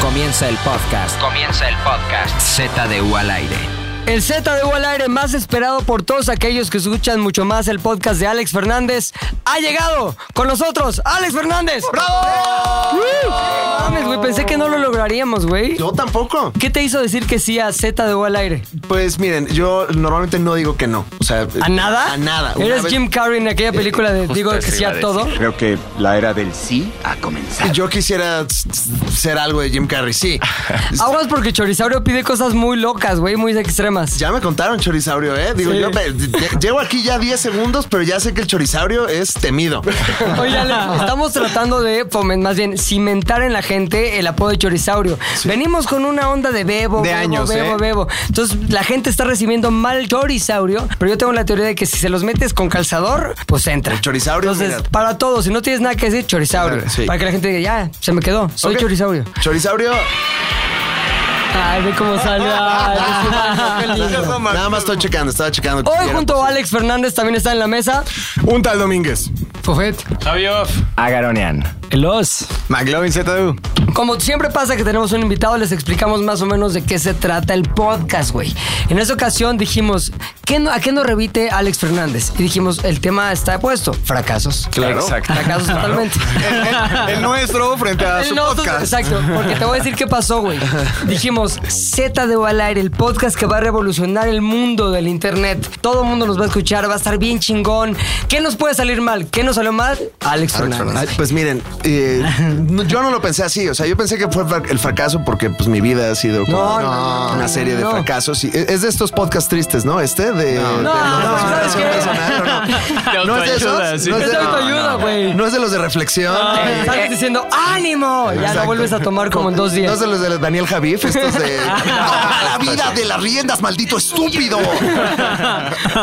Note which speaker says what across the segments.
Speaker 1: Comienza el podcast. Comienza el podcast. Z de U al aire.
Speaker 2: El Z de U al aire más esperado por todos aquellos que escuchan mucho más el podcast de Alex Fernández ha llegado con nosotros, Alex Fernández. ¡Bravo! ¡Woo! Mames, güey, pensé que no lo lograríamos, güey.
Speaker 3: Yo tampoco.
Speaker 2: ¿Qué te hizo decir que sí a Z de U al aire?
Speaker 3: Pues miren, yo normalmente no digo que no. O sea,
Speaker 2: ¿A nada?
Speaker 3: A nada. Una
Speaker 2: ¿Eres
Speaker 3: vez- Eh,
Speaker 2: Jim Carrey en aquella película de Digo que
Speaker 4: eso
Speaker 2: sí
Speaker 4: iba
Speaker 2: a
Speaker 4: a
Speaker 2: todo?
Speaker 5: Creo que la era del sí ha comenzado.
Speaker 3: Yo quisiera s- s- ser algo de Jim Carrey, sí.
Speaker 2: Aguas porque Chorizaurio pide cosas muy locas, güey, muy extremas.
Speaker 3: Ya me contaron Chorizaurio, ¿eh? Digo,
Speaker 2: Sí.
Speaker 3: yo me- lle- llevo aquí ya 10 segundos, pero ya sé que el Chorizaurio es temido.
Speaker 2: Oye, Ale, estamos tratando de, fomen- más bien, cimentar en la gente el apodo de Chorizaurio. Venimos con una onda de bebo,
Speaker 5: De
Speaker 2: bebo,
Speaker 5: años,
Speaker 2: bebo,
Speaker 5: ¿eh?
Speaker 2: bebo. Entonces, la gente está recibiendo mal Chorizaurio, pero yo tengo la teoría de que si se los metes con calzador, pues entra.
Speaker 3: El chorizaurio,
Speaker 2: Entonces,
Speaker 3: mira.
Speaker 2: para todos, si no tienes nada que decir, Chorizaurio.
Speaker 3: Claro, sí.
Speaker 2: Para que la gente diga, ya, se me quedó, soy
Speaker 3: Ok.
Speaker 2: Chorizaurio.
Speaker 3: Chorizaurio.
Speaker 2: Ay, ve cómo sale. Ay, qué lindo.
Speaker 3: Nada más estoy checando, estaba checando. que
Speaker 2: Hoy
Speaker 3: era
Speaker 2: junto a
Speaker 3: posible.
Speaker 2: Alex Fernández también está en la mesa.
Speaker 3: Un tal Domínguez.
Speaker 2: Fofet.
Speaker 5: Agaronian.
Speaker 6: Los.
Speaker 5: McLovin ZDU.
Speaker 2: Como siempre pasa que tenemos un invitado, les explicamos más o menos de qué se trata el podcast, güey. En esta ocasión dijimos, ¿qué no- ¿a qué nos revite Alex Fernández? Y dijimos, el tema está puesto, fracasos.
Speaker 5: Claro. Exacto.
Speaker 2: Fracasos totalmente.
Speaker 5: El, el nuestro frente a su
Speaker 2: No,
Speaker 5: podcast.
Speaker 2: Exacto, porque te voy a decir qué pasó, güey. Dijimos Z de al aire, el podcast que va a revolucionar el mundo del internet. Todo el mundo nos va a escuchar, va a estar bien chingón. ¿Qué nos puede salir mal? ¿Qué nos salió mal? Alex
Speaker 3: Alex
Speaker 2: Fernández.
Speaker 3: Fernández. Ay, Pues miren, eh, no, yo no lo pensé así. O sea, yo pensé que fue fra- el fracaso porque pues mi vida ha sido como
Speaker 2: No, no, no,
Speaker 3: una serie de
Speaker 2: no.
Speaker 3: fracasos. y- e, es de estos podcasts tristes, ¿no? Este de. de-
Speaker 2: No,
Speaker 3: de-
Speaker 2: no,
Speaker 3: de-
Speaker 2: ¿sabes
Speaker 3: de-
Speaker 2: qué?
Speaker 3: personal, no, no.
Speaker 4: De
Speaker 3: No es de
Speaker 4: autoayuda,
Speaker 3: esos,
Speaker 4: sí.
Speaker 3: no
Speaker 2: Es de
Speaker 3: no,
Speaker 2: autoayuda,
Speaker 3: no, no.
Speaker 2: güey.
Speaker 3: No es de los de reflexión.
Speaker 2: Ay, Sales diciendo ánimo. Ya
Speaker 3: Exacto.
Speaker 2: lo vuelves a tomar como en dos
Speaker 3: No
Speaker 2: días. Ah.
Speaker 3: es de los de Daniel Javif, estos de. ¡Toma la vida de las riendas, maldito estúpido!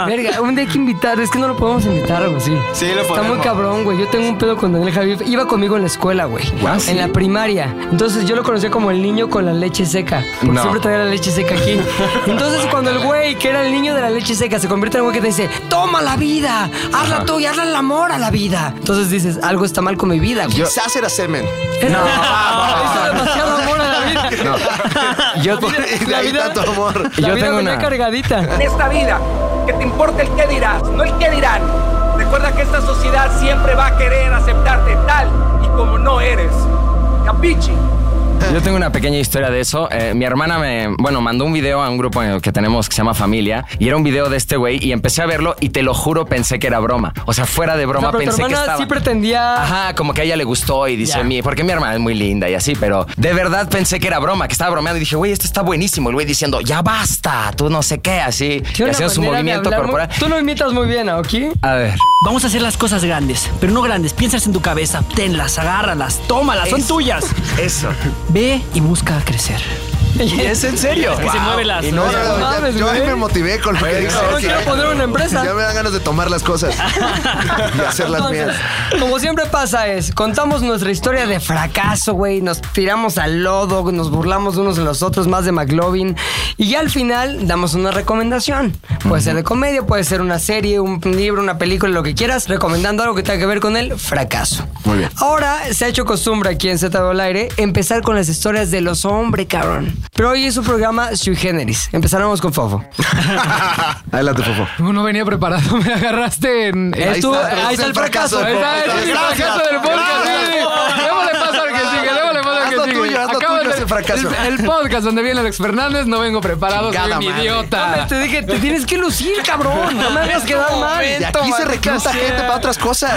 Speaker 2: Verga, un día hay que invitar. Es que no lo podemos invitar, güey. Sí,
Speaker 5: Sí, lo
Speaker 2: Está muy
Speaker 5: podemos.
Speaker 2: cabrón, güey. Yo tengo un pedo con Daniel Javif. Iba conmigo en la escuela, güey. en la primaria. Entonces yo lo conocía como el niño con la leche seca. Porque siempre traía la leche seca aquí. Entonces cuando el güey, que era el niño de la leche seca, se convierte en el güey que te dice: Toma la vida, hazla tú y hazla el amor a la vida. Entonces dices: Algo está mal con mi vida, güey.
Speaker 3: Quizás era semen.
Speaker 2: No, hizo demasiado amor a la vida.
Speaker 3: Yo
Speaker 2: vida-
Speaker 3: de
Speaker 2: la
Speaker 3: ahí
Speaker 2: vida-
Speaker 3: tanto amor.
Speaker 2: La
Speaker 6: Yo
Speaker 2: vida
Speaker 6: tengo
Speaker 2: venía
Speaker 6: una.
Speaker 2: cargadita.
Speaker 7: en esta vida que te importa el qué dirás, no el qué dirán. Recuerda que esta sociedad siempre va a querer aceptarte tal y como no eres. Capichi.
Speaker 6: Yo tengo una pequeña historia de eso. Eh, mi hermana me, bueno, mandó un video a un grupo en el que tenemos que se llama Familia y era un video de este güey y empecé a verlo y te lo juro pensé que era broma. O sea, fuera de
Speaker 2: O sea,
Speaker 6: broma
Speaker 2: pero tu
Speaker 6: pensé que
Speaker 2: hermana
Speaker 6: estaba.
Speaker 2: sí pretendía.
Speaker 6: Ajá, como que a ella le gustó y dice
Speaker 2: Ya.
Speaker 6: a mí, porque mi hermana es muy linda y así, pero de verdad pensé que era broma, que estaba bromeando y dije, güey, esto está buenísimo. El güey diciendo, ya basta, tú no sé qué, así, y
Speaker 2: Tiene una
Speaker 6: haciendo su
Speaker 2: manera de
Speaker 6: movimiento
Speaker 2: hablar muy-
Speaker 6: corporal.
Speaker 2: Tú lo imitas muy bien, Aoki.
Speaker 6: A ver.
Speaker 8: Vamos a hacer las cosas grandes, pero no grandes. Piénsalas en tu cabeza, tenlas, agárralas, tómalas, son tuyas.
Speaker 6: Eso.
Speaker 8: Ve y busca crecer.
Speaker 6: ¿Y es en serio?
Speaker 8: Que se mueve las.
Speaker 3: No, no, no,
Speaker 2: mames,
Speaker 3: ya- yo ahí
Speaker 2: güey.
Speaker 3: me motivé con lo que dijo.
Speaker 2: No
Speaker 3: Sí.
Speaker 2: quiero poner una empresa.
Speaker 3: Ya me dan ganas de tomar las cosas y hacerlas mías.
Speaker 2: Entonces, como siempre pasa es, contamos nuestra historia de fracaso, güey, nos tiramos al lodo, nos burlamos unos de los otros, más de McLovin, y ya al final damos una recomendación. Puede ser de comedia, puede ser una serie, un libro, una película, lo que quieras, recomendando algo que tenga que ver con el fracaso. Muy bien. Ahora se ha hecho costumbre aquí en Z al aire empezar con las historias de los hombres, cabrón. Pero hoy es un programa sui generis. Empezaremos con Fofo.
Speaker 3: Adelante, Fofo.
Speaker 9: No venía preparado, me agarraste en... en-
Speaker 2: Ahí, tú-
Speaker 3: está,
Speaker 2: ahí está el fracaso.
Speaker 9: Ahí está, ese es mi
Speaker 3: Gracias.
Speaker 9: fracaso del podcast.
Speaker 3: Gracias.
Speaker 9: sí. Luego le pasa al que sigue, luego le pasa al
Speaker 3: Hazlo
Speaker 9: que sigue.
Speaker 3: tuyo, hazlo
Speaker 9: Acabo
Speaker 3: tuyo
Speaker 9: de-
Speaker 3: ese fracaso.
Speaker 9: El, el podcast donde viene Alex Fernández, no vengo preparado,
Speaker 3: Chingada
Speaker 9: soy un
Speaker 3: madre.
Speaker 9: idiota.
Speaker 2: Mames, te dije, te tienes que lucir, cabrón. No me hagas quedar mal. Ah,
Speaker 3: Y aquí se recluta gente para otras cosas.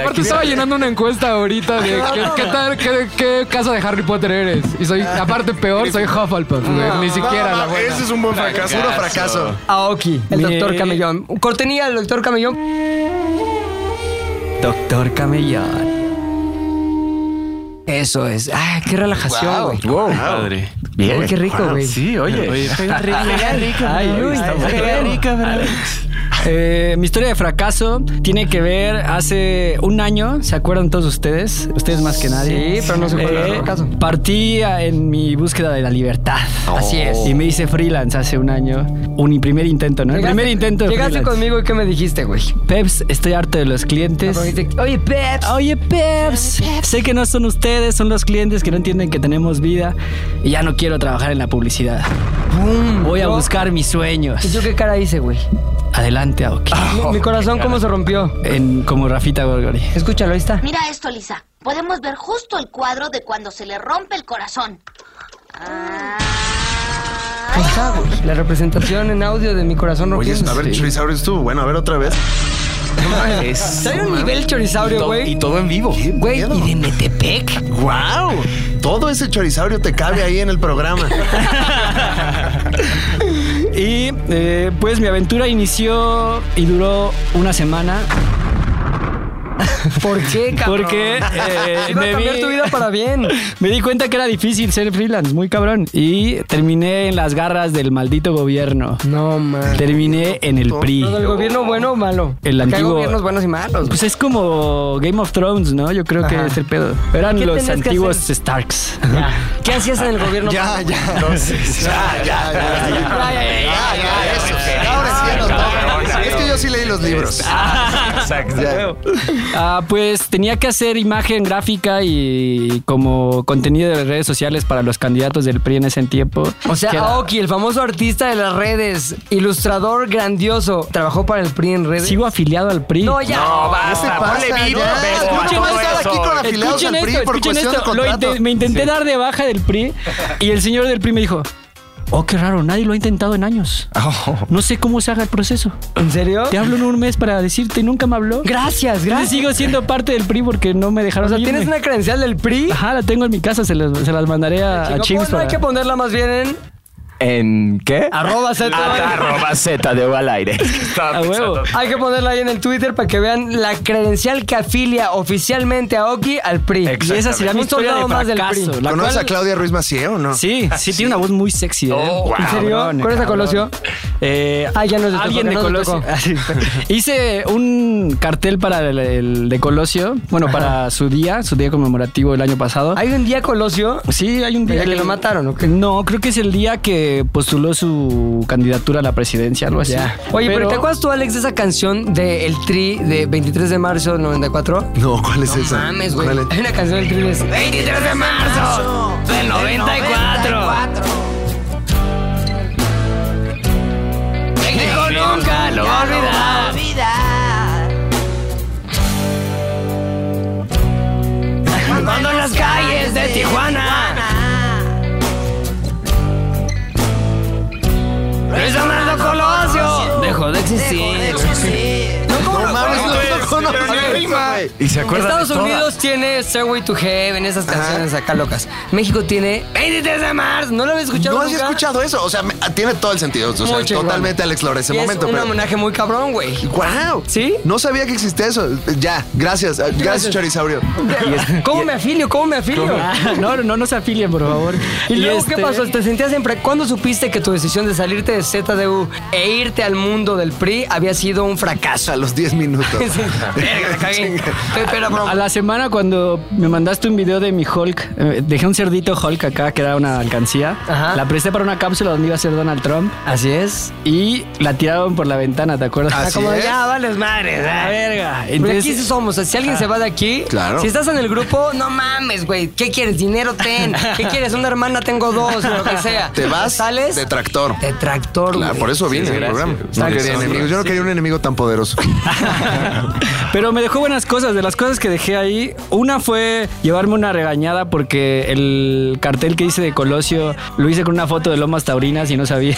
Speaker 9: Aparte estaba llenando una encuesta ahorita de qué, qué tal, qué, qué casa de Harry Potter eres. Y soy, aparte peor, soy Hufflepuff, güey,
Speaker 3: Ah.
Speaker 9: ni siquiera la buena.
Speaker 3: Ese es un buen fracaso. Puro fracaso.
Speaker 2: Aoki, el doctor Camellón. Cortenía el doctor Camellón.
Speaker 8: Doctor Camellón.
Speaker 2: Eso es. Ay, qué relajación, güey.
Speaker 6: Wow.
Speaker 4: Padre.
Speaker 6: Bien.
Speaker 2: Uy, qué rico,
Speaker 6: Wow,
Speaker 2: güey.
Speaker 6: Sí, oye.
Speaker 2: Ay, uy, está bueno.
Speaker 8: Eh, mi historia de fracaso tiene que ver hace un año, ¿se acuerdan todos ustedes? Ustedes más que nadie. Eh,
Speaker 2: Sí, pero no se acuerdan del fracaso.
Speaker 8: Partí a- en mi búsqueda de la libertad. Oh.
Speaker 2: Así es.
Speaker 8: Y me hice freelance hace un año. Un mi primer intento, ¿no? El
Speaker 2: Llegaste-
Speaker 8: primer intento de
Speaker 2: Llegaste
Speaker 8: freelance.
Speaker 2: conmigo y ¿qué me dijiste, güey?
Speaker 8: Peps, estoy harto de los clientes.
Speaker 2: Oye, Peps.
Speaker 8: Oye, Peps, sé que no son ustedes, son los clientes que no entienden que tenemos vida y ya no quiero trabajar en la publicidad.
Speaker 2: Pum,
Speaker 8: Voy a
Speaker 2: ¿no?
Speaker 8: buscar mis sueños.
Speaker 2: ¿Y yo qué cara hice, güey?
Speaker 8: Adelante, Aoki.
Speaker 2: Mi- Mi corazón, ¿cómo se rompió?
Speaker 8: En, como Rafita Gorgori.
Speaker 2: Escúchalo, ahí está.
Speaker 4: Mira esto, Lisa. Podemos ver justo el cuadro de cuando se le rompe el corazón.
Speaker 2: Ahí está, güey. La representación en audio de mi corazón
Speaker 3: Oye,
Speaker 2: rompiendo.
Speaker 3: a ver, Chorizaurio estuvo bueno. A ver, otra vez.
Speaker 2: Trae un nivel chorizaurio,
Speaker 6: Y
Speaker 2: güey.
Speaker 6: todo en vivo.
Speaker 2: Güey,
Speaker 3: miedo.
Speaker 2: y de Metepec.
Speaker 3: ¡Guau! Todo ese chorizaurio te cabe ahí en el programa.
Speaker 8: Y eh, pues mi aventura inició y duró una semana
Speaker 2: ¿Por qué, cabrón?
Speaker 8: porque eh,
Speaker 2: Iba a cambiar
Speaker 8: vi-
Speaker 2: tu vida para bien.
Speaker 8: me di cuenta que era difícil ser freelance, muy cabrón. Y terminé en las garras del maldito gobierno.
Speaker 2: No, man.
Speaker 8: Terminé en el PRI.
Speaker 2: ¿Todo el gobierno bueno o malo?
Speaker 8: El
Speaker 2: Porque
Speaker 8: antiguo-
Speaker 2: Hay gobiernos buenos y malos.
Speaker 8: Pues es como Game of Thrones, ¿no? Yo creo
Speaker 2: Ajá.
Speaker 8: que es el pedo. Eran
Speaker 2: ¿Qué
Speaker 8: los
Speaker 2: tenías que
Speaker 8: antiguos
Speaker 2: hacer?
Speaker 8: Starks.
Speaker 2: güey. ¿Qué hacías en el gobierno
Speaker 3: ya,
Speaker 2: malo?
Speaker 3: ya. Entonces, ya, ya, ya, ya, ya. Ya, ya, eso. Ahora entiendo todo. Es que yo sí leí los libros.
Speaker 2: Ah.
Speaker 6: Exacto.
Speaker 3: Ya.
Speaker 8: Ah, pues tenía que hacer imagen gráfica y como contenido de redes sociales para los candidatos del PRI en ese tiempo.
Speaker 2: O sea,
Speaker 8: Que era-
Speaker 2: Aoki, el famoso artista de las redes, ilustrador grandioso, trabajó para el PRI en redes.
Speaker 8: sigo afiliado al PRI.
Speaker 2: No, ya.
Speaker 6: No,
Speaker 3: ¿Qué te
Speaker 6: basta.
Speaker 3: pasa?
Speaker 6: Ponle vivo.
Speaker 3: Ya,
Speaker 6: ves,
Speaker 3: ¿cómo
Speaker 8: Escuchen
Speaker 6: todo
Speaker 3: vas a estar
Speaker 6: eso.
Speaker 3: aquí con afiliados
Speaker 8: Escuchen
Speaker 3: al PRI
Speaker 8: esto,
Speaker 3: por
Speaker 8: escuchen
Speaker 3: cuestión de
Speaker 8: esto. Lo
Speaker 3: contrato?
Speaker 8: inte- me intenté dar de baja del PRI y el señor del PRI me dijo, oh, qué raro, nadie lo ha intentado en años. No sé cómo se haga el proceso.
Speaker 2: ¿En serio?
Speaker 8: Te hablo en un mes para decirte, y nunca me habló.
Speaker 2: Gracias,
Speaker 8: Entonces
Speaker 2: gracias.
Speaker 8: sigo siendo parte del PRI porque no me dejaron
Speaker 2: O sea,
Speaker 8: irme.
Speaker 2: ¿tienes una credencial del PRI?
Speaker 8: Ajá, la tengo en mi casa, se, las- se las mandaré a, a
Speaker 2: Chingón,
Speaker 8: Chings
Speaker 2: no hay
Speaker 8: para-
Speaker 2: que ponerla más bien en
Speaker 6: ¿En qué? Ah,
Speaker 2: arroba Z.
Speaker 6: Arroba Z de U al aire.
Speaker 8: A huevo.
Speaker 2: Hay que ponerla ahí en el Twitter para que vean la credencial que afilia oficialmente a Oki al PRI.
Speaker 6: Ex-
Speaker 8: Y esa sería mi
Speaker 2: Un
Speaker 8: historia de
Speaker 2: soldado más del
Speaker 8: fracaso.
Speaker 2: PRI.
Speaker 8: la
Speaker 3: ¿Conoces
Speaker 8: cual-
Speaker 3: a Claudia Ruiz Macié o no?
Speaker 8: Sí, sí, tiene una voz muy sexy. ¿eh?
Speaker 6: Oh,
Speaker 8: ¿En serio?
Speaker 2: cabrón,
Speaker 8: ¿Cuál es la
Speaker 2: cabrón.
Speaker 8: Colosio? Eh,
Speaker 2: Ah, ya no es de
Speaker 8: Alguien de
Speaker 2: Tocó, no es de
Speaker 8: Colosio.
Speaker 2: Tocó.
Speaker 8: Ah, sí. Hice un cartel para el, el de Colosio, bueno, para su día, su día conmemorativo el año pasado.
Speaker 2: Hay un día Colosio.
Speaker 8: Sí, hay un
Speaker 2: ¿El
Speaker 8: día
Speaker 2: día que lo mataron, o qué?
Speaker 8: No, creo que es el día que postuló su candidatura a la presidencia, algo así.
Speaker 2: Oye, pero, ¿te acuerdas tú, Alex, de esa canción de El Tri de 23 de marzo del 94?
Speaker 3: No, ¿cuál es esa?
Speaker 2: Mames, güey.
Speaker 3: ¿Cuál es?
Speaker 2: Hay una canción del Tri que es 23 de marzo del 94. México nunca lo va a olvidar. Cuando en las calles de Tijuana Luis Armando Colosio dejó de existir.
Speaker 3: No mames, no, no conozco eso, güey.
Speaker 6: Y se acuerda
Speaker 2: Estados
Speaker 6: de todas.
Speaker 2: Unidos tiene Stairway to Heaven, esas canciones acá locas. México tiene 23 de marzo. ¿No lo había escuchado
Speaker 3: No
Speaker 2: nunca?
Speaker 3: había escuchado eso. O sea, me- tiene todo el sentido. O sea,
Speaker 2: Muy chingón.
Speaker 3: totalmente Alex Lora ese
Speaker 2: Y
Speaker 3: momento.
Speaker 2: Es un
Speaker 3: pero-
Speaker 2: homenaje muy cabrón, güey.
Speaker 3: ¡Guau!
Speaker 2: ¿Sí?
Speaker 3: No sabía que existía eso. Ya, gracias. Eh, Gracias, Chorizaurio.
Speaker 2: ¿Cómo me afilio? ¿Cómo me afilio?
Speaker 8: Ah, No, no, no se afilien, por favor.
Speaker 2: ¿Y, luego
Speaker 8: este-
Speaker 2: qué pasó? ¿Te sentías siempre? ¿Cuándo supiste que tu decisión de salirte de ZDU e irte al mundo del PRI había sido un fracaso?
Speaker 3: A los 10 minutos.
Speaker 2: Verga, la cagué. Pero, bro,
Speaker 8: A la semana cuando me mandaste un video de mi Hulk, eh, dejé un cerdito Hulk acá, que era una alcancía.
Speaker 2: Ajá.
Speaker 8: La presté para una cápsula donde iba a ser Donald Trump
Speaker 2: Así es. Ah,
Speaker 8: y la tiraron por la ventana, ¿te acuerdas?
Speaker 3: Así
Speaker 2: Como
Speaker 3: es.
Speaker 2: ya, vales madres.
Speaker 8: La
Speaker 2: ah.
Speaker 8: verga.
Speaker 2: Porque
Speaker 8: Entonces,
Speaker 2: aquí sí somos. O sea, si alguien se va de aquí,
Speaker 3: Claro.
Speaker 2: si estás en el grupo, no mames, güey. ¿Qué quieres? Dinero ten. ¿Qué quieres? Una hermana tengo dos, lo que sea.
Speaker 3: Te vas
Speaker 2: sales
Speaker 3: de tractor.
Speaker 2: Detractor,
Speaker 3: Claro,
Speaker 2: güey.
Speaker 3: por eso viene el programa. No quería enemigos. Yo no quería un enemigo tan poderoso.
Speaker 8: Ah, Pero me dejó buenas cosas. De las cosas que dejé ahí, una fue llevarme una regañada porque el cartel que hice de Colosio lo hice con una foto de Lomas Taurinas y no sabía.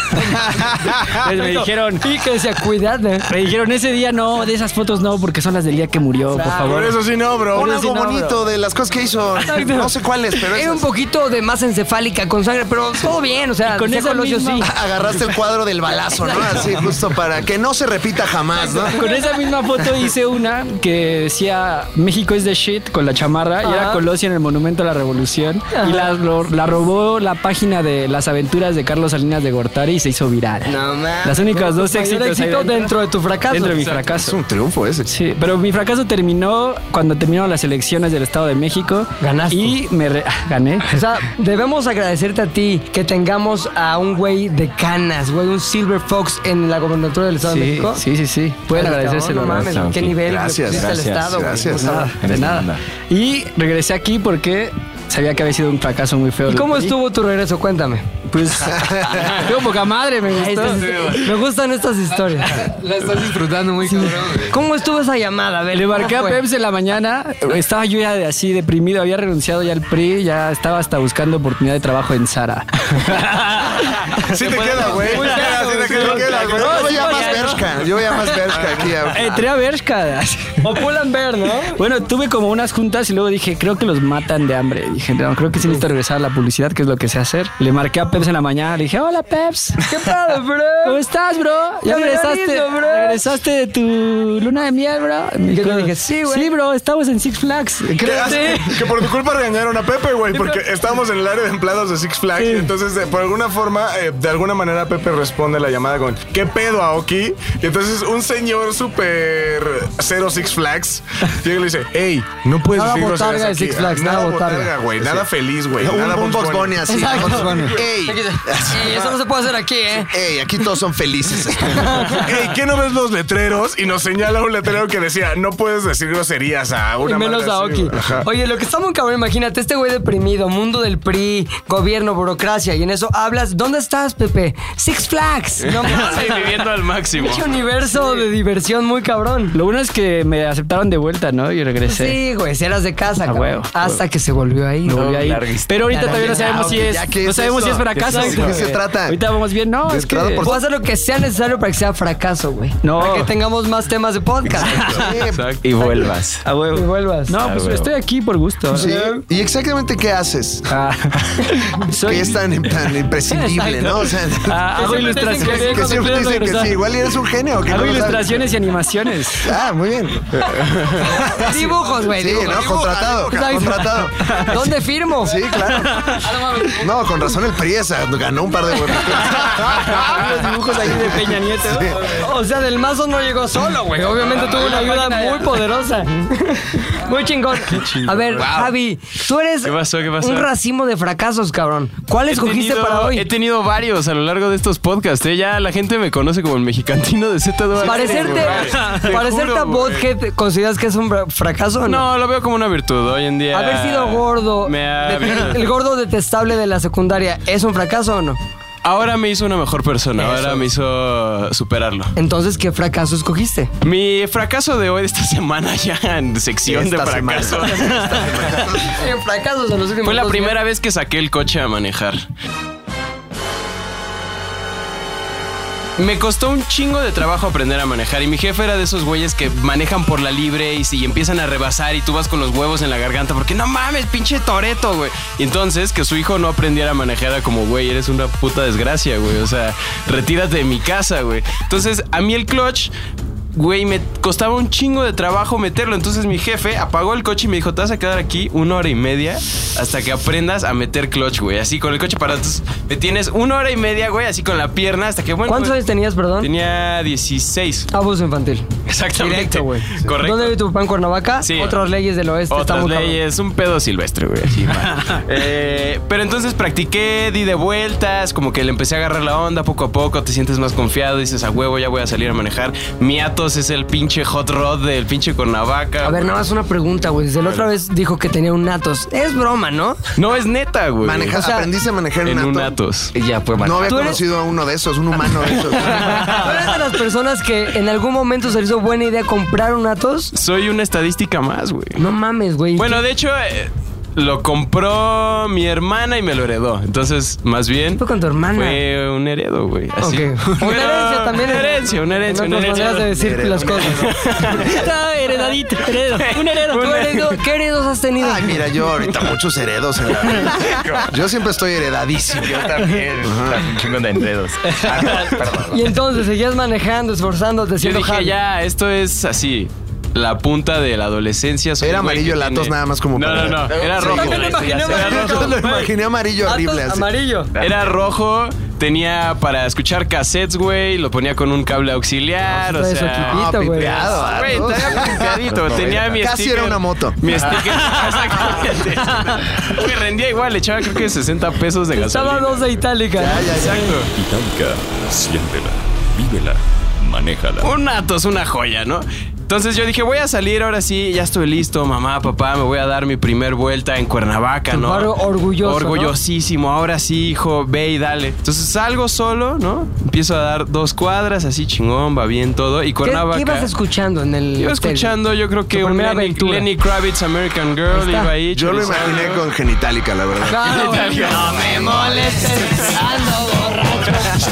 Speaker 8: Entonces me dijeron,
Speaker 2: Y que se cuidado.
Speaker 8: me dijeron ese día no, de esas fotos no, porque son las del día que murió, por favor.
Speaker 3: sí no, bro. Pon
Speaker 8: Por eso sí
Speaker 3: algo
Speaker 8: no, bro.
Speaker 3: bonito de las cosas que hizo. No sé cuáles, pero
Speaker 2: Era un
Speaker 3: esas.
Speaker 2: poquito de masa encefálica con sangre, pero todo bien, o sea,
Speaker 8: Ah, con
Speaker 2: decía
Speaker 8: esa
Speaker 2: Colosio
Speaker 8: misma-
Speaker 2: sí.
Speaker 3: Agarraste el cuadro del balazo, ¿no? Así, justo para que no se repita jamás, ¿no?
Speaker 8: Con esa misma foto hice una que que decía México es de shit con la chamarra y era
Speaker 2: Ajá.
Speaker 8: Colosio en el Monumento a la Revolución y la, ro- la robó la página de las aventuras de Carlos Salinas de Gortari y se hizo viral.
Speaker 2: No mames.
Speaker 8: Las únicas dos
Speaker 2: Mayor
Speaker 8: éxitos ahí
Speaker 2: éxito
Speaker 8: dentro.
Speaker 2: dentro de tu fracaso.
Speaker 8: Dentro de mi
Speaker 2: Exacto.
Speaker 8: fracaso.
Speaker 5: triunfo ese.
Speaker 8: Sí, pero mi fracaso terminó cuando terminaron las elecciones del Estado de México.
Speaker 2: Ganaste.
Speaker 8: Y me re- gané.
Speaker 2: O sea, debemos agradecerte a ti que tengamos a un güey de canas, güey, un Silver Fox en la gobernatura del Estado
Speaker 8: Sí,
Speaker 2: de México.
Speaker 8: sí, sí, sí. Pueden
Speaker 2: Cabrón,
Speaker 8: agradecérselo.
Speaker 2: No mames,
Speaker 6: Gracias,
Speaker 2: qué
Speaker 6: Frankie.
Speaker 2: nivel
Speaker 5: Gracias,
Speaker 2: le pusiste al
Speaker 5: gracias,
Speaker 2: Estado, güey.
Speaker 5: gracias.
Speaker 2: Nada.
Speaker 8: De nada. Y regresé aquí porque sabía que había sido un fracaso muy feo.
Speaker 2: ¿Y cómo estuvo tu regreso? Cuéntame.
Speaker 8: Pues. Tengo poca madre, me gustó.
Speaker 2: Me gustan estas historias.
Speaker 9: La estás disfrutando muy cabrón, güey.
Speaker 2: ¿Cómo estuvo esa llamada? A ver,
Speaker 8: Le marqué a
Speaker 2: ¿cómo fue?
Speaker 8: Peps en la mañana. Estaba yo ya de- así deprimido, había renunciado ya al PRI, ya estaba hasta buscando oportunidad de trabajo en Sara.
Speaker 5: Sí te queda, güey. Sí te queda, sí te queda, güey.
Speaker 3: Yo ya más Bershka. Yo ya más
Speaker 5: Ah.
Speaker 3: Bershka aquí. a-
Speaker 8: Entré a Bershka.
Speaker 2: O Pull&Bear, ¿no?
Speaker 8: Bueno, tuve como unas juntas y luego dije, creo que los matan de hambre. Dije, no, creo que sí necesito regresar a la publicidad, que es lo que sé hacer. Le marqué a Peps en la mañana, le dije, hola Peps.
Speaker 2: ¿Qué pedo,
Speaker 8: ¿Cómo
Speaker 2: bro?
Speaker 8: estás, bro?
Speaker 2: Ya
Speaker 8: ¿Ya
Speaker 2: me
Speaker 8: regresaste,
Speaker 2: organizo, bro.
Speaker 8: regresaste de tu luna de miel, bro?
Speaker 2: Y yo le dije, sí, güey.
Speaker 8: Sí, bro, estamos en Six Flags.
Speaker 5: Que, hace- que por tu culpa regañaron a Pepe, güey, porque estábamos en el área de empleados de Six Flags.
Speaker 8: Sí.
Speaker 5: Entonces, eh, por alguna forma, eh, de alguna manera, Pepe responde la llamada con ¿Qué pedo, Aoki? Y entonces, un señor súper cero Six Flags llega y le dice: Hey, no puedes
Speaker 2: Nada
Speaker 5: decir groserías
Speaker 2: botarga de
Speaker 5: aquí".
Speaker 2: Six Flags,
Speaker 5: Nada,
Speaker 2: nada botarga.
Speaker 5: botarga, güey. Nada feliz, güey.
Speaker 3: Un,
Speaker 5: nada
Speaker 3: un Box Bunny así. Box Bunny. Ey,
Speaker 2: Sí, eso no se puede hacer aquí, ¿eh?
Speaker 3: ey, aquí todos son felices.
Speaker 5: Hey, ¿qué no ves los letreros? Y nos señala un letrero que decía: No puedes decir groserías a una
Speaker 2: Y menos
Speaker 5: madre así,
Speaker 2: Aoki.
Speaker 5: güey. Ajá.
Speaker 2: Oye, lo que está muy cabrón, imagínate, este güey deprimido, mundo del PRI, gobierno, burocracia, y en eso hablas. ¿Dónde estás, Pepe? Six Flags. No mames.
Speaker 10: viviendo al máximo.
Speaker 2: Pinche universo de diversión muy cabrón.
Speaker 8: Lo bueno es que me aceptaron de vuelta, ¿no? Y regresé.
Speaker 2: Sí, güey, si eras de casa, cabrón.
Speaker 8: huevo,
Speaker 2: Hasta que se volvió ahí.
Speaker 8: Me volví a ir.
Speaker 6: larguísimo.
Speaker 8: Pero ahorita
Speaker 2: Ya,
Speaker 8: todavía no
Speaker 2: ya,
Speaker 8: sabemos si
Speaker 3: Ah, ok,
Speaker 8: es.
Speaker 3: ya, ¿qué
Speaker 8: no
Speaker 3: es
Speaker 8: sabemos si
Speaker 3: eso?
Speaker 8: es fracaso.
Speaker 3: Exacto, ¿de qué se
Speaker 8: güey.
Speaker 3: trata?
Speaker 8: Ahorita vamos bien. No, es que.
Speaker 3: Entrada por-
Speaker 2: Puedo hacer lo que sea necesario para que sea fracaso, güey.
Speaker 8: No.
Speaker 2: Para que tengamos más temas de podcast.
Speaker 6: Y vuelvas.
Speaker 8: A huevo.
Speaker 2: Y vuelvas.
Speaker 8: No, pues
Speaker 6: huevo.
Speaker 8: estoy aquí por gusto. ¿eh?
Speaker 3: Sí. ¿Y exactamente qué haces?
Speaker 8: Ah. Soy-
Speaker 3: Que es tan, tan imprescindible, ¿no? O sea,
Speaker 8: Ah, hago Que siempre
Speaker 3: que,
Speaker 8: ilustraciones.
Speaker 3: que siempre dicen que sí. Igual eres un genio. Que no
Speaker 8: Hago
Speaker 3: lo sabes.
Speaker 8: ilustraciones y animaciones.
Speaker 3: Ah, muy bien.
Speaker 2: Dibujos, güey.
Speaker 3: Sí,
Speaker 2: dibujos.
Speaker 3: ¿no? Contratado.
Speaker 2: Exacto.
Speaker 3: Contratado.
Speaker 2: ¿Dónde firmo?
Speaker 3: Sí, claro. No, con razón el Priesa ganó un par de buenos.
Speaker 8: Ah,
Speaker 3: Ah,
Speaker 8: Los dibujos ahí de Peña Nieto.
Speaker 2: O sea, del mazo no llegó solo, güey. Obviamente tuvo una ayuda muy poderosa. Muy chingón. A ver, Javi, tú eres
Speaker 10: ¿Qué pasó? ¿Qué pasó?
Speaker 2: un racimo de fracasos, cabrón. ¿Cuál
Speaker 10: He
Speaker 2: escogiste
Speaker 10: tenido-
Speaker 2: para
Speaker 10: He
Speaker 2: hoy?
Speaker 10: tenido varios a lo largo de estos podcasts. ¿eh? Ya la gente me conoce como el mexicantino de Z
Speaker 2: Parecerte, parecerte a Bothead, ¿consideras que es un fra- fracaso o no?
Speaker 10: No, lo veo como una virtud hoy en día.
Speaker 2: Haber sido gordo,
Speaker 10: Me ha-
Speaker 2: de- el gordo detestable de la secundaria, ¿es un fracaso o no?
Speaker 10: Ahora me hizo una mejor persona.
Speaker 2: Eso
Speaker 10: Ahora me hizo superarlo.
Speaker 2: Entonces, ¿qué fracaso escogiste?
Speaker 10: Mi fracaso de hoy, de esta semana, ya en sección
Speaker 3: Esta
Speaker 10: de
Speaker 3: semana.
Speaker 10: fracaso.
Speaker 2: fracasos los últimos
Speaker 10: Fue la primera vez que saqué el coche a manejar. Me costó un chingo de trabajo aprender a manejar y mi jefe era de esos güeyes que manejan por la libre y si empiezan a rebasar y tú vas con los huevos en la garganta porque no mames, pinche Toreto, güey. Y entonces que su hijo no aprendiera a manejar era como, güey, eres una puta desgracia, güey. O sea, retírate de mi casa, güey. Entonces a mí el clutch... Güey, me costaba un chingo de trabajo meterlo. Entonces mi jefe apagó el coche y me dijo: Te vas a quedar aquí una hora y media hasta que aprendas a meter clutch, güey. Así con el coche parado. Entonces me tienes una hora y media, güey, así con la pierna hasta que, bueno.
Speaker 2: ¿Cuántos
Speaker 10: güey,
Speaker 2: años tenías, perdón?
Speaker 10: Tenía 16.
Speaker 2: Abuso infantil.
Speaker 10: Exactamente.
Speaker 2: Directo, güey.
Speaker 10: Correcto.
Speaker 2: ¿Dónde vive tu papá en Cuernavaca?
Speaker 10: Sí.
Speaker 2: Otras leyes del oeste. está
Speaker 10: Otras
Speaker 2: muy cabrón.
Speaker 10: leyes, un pedo silvestre, güey. así, mal. Eh, pero entonces practiqué, di de vueltas, como que le empecé a agarrar la onda poco a poco, te sientes más confiado, dices a huevo, ya voy a salir a manejar. Mi Atos es el pinche hot rod del pinche Cuernavaca.
Speaker 2: A ver, nada más una pregunta, güey. Desde la otra vez dijo que tenía un Natos. Es broma, ¿no?
Speaker 10: No es neta, güey.
Speaker 3: Maneja-
Speaker 2: O sea,
Speaker 3: aprendiste a manejar
Speaker 10: en
Speaker 3: en
Speaker 10: un
Speaker 3: un ato.
Speaker 10: Atos.
Speaker 6: Y ya, pues,
Speaker 3: No había
Speaker 2: ¿Tú eres-
Speaker 3: conocido a uno de esos, un humano de esos.
Speaker 2: ¿Tú eres de las personas que en algún momento se le hizo buena idea comprar un Natos?
Speaker 10: Soy una estadística más, güey.
Speaker 2: No mames, güey.
Speaker 10: Bueno, de hecho, eh, lo compró mi hermana y me lo heredó. Entonces, más bien.
Speaker 2: fue con tu hermana? Ah,
Speaker 10: Fue un heredo, güey. así.
Speaker 2: Ok. Una herencia también.
Speaker 10: Una herencia, una herencia,
Speaker 2: En
Speaker 10: una
Speaker 2: otras
Speaker 10: herencia.
Speaker 2: maneras de decir las cosas. Está heredadito, heredo. Un heredo. ¿Tú heredo- ¿Qué heredos has tenido?
Speaker 3: Ay, mira, yo ahorita muchos heredos en la vida. Yo siempre estoy heredadísimo.
Speaker 6: Yo también. Un chingo de enredos.
Speaker 2: y entonces seguías manejando, esforzándote,
Speaker 10: Yo
Speaker 2: siendo
Speaker 10: dije,
Speaker 2: Javi.
Speaker 10: ya, esto es así. la punta de la adolescencia. soy
Speaker 3: Era
Speaker 10: el güey
Speaker 3: amarillo
Speaker 10: que
Speaker 3: Latos
Speaker 10: tiene-
Speaker 3: nada más como
Speaker 10: No,
Speaker 3: para-
Speaker 10: no, no. Era
Speaker 2: Sí,
Speaker 10: rojo.
Speaker 2: yo me lo imaginé
Speaker 10: Era
Speaker 2: amarillo.
Speaker 10: rojo.
Speaker 3: Lo imaginé amarillo horrible
Speaker 2: Datos
Speaker 3: así.
Speaker 2: Amarillo.
Speaker 10: Era rojo, tenía para escuchar cassettes, güey, lo ponía con un cable auxiliar, o
Speaker 2: Todo eso
Speaker 10: sea...
Speaker 2: chiquito,
Speaker 3: ah,
Speaker 2: güey.
Speaker 3: pipeado, ah,
Speaker 10: Güey,
Speaker 3: todos.
Speaker 10: estaba pimpeadito, tenía mi
Speaker 3: Casi
Speaker 10: sticker-
Speaker 3: era una moto.
Speaker 10: Mi sticker, exactamente. Me rendía igual, le echaba creo que 60 pesos de gasolina.
Speaker 2: Estaba dos de itálica.
Speaker 10: Exacto.
Speaker 11: Itálica, siéntela, vívela, manéjala.
Speaker 10: Un Atos, una joya, ¿no? Entonces yo dije, voy a salir ahora sí, ya estoy listo, mamá, papá, me voy a dar mi primer vuelta en Cuernavaca,
Speaker 2: Tu
Speaker 10: ¿no?
Speaker 2: barrio orgulloso,
Speaker 10: Orgullosísimo, ahora sí, hijo, ve y dale. Entonces salgo solo, ¿no? Empiezo a dar dos cuadras, así chingón, va bien todo. Y
Speaker 2: ¿Qué,
Speaker 10: Cuernavaca.
Speaker 2: qué ibas escuchando en el.? hotel?
Speaker 10: Iba escuchando, yo creo que
Speaker 2: Tu
Speaker 10: un
Speaker 2: primera
Speaker 10: Lenny,
Speaker 2: aventura.
Speaker 10: Lenny Kravitz, American Girl,
Speaker 2: Ahí está.
Speaker 10: iba ahí.
Speaker 3: Yo lo
Speaker 10: chorizando.
Speaker 3: imaginé con genitálica, la verdad.
Speaker 2: Claro, güey.
Speaker 10: No me molestes,
Speaker 2: ando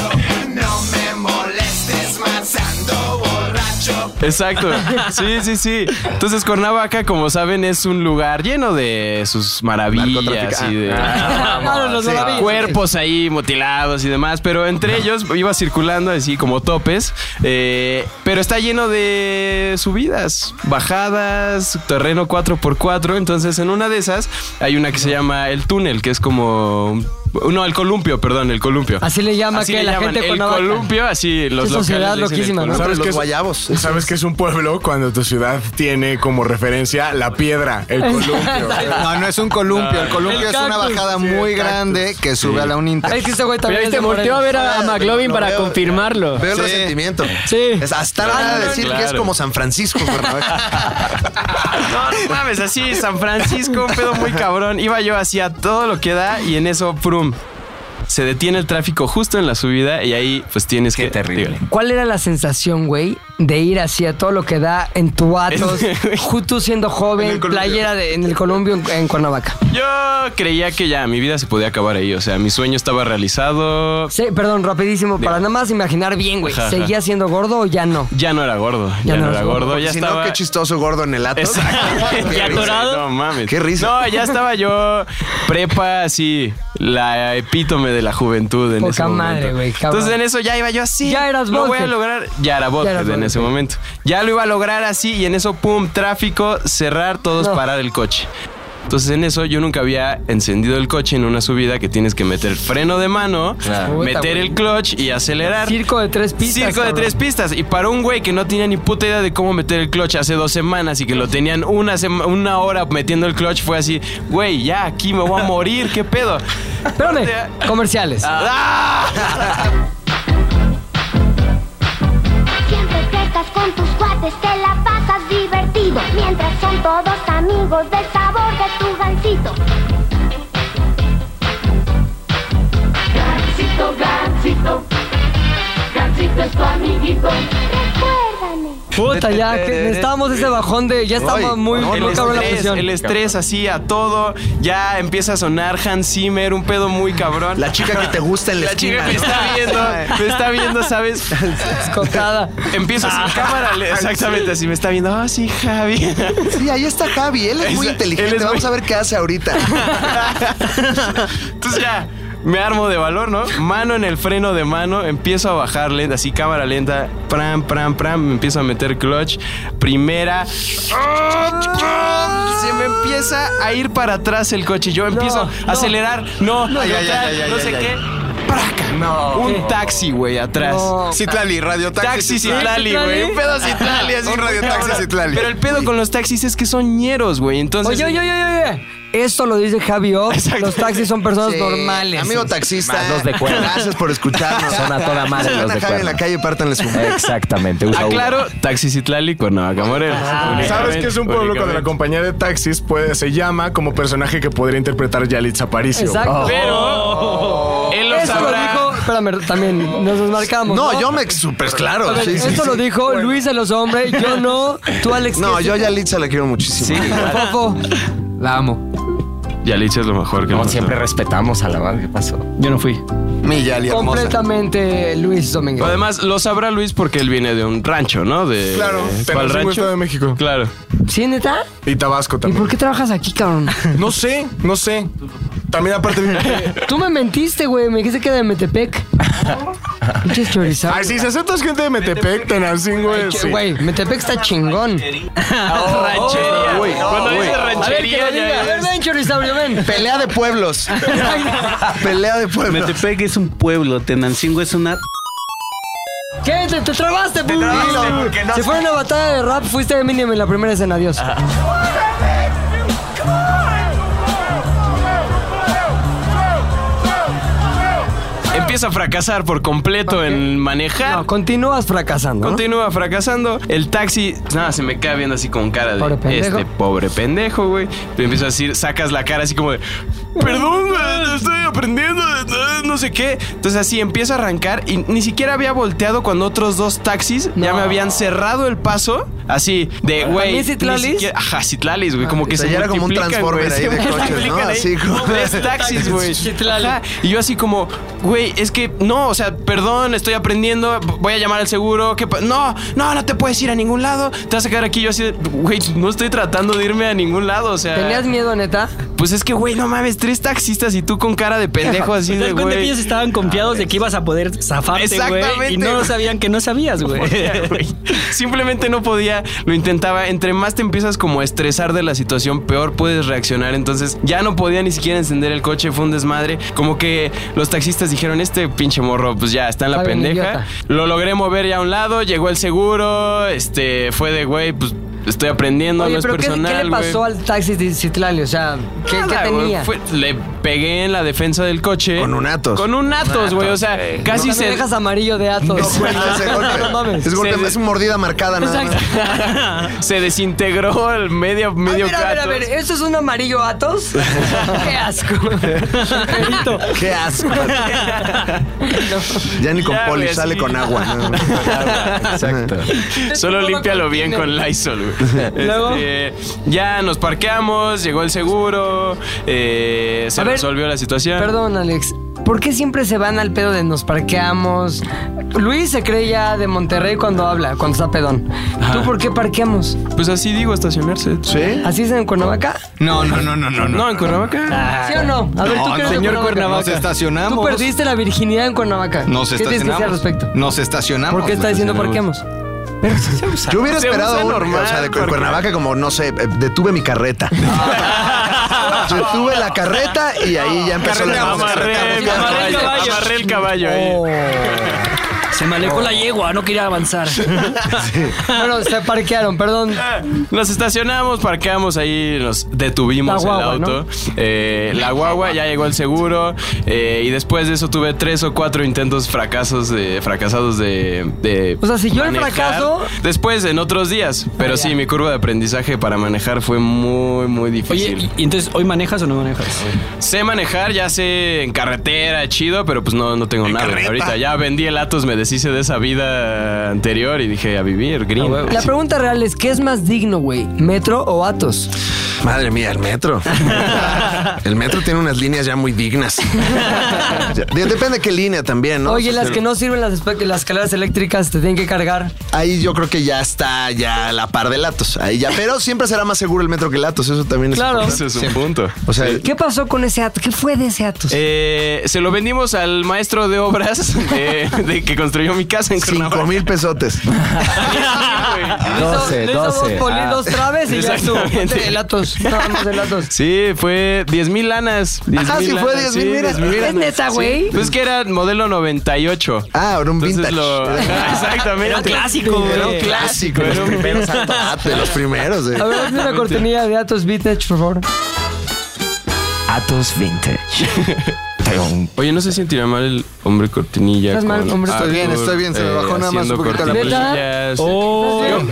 Speaker 10: Exacto. Sí, sí, sí. Entonces, Cuernavaca, como saben, es un lugar lleno de sus maravillas
Speaker 3: Narcotrafic-
Speaker 10: y de
Speaker 2: Claro, los
Speaker 3: Sí.
Speaker 2: maravillas.
Speaker 10: cuerpos ahí mutilados y demás. Pero entre ellos iba circulando así como topes. eh, pero está lleno de subidas, bajadas, terreno 4x4. Entonces, en una de esas hay una que se llama el túnel, que es como. No, el columpio, perdón, el columpio.
Speaker 2: Así le llama
Speaker 10: Así
Speaker 2: que
Speaker 10: le
Speaker 2: la
Speaker 10: llaman,
Speaker 2: gente
Speaker 10: el
Speaker 2: Cuernavaca.
Speaker 10: columpio, así los
Speaker 2: Qué
Speaker 10: locales
Speaker 2: sociedad
Speaker 10: le dicen el
Speaker 2: loquísimo, ¿no?
Speaker 10: columpio.
Speaker 5: ¿Sabes
Speaker 3: los
Speaker 5: qué es-
Speaker 3: guayabos.
Speaker 5: Sabes que es un pueblo cuando tu ciudad tiene como referencia la piedra, el columpio. Ah.
Speaker 3: No, no es un columpio. El columpio
Speaker 2: El
Speaker 3: es una
Speaker 2: cactus.
Speaker 3: bajada muy grande que sube a la Uninter.
Speaker 2: Es que este güey también
Speaker 8: Pero ahí
Speaker 2: es
Speaker 8: te
Speaker 2: de
Speaker 8: volteó a
Speaker 2: Morelos.
Speaker 8: ver a, a McLovin para confirmarlo.
Speaker 3: Veo
Speaker 8: Sí.
Speaker 3: el resentimiento.
Speaker 8: Sí.
Speaker 3: Es hasta nada de decir que es como San Francisco, Cuernavaca.
Speaker 10: No, no mames, así, San Francisco, un pedo muy cabrón. Iba yo hacia todo lo que da y en eso, prum. Se detiene el tráfico justo en la subida y ahí pues tienes
Speaker 6: Qué
Speaker 10: que...
Speaker 6: terrible.
Speaker 2: ¿Cuál era la sensación, güey, de ir así a todo lo que da en tu Atos, ju- tú siendo joven, playera de- en el Columbio, en, en Cuernavaca?
Speaker 10: Yo creía que ya mi vida se podía acabar ahí, o sea, mi sueño estaba realizado.
Speaker 2: Sí, perdón, rapidísimo, para nada más imaginar bien, güey.
Speaker 10: Ajá,
Speaker 2: ¿Seguía siendo gordo o ya no?
Speaker 10: Ya no era gordo,
Speaker 2: Ya
Speaker 10: ya,
Speaker 2: no
Speaker 10: no
Speaker 2: eras
Speaker 10: era
Speaker 2: gordo.
Speaker 10: gordo, ya
Speaker 3: si
Speaker 10: estaba...
Speaker 3: no, qué chistoso gordo en el Atos.
Speaker 10: Exacto.
Speaker 3: Qué
Speaker 10: Ya
Speaker 3: risa.
Speaker 10: atorado. No mames.
Speaker 3: Qué risa.
Speaker 10: No, ya estaba yo prepa así, la epítome de la juventud en
Speaker 2: Poca
Speaker 10: ese momento.
Speaker 2: madre, güey, cabrón.
Speaker 10: Entonces en eso ya iba yo así.
Speaker 2: Ya eras
Speaker 10: Lo voy a
Speaker 2: Volker.
Speaker 10: lograr. Ya era
Speaker 2: Ya eras
Speaker 10: Volker en ese
Speaker 2: Volker.
Speaker 10: momento. Ya lo iba a lograr así y en eso, pum, tráfico, cerrar, todos
Speaker 2: No.
Speaker 10: parar el coche. Entonces en eso yo nunca había encendido el coche en una subida que tienes que meter freno de mano,
Speaker 6: Claro.
Speaker 2: Puta,
Speaker 10: meter
Speaker 2: güey.
Speaker 10: el clutch y acelerar.
Speaker 2: Circo de tres pistas.
Speaker 10: Circo de
Speaker 2: cabrón.
Speaker 10: tres pistas. Y para un güey que no tenía ni puta idea de cómo meter el clutch hace dos semanas y que lo tenían una, sema- una hora metiendo el clutch, fue así, güey, ya aquí me voy a morir, qué pedo. Ah,
Speaker 2: Espérame, comerciales.
Speaker 12: Siempre que estás con tus cuates te la pasas divertido Mientras son todos amigos del sabor de tu gansito Gansito, gansito Gansito es tu amiguito Recuérdame
Speaker 2: Puta,
Speaker 10: Eh,
Speaker 2: ya que necesitábamos ese bajón de. Ya estaba
Speaker 3: Ay,
Speaker 2: muy,
Speaker 10: el,
Speaker 2: muy cabrón la
Speaker 10: estrés,
Speaker 2: presión.
Speaker 10: el estrés así a todo, ya empieza a sonar Hans Zimmer, un pedo muy cabrón.
Speaker 3: La chica que te gusta en la,
Speaker 10: La chica me
Speaker 3: esquina,
Speaker 10: está viendo, me está viendo, ¿sabes?
Speaker 2: Escotada.
Speaker 10: Empieza sin cámara, le- exactamente así, me está viendo, ah, sí, Javi.
Speaker 3: ¿no? Sí, ahí está Javi. Él es muy
Speaker 10: Esa-
Speaker 3: inteligente.
Speaker 10: él es
Speaker 3: Vamos
Speaker 10: muy-
Speaker 3: a ver qué hace ahorita.
Speaker 10: Entonces ya, me armo de valor, ¿no? Mano en el freno de mano, empiezo a bajar lenta, así cámara lenta, pram, pram, pram, me empiezo a meter clutch, primera. Se me empieza a ir para atrás el coche. Yo empiezo a acelerar, no, no,
Speaker 3: ya, ya,
Speaker 10: tal,
Speaker 3: ya,
Speaker 10: no
Speaker 3: ya,
Speaker 10: sé
Speaker 3: ya,
Speaker 10: qué. ¡Praca! No. Un taxi, güey, atrás.
Speaker 2: No.
Speaker 3: Citlali, radio
Speaker 10: Taxi Citlali, güey. Un pedo Citlali. así,
Speaker 3: Un radio
Speaker 10: cabrón.
Speaker 3: taxi Citlali.
Speaker 10: Pero el pedo con los taxis es que son ñeros, güey. Entonces.
Speaker 2: Oye, oye, oye, oye. oye. Esto lo dice Javi O.
Speaker 10: Exacto.
Speaker 2: Los taxis son personas
Speaker 3: Sí.
Speaker 2: normales.
Speaker 3: Eh, Amigo taxista.
Speaker 6: Más los de cuerda.
Speaker 3: Gracias por escucharnos.
Speaker 6: Son a toda madre
Speaker 3: Si ven
Speaker 6: los
Speaker 3: a
Speaker 6: de
Speaker 3: Javi en
Speaker 6: cuerda.
Speaker 3: la calle, pártanle su
Speaker 6: Exactamente. usa Uber.
Speaker 10: Aclaro, Taxi Citlali, Cuernavaca, Morelos.
Speaker 5: ¿Sabes que es un pueblo cuando la compañía de taxis puede, se llama como personaje que podría interpretar Yalitza Aparicio? Oh.
Speaker 2: Exacto.
Speaker 3: Oh.
Speaker 10: Pero él lo
Speaker 2: Oh. Eso
Speaker 10: sabrá.
Speaker 2: lo dijo. Espérame, también nos desmarcamos. No,
Speaker 3: No, yo me super claro.
Speaker 2: A ver,
Speaker 3: Sí, sí,
Speaker 2: esto
Speaker 3: sí.
Speaker 2: lo dijo Luis de los hombres, yo no, tú Alex.
Speaker 3: No,
Speaker 2: ¿qué
Speaker 3: yo a
Speaker 2: sí?
Speaker 3: Yalitza la quiero muchísimo.
Speaker 2: Fofo.
Speaker 9: La amo.
Speaker 10: Yalitza es lo mejor que
Speaker 6: No,
Speaker 10: nos-
Speaker 6: siempre respetamos a la madre. ¿Qué pasó?
Speaker 8: Yo no fui.
Speaker 3: Mi Yali hermosa.
Speaker 2: Completamente Luis Domínguez.
Speaker 10: Además, lo sabrá Luis porque él viene de un rancho, ¿no? De,
Speaker 5: Claro,
Speaker 10: ¿cuál
Speaker 5: tenemos un Estado de México.
Speaker 10: Claro.
Speaker 2: ¿Sí, neta?
Speaker 5: Y Tabasco
Speaker 2: ¿Y
Speaker 5: también.
Speaker 2: por qué trabajas aquí, cabrón?
Speaker 5: No sé, no sé. También aparte...
Speaker 2: Tú me mentiste, güey, me dijiste que era de Metepec. Pinches chorizal.
Speaker 5: Ay, sí, si aceptas gente de Metepec, Tenancingo
Speaker 2: Ay,
Speaker 5: es.
Speaker 2: che, Güey, Metepec está chingón.
Speaker 10: ranchería.
Speaker 2: Güey,
Speaker 10: Cuando dice ranchería,
Speaker 2: a ver, que lo
Speaker 10: ya
Speaker 2: diga. A ver, ven, chorizaurio, ven.
Speaker 3: Pelea de pueblos. Pelea de pueblos.
Speaker 13: Metepec es un pueblo, Tenancingo es una...
Speaker 2: ¿Qué? ¿Te, te trabaste, pu?
Speaker 13: trabaste, porque no sé.
Speaker 2: Se fue una batalla de rap, fuiste Eminem en la primera escena, adiós.
Speaker 3: Ah.
Speaker 10: Empieza a fracasar por completo en manejar.
Speaker 2: continúas fracasando. ¿no?
Speaker 10: Continúa fracasando. El taxi, nada, se me queda viendo así con cara de
Speaker 2: Pobre pendejo.
Speaker 10: este pobre pendejo, güey. Te empiezas a decir, sacas la cara así como de, perdón, güey, estoy aprendiendo, eh, no sé qué. Entonces así empieza a arrancar y ni siquiera había volteado cuando otros dos taxis ya me habían cerrado el paso. Así de, güey.
Speaker 2: ¿También
Speaker 10: ni
Speaker 2: Citlalis?
Speaker 10: siquiera- Ajá, Citlalis,
Speaker 2: Ah.
Speaker 10: güey. Como que
Speaker 3: o sea,
Speaker 10: se
Speaker 3: ya era como un
Speaker 10: multiplican, güey,
Speaker 3: Transformer ahí
Speaker 10: se
Speaker 3: de coches, ¿no?
Speaker 10: multiplican ahí.
Speaker 3: Así como-
Speaker 10: Tres taxis, güey.
Speaker 3: Citlali.
Speaker 10: Ajá. Y yo así como, güey, es que no, o sea, perdón, estoy aprendiendo, voy a llamar al seguro, que no, no, no te puedes ir a ningún lado, te vas a quedar aquí yo así, de, güey, no estoy tratando de irme a ningún lado, o sea,
Speaker 2: ¿Tenías miedo, neta?
Speaker 10: pues es que güey, no mames, tres taxistas y tú con cara de pendejo así
Speaker 8: ¿Te das
Speaker 10: de
Speaker 8: cuenta que
Speaker 10: güey.
Speaker 8: ellos estaban confiados de que ibas a poder zafarte, güey?
Speaker 10: Exactamente,
Speaker 8: Y no
Speaker 10: güey.
Speaker 8: sabían que no sabías, güey.
Speaker 10: podía, güey. Simplemente no podía, lo intentaba. Entre más te empiezas como a estresar de la situación, peor puedes reaccionar. Entonces ya no podía ni siquiera encender el coche, fue un desmadre. Como que los taxistas dijeron, este pinche morro, pues ya está en la
Speaker 2: Está bien
Speaker 10: pendeja.
Speaker 2: idiota.
Speaker 10: Lo logré mover ya a un lado, llegó el seguro, este fue de, güey, pues estoy aprendiendo,
Speaker 2: Oye,
Speaker 10: no es
Speaker 2: pero ¿qué, qué
Speaker 10: personal.
Speaker 2: le pasó al taxi de Citlali? O sea, ¿qué, qué
Speaker 10: Nada, güey,
Speaker 2: tenía?
Speaker 10: fue- le pegué en la defensa del coche. Con un
Speaker 3: Atos.
Speaker 10: Con un Atos, güey. O sea, casi
Speaker 2: No
Speaker 10: se.
Speaker 2: me dejas amarillo de Atos.
Speaker 3: No cuenta ese golpe.
Speaker 2: No mames.
Speaker 3: Es, golpe, es mordida marcada, nada más. Ah,
Speaker 10: se desintegró el medio,
Speaker 2: A
Speaker 10: medio
Speaker 2: ver, Ah, a ver, a
Speaker 10: gato.
Speaker 2: ver, ¿eso es un amarillo Atos? ¡Qué asco!
Speaker 3: Qué asco. Ya ni con
Speaker 10: Ya,
Speaker 3: poli,
Speaker 10: güey,
Speaker 3: sale
Speaker 10: sí.
Speaker 3: con agua. ¿no?
Speaker 10: Exacto. Solo límpialo bien con Lysol, güey.
Speaker 2: Luego.
Speaker 10: Este, ya nos parqueamos, llegó el seguro, eh, se
Speaker 2: A ver,
Speaker 10: resolvió la situación.
Speaker 2: Perdón, Alex. ¿Por qué siempre se van al pedo de nos parqueamos? Luis se cree ya de Monterrey cuando habla, cuando está pedón. ¿Tú por qué parqueamos?
Speaker 10: Pues así digo, estacionarse.
Speaker 3: ¿Sí?
Speaker 2: ¿Así es en Cuernavaca? Ah,
Speaker 14: No, no, no, no, no.
Speaker 10: No, en Cuernavaca.
Speaker 2: ¿Sí o no? A ver,
Speaker 14: No,
Speaker 2: ¿tú qué eres de
Speaker 14: señor Cuernavaca. Nos estacionamos.
Speaker 2: Tú perdiste la virginidad en Cuernavaca.
Speaker 14: Nos
Speaker 2: ¿Qué tienes que
Speaker 14: estacionamos.
Speaker 2: decir al respecto?
Speaker 14: Nos estacionamos.
Speaker 2: ¿Por qué está diciendo parqueamos?
Speaker 3: Yo hubiera
Speaker 10: Se
Speaker 3: esperado
Speaker 10: usa
Speaker 3: un,
Speaker 10: normal,
Speaker 3: o sea, de Cu-
Speaker 10: porque-
Speaker 3: Cuernavaca como, no sé, eh, detuve mi carreta. detuve la carreta y ahí ya empezó la
Speaker 10: Amarré, el
Speaker 8: Amarré el
Speaker 10: caballo,
Speaker 8: caballo.
Speaker 10: amarré el caballo ahí.
Speaker 8: Oh. Se me alejó
Speaker 3: Oh.
Speaker 8: la yegua, no quería avanzar.
Speaker 2: Bueno, se parquearon, perdón.
Speaker 10: Ah. Nos estacionamos, parqueamos ahí, nos detuvimos
Speaker 2: La guagua,
Speaker 10: el auto. Eh, la guagua, ya llegó el seguro. eh, y después de eso tuve tres o cuatro intentos fracasos de, fracasados de, de
Speaker 2: O sea, si yo el fracaso- Ah,
Speaker 10: Después, en otros días. Pero sí, mi curva de aprendizaje para manejar fue muy, muy difícil.
Speaker 8: Oye, ¿y entonces hoy manejas o no manejas?
Speaker 10: Sé manejar, ya sé en carretera, chido, pero pues no, no tengo nada. Ahorita ya vendí el Atos, me deshice de esa vida anterior y dije a vivir, green.
Speaker 2: Ah, La pregunta real es, ¿qué es más digno, güey? ¿Metro o Atos?
Speaker 3: Madre mía, el metro. El metro tiene unas líneas ya muy dignas. Ya, de- Depende de qué línea también, ¿no?
Speaker 2: Oye,
Speaker 3: O sea,
Speaker 2: las que no sirven las, espe- las escaleras eléctricas te tienen que cargar.
Speaker 3: Ahí yo creo que ya está ya a la par de Latos. Ahí ya, pero siempre será más seguro el metro que Latos, eso también es
Speaker 2: Claro.
Speaker 10: Ese
Speaker 3: importante.
Speaker 10: es un punto.
Speaker 3: O sea,
Speaker 2: ¿Qué pasó con ese Atos? ¿Qué fue de ese Atos?
Speaker 10: Eh, se lo vendimos al maestro de obras eh, de que construyó mi casa en
Speaker 3: cinco
Speaker 10: Cuernavaca.
Speaker 3: mil pesotes.
Speaker 2: Le hizo- le hizo dos poli- dos traves y ya estuvo.
Speaker 10: Ah. Exactamente.
Speaker 2: Ponte El Atos, nada más el Atos.
Speaker 10: Sí, fue 10 mil lanas. 10,000
Speaker 3: Ah, sí, fue
Speaker 10: lanas,
Speaker 3: 10,000, mira.
Speaker 2: ¿Es neta, güey?
Speaker 10: Pues es que era modelo 98.
Speaker 3: Ah, era un
Speaker 10: Entonces
Speaker 3: vintage.
Speaker 10: lo...
Speaker 3: Era-
Speaker 10: Exactamente.
Speaker 8: Era un clásico,
Speaker 3: Era un
Speaker 8: güey.
Speaker 3: clásico. Era un primeros Santo Dato, de los primeros. eh.
Speaker 2: A ver, hazme una cortinilla de Atos Vintage, por favor.
Speaker 6: Atos Vintage.
Speaker 10: Oye, no se sentirá mal el hombre cortinilla.
Speaker 2: Estás mal,
Speaker 10: con
Speaker 2: hombre
Speaker 10: Arthur,
Speaker 3: cortinilla. Estoy bien, estoy bien, se me bajó nada más
Speaker 10: haciendo
Speaker 3: un poquito la
Speaker 10: cortinillas.
Speaker 9: Oh,
Speaker 3: Estoy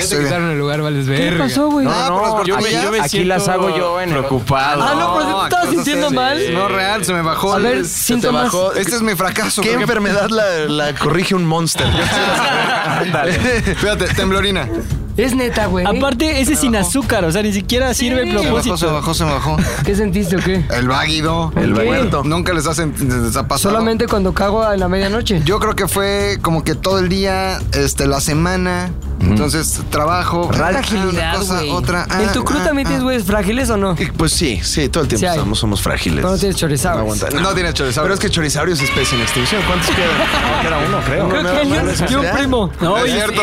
Speaker 9: te
Speaker 3: bien.
Speaker 9: quitaron el lugar, vales verga.
Speaker 2: güey?
Speaker 3: No, pero las
Speaker 10: Yo me,
Speaker 3: cortinillas-
Speaker 10: yo me
Speaker 6: Aquí
Speaker 10: siento
Speaker 6: las hago yo en el-
Speaker 10: preocupado.
Speaker 2: Ah, no, pero si te estabas
Speaker 3: cosas
Speaker 2: sintiendo
Speaker 3: así.
Speaker 2: mal.
Speaker 14: No, real, se me bajó.
Speaker 2: A ver,
Speaker 14: se te
Speaker 2: síntomas.
Speaker 14: bajó. Este es mi fracaso.
Speaker 3: ¿Qué
Speaker 14: creo que-
Speaker 3: enfermedad la, la corrige un monster?
Speaker 14: Fíjate, temblorina.
Speaker 2: Es neta, güey.
Speaker 8: Aparte, ese es sin azúcar, o sea, ni siquiera sirve el
Speaker 2: Se
Speaker 14: Se bajó, se
Speaker 8: propósito.
Speaker 14: bajó, se bajó.
Speaker 2: ¿Qué sentiste o qué?
Speaker 14: El váguido,
Speaker 2: El
Speaker 14: el
Speaker 2: váguido.
Speaker 14: muerto. Nunca les hacen, les ha pasado.
Speaker 2: Solamente cuando cago a la medianoche.
Speaker 14: Yo creo que fue como que todo el día, este, la semana. Entonces, trabajo, una
Speaker 2: Fragilidad,
Speaker 14: cosa,
Speaker 2: güey.
Speaker 14: otra. ah,
Speaker 2: ¿En tu crew
Speaker 14: ah,
Speaker 2: también tienes güeyes frágiles o no?
Speaker 3: Pues sí, sí, todo el
Speaker 2: Sí
Speaker 3: tiempo
Speaker 2: hay.
Speaker 3: somos, somos frágiles.
Speaker 2: Pero no tienes chorizabres.
Speaker 3: No, aguanta.
Speaker 14: No tienes chorizabres.
Speaker 3: Pero es que chorizaurio es especie en extinción. ¿Cuántos quedan? No, queda uno, creo.
Speaker 2: Creo
Speaker 3: No,
Speaker 2: que
Speaker 3: no,
Speaker 2: hay
Speaker 3: no,
Speaker 2: un-
Speaker 3: no,
Speaker 2: y un
Speaker 3: ya.
Speaker 2: primo.
Speaker 3: No,
Speaker 2: No,
Speaker 3: es
Speaker 2: y-
Speaker 3: cierto.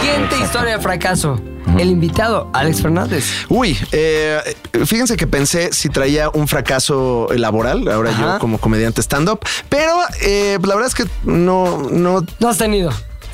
Speaker 2: Siguiente historia de fracaso. El invitado, Alex Fernández.
Speaker 3: Uy, eh, fíjense que pensé si traía un fracaso laboral, ahora yo como comediante stand-up, pero
Speaker 14: ah,
Speaker 3: eh, la verdad es que no, no.
Speaker 2: No has tenido.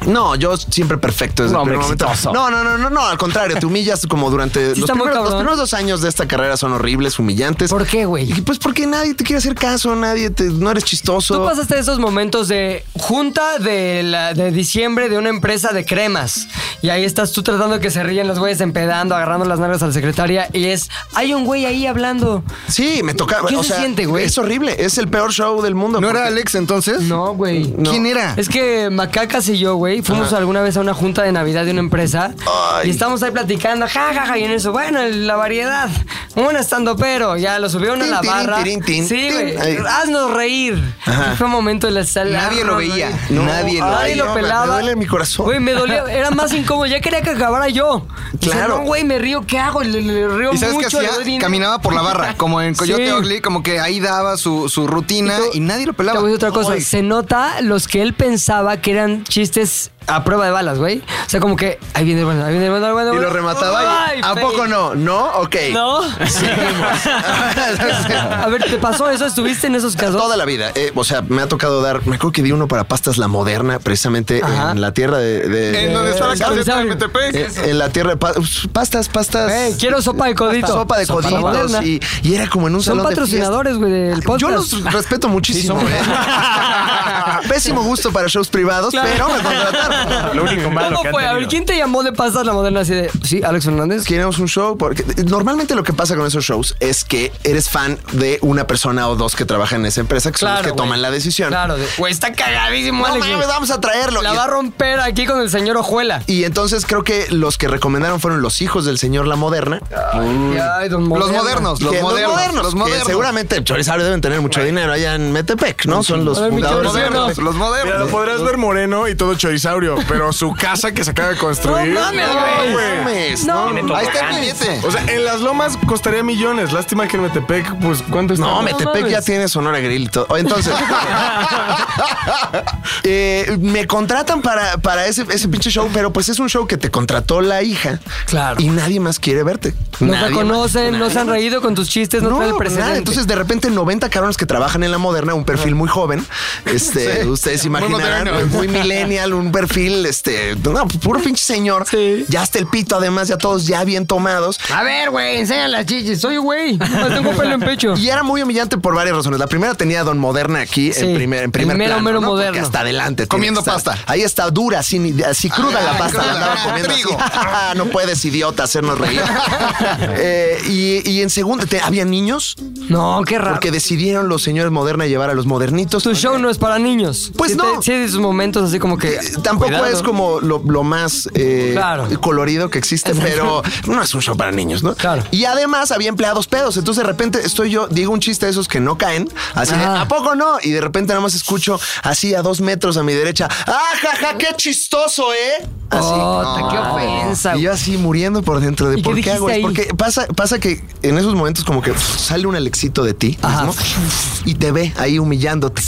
Speaker 3: No, yo siempre perfecto desde
Speaker 6: Un
Speaker 3: el
Speaker 6: hombre
Speaker 3: primer momento.
Speaker 6: exitoso.
Speaker 3: No, no, no, no, no, al contrario, te humillas como durante
Speaker 2: Sí
Speaker 3: los
Speaker 2: está muy
Speaker 3: primeros, los
Speaker 2: cabrón.
Speaker 3: primeros dos años de esta carrera son horribles, humillantes. ¿Por
Speaker 2: qué, güey?
Speaker 3: Pues porque nadie te quiere hacer caso, nadie te, no eres chistoso.
Speaker 2: Tú pasaste esos momentos de junta de, la- de diciembre de una empresa de cremas. Y ahí estás tú tratando que se ríen los güeyes empedando, agarrando las nalgas a la secretaria. Y es, hay un güey ahí hablando.
Speaker 3: Sí, me tocaba.
Speaker 2: ¿Qué
Speaker 3: o
Speaker 2: se
Speaker 3: sea,
Speaker 2: siente, güey?
Speaker 3: Es horrible, es el peor show del mundo.
Speaker 14: ¿No era
Speaker 3: porque-
Speaker 14: Alex entonces?
Speaker 2: No, güey. No.
Speaker 14: ¿Quién era?
Speaker 2: Es que Macacas y yo, güey, fuimos
Speaker 14: Ajá.
Speaker 2: alguna vez a una junta de Navidad de una empresa
Speaker 14: Ay.
Speaker 2: y estamos ahí platicando, jajaja, y en eso, bueno, el- la variedad, un estando pero, ya lo subieron a
Speaker 14: Tin,
Speaker 2: la
Speaker 14: tirin,
Speaker 2: barra.
Speaker 14: tirin, tin,
Speaker 2: sí,
Speaker 14: tin.
Speaker 2: güey,
Speaker 14: Ay.
Speaker 2: haznos reír.
Speaker 14: Ajá.
Speaker 2: Fue un momento de la sala.
Speaker 14: Nadie lo
Speaker 2: haznos
Speaker 14: veía,
Speaker 2: reír.
Speaker 14: no, nadie lo
Speaker 2: nadie
Speaker 14: veía.
Speaker 2: lo
Speaker 14: No, me-
Speaker 2: pelaba.
Speaker 14: me duele mi corazón.
Speaker 2: Güey, me dolía, era más incómodo, ya quería que acabara yo. Dice,
Speaker 14: Claro.
Speaker 2: no, güey, me río, ¿qué hago? Le, le- le río
Speaker 14: ¿Y sabes qué
Speaker 2: mucho. le doy
Speaker 14: hacía?
Speaker 2: dinero.
Speaker 14: Caminaba por la barra, como en Coyote
Speaker 2: Sí.
Speaker 14: Ugly, como que ahí daba su, su rutina y, nadie lo pelaba.
Speaker 2: Te voy a decir otra cosa.
Speaker 14: Ay.
Speaker 2: Se nota los que él pensaba que eran chistes a prueba de balas, güey. O sea, como que ahí viene el bueno, ahí viene el bueno, ahí viene el
Speaker 3: Y
Speaker 2: bueno.
Speaker 3: lo remataba y.
Speaker 2: Ay,
Speaker 3: ¿A
Speaker 2: fe-
Speaker 3: poco no? ¿No? Ok.
Speaker 2: ¿No? a ver, ¿te pasó eso? ¿Estuviste en esos casos?
Speaker 3: Toda la vida. eh, o sea, me ha tocado dar. Me acuerdo que di uno para pastas la moderna, precisamente en la tierra de. de-
Speaker 14: En donde está
Speaker 2: Eh,
Speaker 14: la
Speaker 3: Chorizaurio.
Speaker 14: caseta de Metepec.
Speaker 3: Eh, En la tierra de pa- ups, pastas, pastas.
Speaker 2: Eh, quiero sopa de codito.
Speaker 3: Sopa de
Speaker 2: Sopa
Speaker 3: coditos.
Speaker 2: moderna.
Speaker 3: Y, y era como en un
Speaker 2: Son
Speaker 3: salón de
Speaker 2: patrocinadores, güey, del
Speaker 3: fiesta. Yo
Speaker 2: podcast.
Speaker 3: los respeto muchísimo.
Speaker 2: Sí, son-
Speaker 3: eh. Pésimo gusto para shows privados,
Speaker 2: Claro.
Speaker 3: pero me contrataron.
Speaker 2: Lo único malo ¿Cómo que han fue? A ver, tenido. ¿quién te llamó de pastas la moderna así de sí, Alex Fernández?
Speaker 3: Queremos un show porque normalmente lo que pasa con esos shows es que eres fan de una persona o dos que trabajan en esa empresa que son los
Speaker 2: Claro,
Speaker 3: que
Speaker 2: güey.
Speaker 3: toman la decisión.
Speaker 2: Claro, de- güey, está cagadísimo,
Speaker 3: No
Speaker 2: Alex. güey.
Speaker 3: mames, vamos a traerlo.
Speaker 2: La
Speaker 3: Y-
Speaker 2: va a romper aquí con el señor Ojuela.
Speaker 3: Y entonces creo que los que recomendaron fueron los hijos del señor La Moderna.
Speaker 2: Mm. Ay, don Moderno.
Speaker 3: Que- los modernos. que seguramente el Chorizaurio deben tener mucho dinero allá en Metepec, ¿no? Son los
Speaker 2: A ver, mi
Speaker 3: fundadores.
Speaker 2: Chorizaurio.
Speaker 3: de Metepec.
Speaker 14: Los modernos.
Speaker 5: Mira, lo podrás ver moreno y todo chorizaurio, pero su casa que se acaba de construir.
Speaker 2: No mames, güey.
Speaker 5: güey.
Speaker 3: Mames,
Speaker 2: No,
Speaker 3: no,
Speaker 2: tiene
Speaker 3: ahí está el
Speaker 2: toboganes.
Speaker 3: billete.
Speaker 5: O sea, en las lomas costaría millones. Lástima que en Metepec, pues, ¿cuánto está?
Speaker 3: No, Metepec ya tiene Sonora Grill y todo. Oye, Entonces, eh, me contratan para, para ese, ese pinche show, pero pues es un show que te contrató la hija.
Speaker 2: Claro.
Speaker 3: Y nadie más quiere verte.
Speaker 2: No
Speaker 3: Nadie
Speaker 2: te
Speaker 3: más.
Speaker 2: conocen, no se han reído con tus chistes, no,
Speaker 3: No,
Speaker 2: traen el
Speaker 3: nada.
Speaker 2: precedente.
Speaker 3: Entonces, de repente, 90 cabrones que trabajan en la moderna, un perfil muy joven. Este,
Speaker 14: Sí.
Speaker 3: ustedes
Speaker 14: Muy
Speaker 3: imaginarán, muy,
Speaker 14: moderno.
Speaker 3: millennial, un perfil, este, no, puro pinche señor. Ya hasta el pito, además, ya todos ya bien tomados.
Speaker 2: A ver, güey, enseña las chichis. Soy güey. No tengo pelo en pecho.
Speaker 3: Y era muy humillante por varias razones. La primera tenía a Don Moderna aquí
Speaker 2: Sí,
Speaker 3: en primer, en
Speaker 2: el
Speaker 3: primer
Speaker 2: mero,
Speaker 3: plano,
Speaker 2: mero
Speaker 3: ¿no? Porque
Speaker 2: moderno.
Speaker 3: Hasta adelante. tiene
Speaker 14: Comiendo
Speaker 3: que estar.
Speaker 14: pasta.
Speaker 3: Ahí está dura, así, así cruda
Speaker 14: Ah,
Speaker 3: la pasta.
Speaker 14: cruda.
Speaker 3: la andaba
Speaker 14: Ah,
Speaker 3: comiendo
Speaker 14: trigo.
Speaker 3: así. Ah, no puedes, idiota, hacernos reír. Eh, y, y en segundo, te- ¿había niños?
Speaker 2: No, Pues qué raro.
Speaker 3: Porque decidieron los señores Moderna llevar a los modernitos.
Speaker 2: Tu show no es para niños.
Speaker 3: Pues
Speaker 2: Sí
Speaker 3: no. Eh,
Speaker 2: te- sí, hay sus momentos así como que.
Speaker 3: Tampoco
Speaker 2: cuidado.
Speaker 3: es como lo, lo más eh,
Speaker 2: Claro.
Speaker 3: colorido que existe, pero no es un show para niños, ¿no?
Speaker 2: Claro.
Speaker 3: Y además había empleados pedos. Entonces de repente estoy yo, digo un chiste de esos que no caen, así de,
Speaker 2: Ah.
Speaker 3: ¿a poco no? Y de repente nada más escucho así a dos metros a mi derecha, ¡ah, jaja, qué chistoso, eh!
Speaker 7: Ah,
Speaker 3: Así.
Speaker 2: Ota, qué ofensa.
Speaker 3: Y
Speaker 2: güey.
Speaker 3: yo así muriendo por dentro de
Speaker 2: ¿Y
Speaker 3: por
Speaker 2: qué
Speaker 3: qué, hago
Speaker 2: dijiste
Speaker 3: esto?
Speaker 2: ahí?
Speaker 3: Porque pasa, pasa que en esos momentos como que pff, sale un Alexito de ti
Speaker 2: Ajá.
Speaker 3: mismo, y te ve ahí humillándote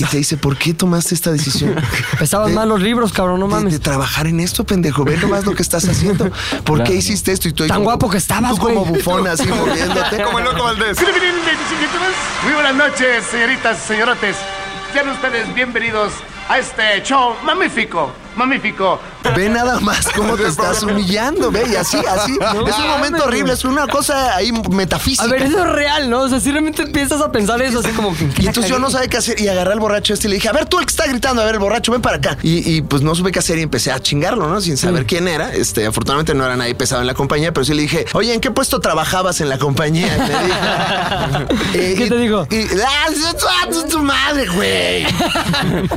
Speaker 3: y te dice, ¿por qué tomaste esta decisión?
Speaker 2: Pesaban
Speaker 3: de-
Speaker 2: mal los libros, cabrón, no
Speaker 3: de,
Speaker 2: mames.
Speaker 3: de trabajar en esto, pendejo. Ve nomás lo que estás haciendo. ¿Por qué hiciste esto? Y tú ahí
Speaker 2: Tan
Speaker 3: como-
Speaker 2: guapo que estabas,
Speaker 3: Tú como
Speaker 2: güey.
Speaker 3: bufón, así moviéndote.
Speaker 14: Como el loco Valdés.
Speaker 15: Muy buenas noches, señoritas, señorotes. Sean ustedes bienvenidos a este show mamífico, mamífico.
Speaker 3: Ve nada más cómo te estás humillando, ve. Y así, así.
Speaker 2: No
Speaker 3: es un
Speaker 2: mames,
Speaker 3: momento horrible,
Speaker 2: güey.
Speaker 3: es una cosa ahí metafísica.
Speaker 2: A ver, eso es real, ¿no? O sea, si realmente empiezas a pensar eso, así como que.
Speaker 3: Y entonces yo no sabía qué hacer y agarré al borracho este y le dije, a ver, tú el que está gritando, a ver, el borracho, ven para acá. Y, y, pues no supe qué hacer y empecé a chingarlo, ¿no? Sin
Speaker 2: Mm.
Speaker 3: saber quién era. Este, afortunadamente no era nadie pesado en la compañía, pero sí le dije, oye, ¿en qué puesto trabajabas en la compañía? Y me dijo,
Speaker 2: ¿Qué te digo?
Speaker 3: Y, ¡Ah, tu- tu- tu- tu madre, güey!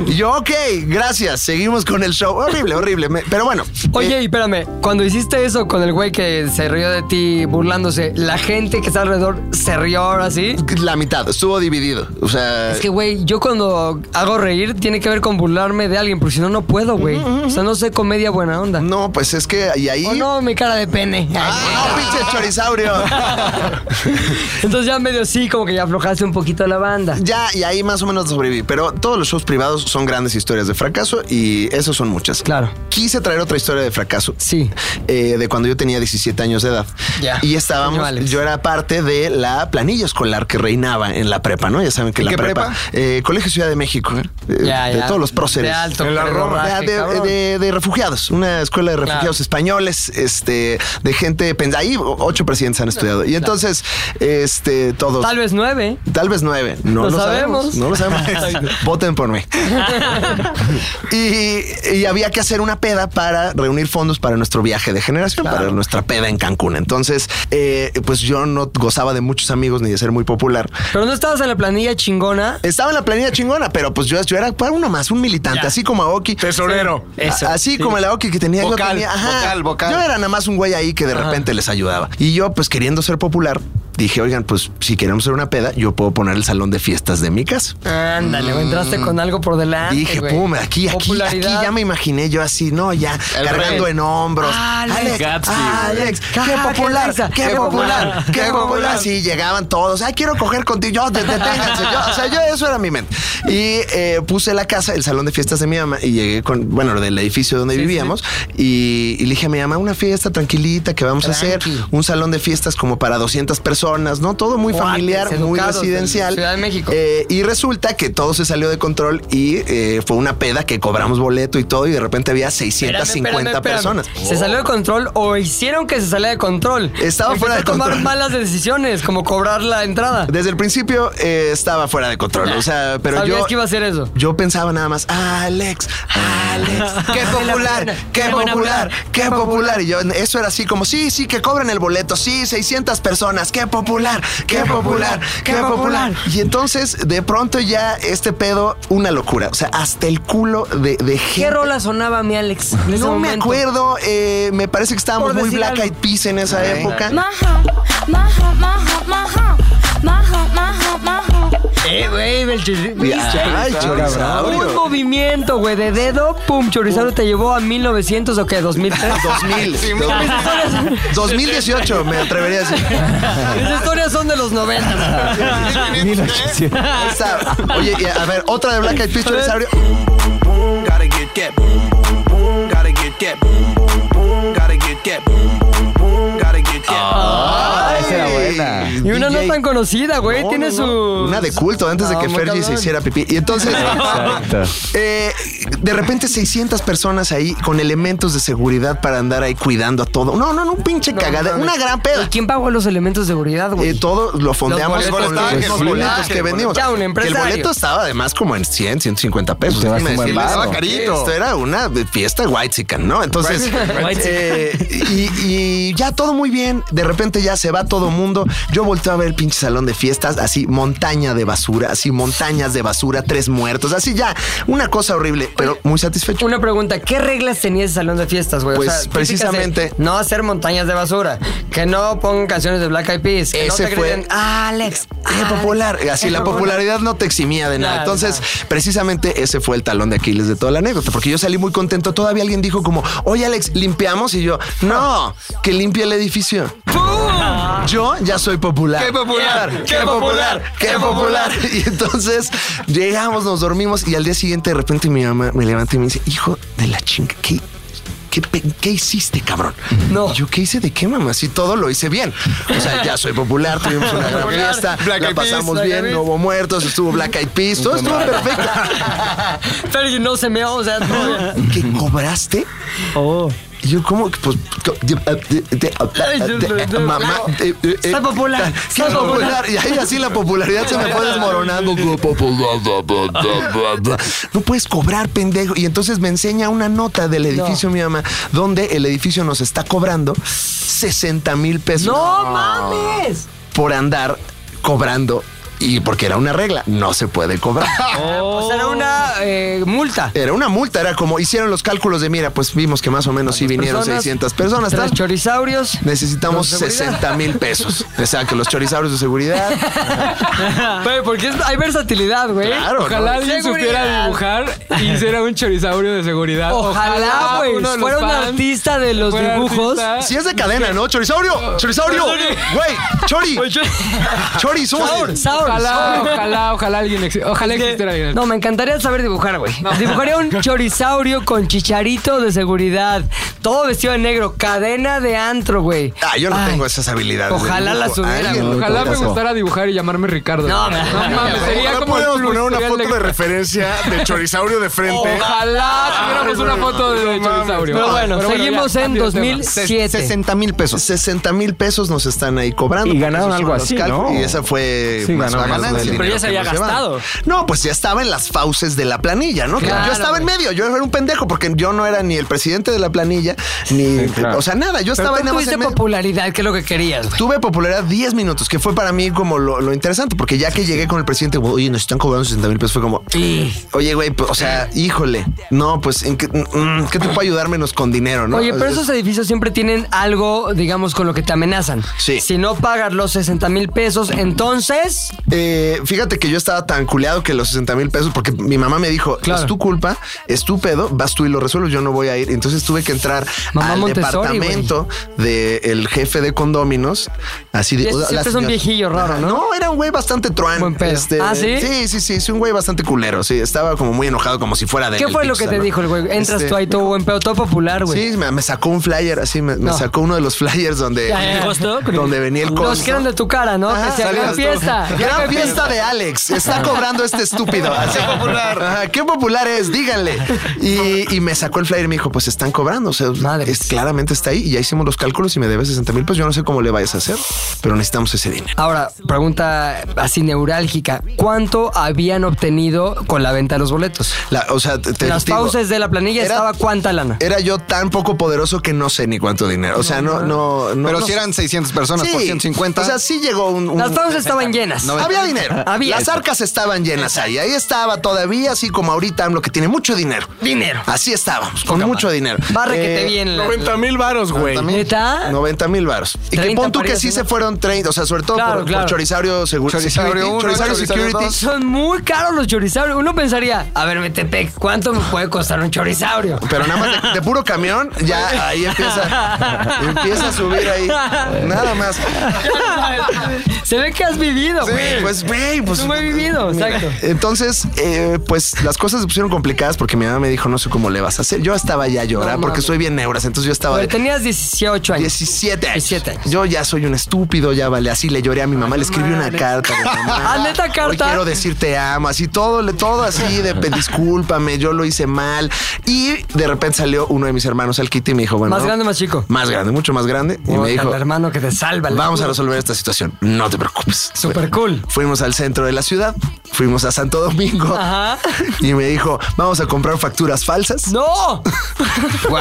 Speaker 3: Y yo, ok, gracias, seguimos con el show. no, horrible, horrible. Me- pero bueno.
Speaker 2: Oye, y espérame, cuando hiciste eso con el güey que se rió de ti burlándose, la gente que está alrededor se rió ahora sí.
Speaker 3: La mitad, estuvo dividido. O sea.
Speaker 2: Es que, güey, yo cuando hago reír tiene que ver con burlarme de alguien, porque si no, no puedo, güey. O sea, no sé comedia buena onda.
Speaker 3: No, pues es que y ahí.
Speaker 2: O no, mi cara de pene.
Speaker 3: ¡Ah, pinche chorizaurio!
Speaker 2: Entonces ya medio sí, como que ya aflojaste un poquito la banda.
Speaker 3: Ya, y ahí más o menos sobreviví. Pero todos los shows privados son grandes historias de fracaso y esos son muchas. Claro. Quise traer otra historia de fracaso. eh,
Speaker 2: Sí.
Speaker 3: de cuando yo tenía 17 años de edad.
Speaker 2: Ya.
Speaker 3: Y estábamos,
Speaker 2: Señales.
Speaker 3: yo era parte de la planilla escolar que reinaba en la prepa, ¿no? Ya saben que
Speaker 14: ¿En
Speaker 3: la
Speaker 14: qué
Speaker 3: prepa.
Speaker 14: prepa?
Speaker 3: eh, Colegio Ciudad de México. ¿eh? Eh,
Speaker 14: Ya,
Speaker 3: de
Speaker 14: ya.
Speaker 3: todos los próceres.
Speaker 14: De alto En la pedorraje,
Speaker 3: Ah, de-
Speaker 14: cabrón.
Speaker 3: de- de refugiados. Una escuela de refugiados españoles, este, de gente. pens- Ahí ocho presidentes han estudiado. Y entonces, este, todos.
Speaker 2: Tal vez nueve.
Speaker 3: Tal vez nueve. No
Speaker 2: Lo
Speaker 3: lo, sabemos.
Speaker 2: sabemos.
Speaker 3: No lo sabemos. Voten por mí. Y, y había que hacer una peda para reunir fondos para nuestro viaje de generación, para nuestra peda en Cancún. Entonces, eh, pues yo no gozaba de muchos amigos ni de ser muy popular.
Speaker 2: Pero no estabas en la planilla chingona.
Speaker 3: Estaba en la planilla chingona, pero pues yo, yo era para uno más, un militante, así como Aoki.
Speaker 5: Tesorero.
Speaker 3: Sí, eso, así como el Aoki que tenía yo
Speaker 14: Vocal,
Speaker 3: tenía.
Speaker 14: vocal, vocal.
Speaker 3: Yo era nada más un güey ahí que de
Speaker 14: Ajá.
Speaker 3: repente les ayudaba. Y yo, pues queriendo ser popular, dije, oigan, pues si queremos hacer una peda, yo puedo poner el salón de fiestas de mi casa.
Speaker 2: Ándale,
Speaker 3: Mm.
Speaker 2: o entraste con algo por delante.
Speaker 3: Dije,
Speaker 2: güey.
Speaker 3: pum, aquí, aquí, aquí
Speaker 2: Popularidad.
Speaker 3: ya me imaginé yo así, no, ya,
Speaker 2: El
Speaker 3: cargando
Speaker 2: rey.
Speaker 3: en hombros.
Speaker 7: Ah,
Speaker 2: Alex,
Speaker 3: Alex,
Speaker 2: Gatsby, güey.
Speaker 3: Alex, qué
Speaker 2: Caja,
Speaker 3: popular,
Speaker 2: qué
Speaker 3: qué
Speaker 2: Alexa,
Speaker 3: popular, qué popular. Sí, llegaban todos, ay, quiero coger contigo, yo, deténganse. yo, o sea, yo, eso era mi mente. Y eh, puse la casa, el salón de fiestas de mi mamá, y llegué con, bueno, del edificio donde vivíamos, y, y le dije a mi mamá, una fiesta tranquilita que vamos a hacer, un salón de fiestas como para 200 personas, ¿no? Todo muy
Speaker 2: Cuates,
Speaker 3: familiar, muy
Speaker 2: educados del
Speaker 3: residencial.
Speaker 2: Ciudad de México.
Speaker 3: Eh, y resulta que todo se salió de control y eh, fue una peda que cobramos boleto y todo y de repente había 650
Speaker 2: Espérame, espérame.
Speaker 3: personas.
Speaker 2: ¿Se salió de control o hicieron que se saliera de control?
Speaker 3: Estaba
Speaker 2: Empezó
Speaker 3: fuera de
Speaker 2: a tomar
Speaker 3: control.
Speaker 2: malas decisiones, como cobrar la entrada.
Speaker 3: Oh. Desde el principio eh, estaba fuera de control, o sea, pero
Speaker 2: ¿Sabías
Speaker 3: yo
Speaker 2: que iba a hacer eso? Ah.
Speaker 3: yo pensaba nada más, Alex, Alex, qué popular, qué popular, qué popular y yo eso era así como sí, sí que cobran el boleto, sí, 600 personas, qué popular, qué popular, qué popular. Y entonces de pronto ya este pedo una locura, o sea, hasta el culo de, de
Speaker 2: ¿Qué
Speaker 3: gente
Speaker 2: rola sonaba mi Alex? en ese
Speaker 3: No me
Speaker 2: momento?
Speaker 3: acuerdo, eh, me parece que estábamos
Speaker 2: Por
Speaker 3: muy
Speaker 2: decir
Speaker 3: Black
Speaker 2: algo.
Speaker 3: Eyed Peas en esa
Speaker 2: Ok.
Speaker 3: época.
Speaker 2: Eh, güey, el chis-
Speaker 3: Ay, chorizaurio.
Speaker 2: Un movimiento, güey, de dedo, pum, chorizaurio te llevó a 1900 o qué, 2003.
Speaker 3: 2000.
Speaker 2: Sí, mis historias-
Speaker 3: 2018, me atrevería a decir.
Speaker 2: mis historias son de los 90.
Speaker 3: Ahí está. Oye, y a ver, otra de Black Eyed Peas, chorizaurio.
Speaker 16: Gotta get that boom boom boom. Gotta get that boom boom boom. Gotta get that boom boom boom. Gotta get that.
Speaker 2: esa era buena. Y una no tan conocida, güey, tiene su...
Speaker 3: Una de culto antes de
Speaker 2: No,
Speaker 3: que
Speaker 2: muy
Speaker 3: Fergie se
Speaker 2: cabrón.
Speaker 3: hiciera pipí. Y entonces,
Speaker 2: Exacto.
Speaker 3: eh, de repente 600 personas ahí con elementos de seguridad para andar ahí cuidando a todo. No, no, no, un pinche cagada. Una gran peda.
Speaker 2: ¿Y quién pagó los elementos de seguridad, güey?
Speaker 3: Eh, todo lo fondeamos
Speaker 2: Los
Speaker 3: con
Speaker 2: boletos
Speaker 3: los
Speaker 2: estaban
Speaker 3: mismos
Speaker 2: que
Speaker 3: boletos
Speaker 2: sí.
Speaker 3: que vendimos.
Speaker 2: Ya, un
Speaker 3: Que
Speaker 2: empresario.
Speaker 3: El boleto estaba además como en 100, 150 pesos.
Speaker 14: Te vas
Speaker 3: Déjame
Speaker 14: un buen
Speaker 3: decirles,
Speaker 14: varo.
Speaker 3: estaba carito. Esto era una fiesta white ¿no? Entonces,
Speaker 14: Whitezican.
Speaker 3: eh, y, y ya todo muy bien. De repente ya se va todo mundo. Yo volteo a ver el pinche salón de fiestas, así montaña de basura, así montañas de basura, tres muertos, así ya. Una cosa horrible, pero muy satisfecho.
Speaker 2: Una pregunta, ¿qué reglas tenía ese salón de fiestas, güey? O
Speaker 3: Pues,
Speaker 2: sea, típicas de
Speaker 3: precisamente-
Speaker 2: No hacer montañas de basura, que no pongan canciones de Black Eyed Peas, que no
Speaker 3: Ese
Speaker 2: te
Speaker 3: fue-
Speaker 2: griten, Alex,
Speaker 3: Qué popular. Así
Speaker 2: Qué
Speaker 3: la
Speaker 2: popular.
Speaker 3: popularidad no te eximía de nada.
Speaker 2: Nada,
Speaker 3: Entonces, precisamente ese fue el talón de Aquiles de toda la anécdota, porque yo salí muy contento. Todavía alguien dijo como, oye Alex, limpiamos y yo, no, que limpie el edificio. Yo ya soy popular.
Speaker 14: ¡Qué popular! ¡Qué popular!
Speaker 3: ¡Qué popular! Y entonces llegamos, nos dormimos y al día siguiente de repente mi mamá me levanta y me dice, hijo de la chinga, ¿qué, qué, pe- qué hiciste, cabrón? No. Yo, ¿qué hice de qué, mamá? Si todo lo hice bien. O sea, ya soy popular, tuvimos una gran
Speaker 14: Popular.
Speaker 3: fiesta,
Speaker 14: Black
Speaker 3: la
Speaker 14: Eyed Peas,
Speaker 3: pasamos
Speaker 14: Black Eyed
Speaker 3: bien,
Speaker 14: Peas.
Speaker 3: no hubo muertos, estuvo Black Eyed Peas, todo estuvo perfecto.
Speaker 2: Fergie no se meó, o sea, todo bien.
Speaker 3: ¿Qué cobraste? Oh. Yo, ¿cómo? Pues. co- de- de- de- de- de- Mamá. eh, eh, eh,
Speaker 2: Está popular,
Speaker 3: ¿Qué
Speaker 2: está popular.
Speaker 3: popular? Y ahí así la popularidad se me fue desmoronando. No puedes cobrar, pendejo. Y entonces me enseña una nota del edificio, mi mamá, donde el edificio nos está cobrando 60 mil pesos.
Speaker 2: ¡No mames!
Speaker 3: Por andar cobrando Y porque era una regla, no se puede cobrar.
Speaker 2: Pues era una eh, multa.
Speaker 3: Era una multa, era como hicieron los cálculos de mira, pues vimos que más o menos sí vinieron
Speaker 2: personas,
Speaker 3: 600 personas.
Speaker 2: tres
Speaker 3: tal.
Speaker 2: chorizaurios.
Speaker 3: Necesitamos
Speaker 2: los de seguridad.
Speaker 3: 60 mil pesos. Exacto, los chorizaurios de seguridad.
Speaker 2: Güey, porque es- hay versatilidad, güey.
Speaker 3: Claro,
Speaker 9: Ojalá
Speaker 2: ¿no?
Speaker 9: alguien
Speaker 2: Seguridad.
Speaker 9: supiera dibujar y hiciera un chorizaurio de seguridad.
Speaker 2: Ojalá, güey.
Speaker 9: uno de los
Speaker 2: Fuera un
Speaker 9: fans
Speaker 2: artista de los
Speaker 9: fuera
Speaker 2: dibujos.
Speaker 9: artista.
Speaker 3: Si es de cadena, ¿no? Chorizaurio, chorizaurio. Güey, chori. Chori, somos-
Speaker 2: Saur, Saur.
Speaker 9: Ojalá,
Speaker 2: Saur.
Speaker 9: ojalá, ojalá alguien exi- Ojalá
Speaker 2: Es que-
Speaker 9: existiera alguien.
Speaker 2: No, me encantaría saber dibujar, güey. Dibujaría un chorizaurio con chicharito de seguridad. Todo vestido de negro. Cadena de antro, güey.
Speaker 3: Ah, yo no
Speaker 2: Ay,
Speaker 3: tengo esas habilidades. de
Speaker 2: Ojalá
Speaker 3: dibujo.
Speaker 2: las hubiera,
Speaker 3: Alguien
Speaker 2: güey.
Speaker 3: lo
Speaker 9: Ojalá me
Speaker 3: tocó.
Speaker 9: gustara dibujar y llamarme Ricardo.
Speaker 2: No, no, no,
Speaker 9: mames,
Speaker 2: no,
Speaker 9: sería
Speaker 5: Ahora
Speaker 9: como el
Speaker 5: podemos poner una
Speaker 9: plural
Speaker 5: foto de
Speaker 9: de-
Speaker 5: referencia de chorizaurio de frente. Ah,
Speaker 9: Ojalá tuviéramos una foto de chorizaurio.
Speaker 2: Pero bueno,
Speaker 9: Pero
Speaker 2: seguimos
Speaker 9: ya,
Speaker 2: en
Speaker 9: cambio de tema.
Speaker 2: 2007.
Speaker 3: 60 mil pesos. 60 mil pesos nos están ahí cobrando.
Speaker 6: Y ganaron
Speaker 3: Esos son
Speaker 6: algo
Speaker 3: los
Speaker 6: así,
Speaker 3: cálculos.
Speaker 6: ¿no?
Speaker 3: Y esa fue
Speaker 6: Sí,
Speaker 3: más
Speaker 6: ganó
Speaker 3: la
Speaker 6: más dinero.
Speaker 3: ganancia, el
Speaker 6: Pero ya se
Speaker 3: dinero
Speaker 6: había
Speaker 3: que nos
Speaker 6: gastado.
Speaker 3: llevaron. No, pues ya estaba en las fauces de la planilla, ¿no? Que
Speaker 2: Claro,
Speaker 3: yo estaba en medio, yo era un pendejo, porque yo no era ni el presidente de la planilla, ni. O sea, nada,
Speaker 2: Pero
Speaker 3: yo estaba
Speaker 2: tú
Speaker 3: en nada más
Speaker 2: tuviste
Speaker 3: en medio.
Speaker 2: popularidad, que es lo que querías, güey.
Speaker 3: Tuve popularidad 10 minutos, que fue para mí como lo, lo interesante, porque ya que llegué con el presidente, como, oye, nos están cobrando 60 mil pesos, fue como, oye, güey, pues, o sea, híjole, no, pues, ¿en qué, mm, ¿qué te puedo ayudar menos con dinero, no?
Speaker 2: Oye, pero
Speaker 3: Es-
Speaker 2: esos edificios siempre tienen algo, digamos, con lo que te amenazan.
Speaker 3: Sí.
Speaker 2: Si no pagas los 60 mil pesos, entonces.
Speaker 3: Eh, fíjate que yo estaba tan culeado que los 60 mil pesos, porque mi mamá me dijo,
Speaker 2: Claro.
Speaker 3: es tu culpa, es tu pedo, vas tú y lo resuelves, yo no voy a ir. Entonces tuve que entrar
Speaker 2: Mamá
Speaker 3: al
Speaker 2: Montessori,
Speaker 3: departamento del jefe de condóminos, así
Speaker 2: Y
Speaker 3: de...
Speaker 2: ese
Speaker 3: "Hola,
Speaker 2: siempre es un
Speaker 3: señor".
Speaker 2: viejillo raro,
Speaker 3: Ajá.
Speaker 2: ¿no?
Speaker 3: No, era un güey bastante truán.
Speaker 2: Buen pedo.
Speaker 3: Este,
Speaker 2: ¿Ah, sí?
Speaker 3: Sí, sí, sí, sí, un güey bastante culero, sí, estaba como muy enojado, como si fuera de...
Speaker 2: ¿Qué fue lo que te dijo el güey? Entras tú ahí todo buen pedo, todo popular, güey.
Speaker 3: Este, Sí, me, me sacó un flyer así, me, me
Speaker 2: No.
Speaker 3: sacó uno de los flyers donde,
Speaker 2: Ya, ya, ya. ¿Costo?
Speaker 3: donde venía el
Speaker 2: Los
Speaker 3: costo.
Speaker 2: que eran de tu cara, ¿no?
Speaker 3: Ajá,
Speaker 2: que sea,
Speaker 3: salías
Speaker 2: gran
Speaker 3: tú.
Speaker 2: fiesta.
Speaker 3: Gran fiesta de Alex. Está cobrando este estúpido. Así popular. Ajá, qué popular es, díganle. Y, y me sacó el flyer y me dijo, pues están cobrando. O sea, es, claramente está ahí. Y ya hicimos los cálculos y me debes 60 mil pesos. Yo no sé cómo le vayas a hacer, pero necesitamos ese dinero.
Speaker 2: Ahora, pregunta así neurálgica. ¿Cuánto habían obtenido con la venta de los boletos?
Speaker 3: La- o sea, te- te
Speaker 2: Las
Speaker 3: digo,
Speaker 2: pausas de la planilla
Speaker 3: era-
Speaker 2: estaba cuánta lana.
Speaker 3: Era yo tan poco poderoso que no sé ni cuánto dinero. O sea, no, no, no.
Speaker 14: Pero
Speaker 3: no
Speaker 14: si
Speaker 3: sé.
Speaker 14: eran 600 personas por
Speaker 3: Sí.
Speaker 14: 150.
Speaker 3: O sea, sí llegó un. un-
Speaker 2: Las pausas estaban llenas.
Speaker 14: No,
Speaker 3: Había dinero.
Speaker 2: Había.
Speaker 3: Las arcas estaban llenas ahí. Ahí estaba todavía, así como ahorita AMLO, que tiene mucho dinero.
Speaker 2: Dinero.
Speaker 3: Así estábamos, con mucho dinero.
Speaker 2: Barre que te viene. la-
Speaker 5: 90 mil varos, güey.
Speaker 3: 90 mil.
Speaker 2: ¿Neta?
Speaker 3: 90 mil varos. Y que
Speaker 2: 30
Speaker 3: pon tú que
Speaker 2: parías,
Speaker 3: sí
Speaker 2: ¿no?
Speaker 3: se fueron 30, o sea, sobre todo
Speaker 2: Claro,
Speaker 3: por, por
Speaker 2: claro.
Speaker 3: Chorizaurio Segu-
Speaker 14: Chorizaurio
Speaker 3: Security.
Speaker 14: uno,
Speaker 3: Chorizaurio
Speaker 14: Chorizaurio
Speaker 3: Security.
Speaker 14: dos.
Speaker 2: Son muy caros los chorizauros. Uno pensaría, a ver, Metepec, ¿cuánto me puede costar un chorizaurio?
Speaker 3: Pero nada más de, de puro camión, ya ahí empieza, empieza a subir ahí. Nada más.
Speaker 2: Se ve que has vivido,
Speaker 3: Sí,
Speaker 2: güey.
Speaker 3: pues, güey, pues.
Speaker 2: Tú me has vivido, exacto.
Speaker 3: Entonces, eh, pues las cosas se pusieron complicadas porque mi mamá me dijo, no sé cómo le vas a hacer. Yo estaba ya llorando
Speaker 2: No
Speaker 3: porque
Speaker 2: mames.
Speaker 3: soy bien neuras. Entonces yo estaba
Speaker 2: Pero
Speaker 3: de
Speaker 2: tenías 18 años.
Speaker 3: 17 años.
Speaker 2: 17 años.
Speaker 3: Yo ya soy un estúpido, ya vale. Así le lloré a mi mamá, le escribí una carta. de mamá,
Speaker 2: Ah, ¿neta
Speaker 3: hoy
Speaker 2: carta?
Speaker 3: quiero decir te amo, así todo, le- todo así de pe- discúlpame, yo lo hice mal. Y de repente salió uno de mis hermanos al Kitty y me dijo, bueno.
Speaker 2: Más grande, más chico.
Speaker 3: Más grande, mucho más grande. Y me
Speaker 2: Puta,
Speaker 3: dijo,
Speaker 2: el hermano que te salva. el
Speaker 3: Vamos a
Speaker 2: culo.
Speaker 3: resolver esta situación. No te preocupes.
Speaker 2: Super cool.
Speaker 3: Fuimos al centro de la ciudad, fuimos a Santo Domingo
Speaker 2: Ajá.
Speaker 3: y me dijo, vamos a comprar facturas falsas.
Speaker 2: ¡No!
Speaker 3: Como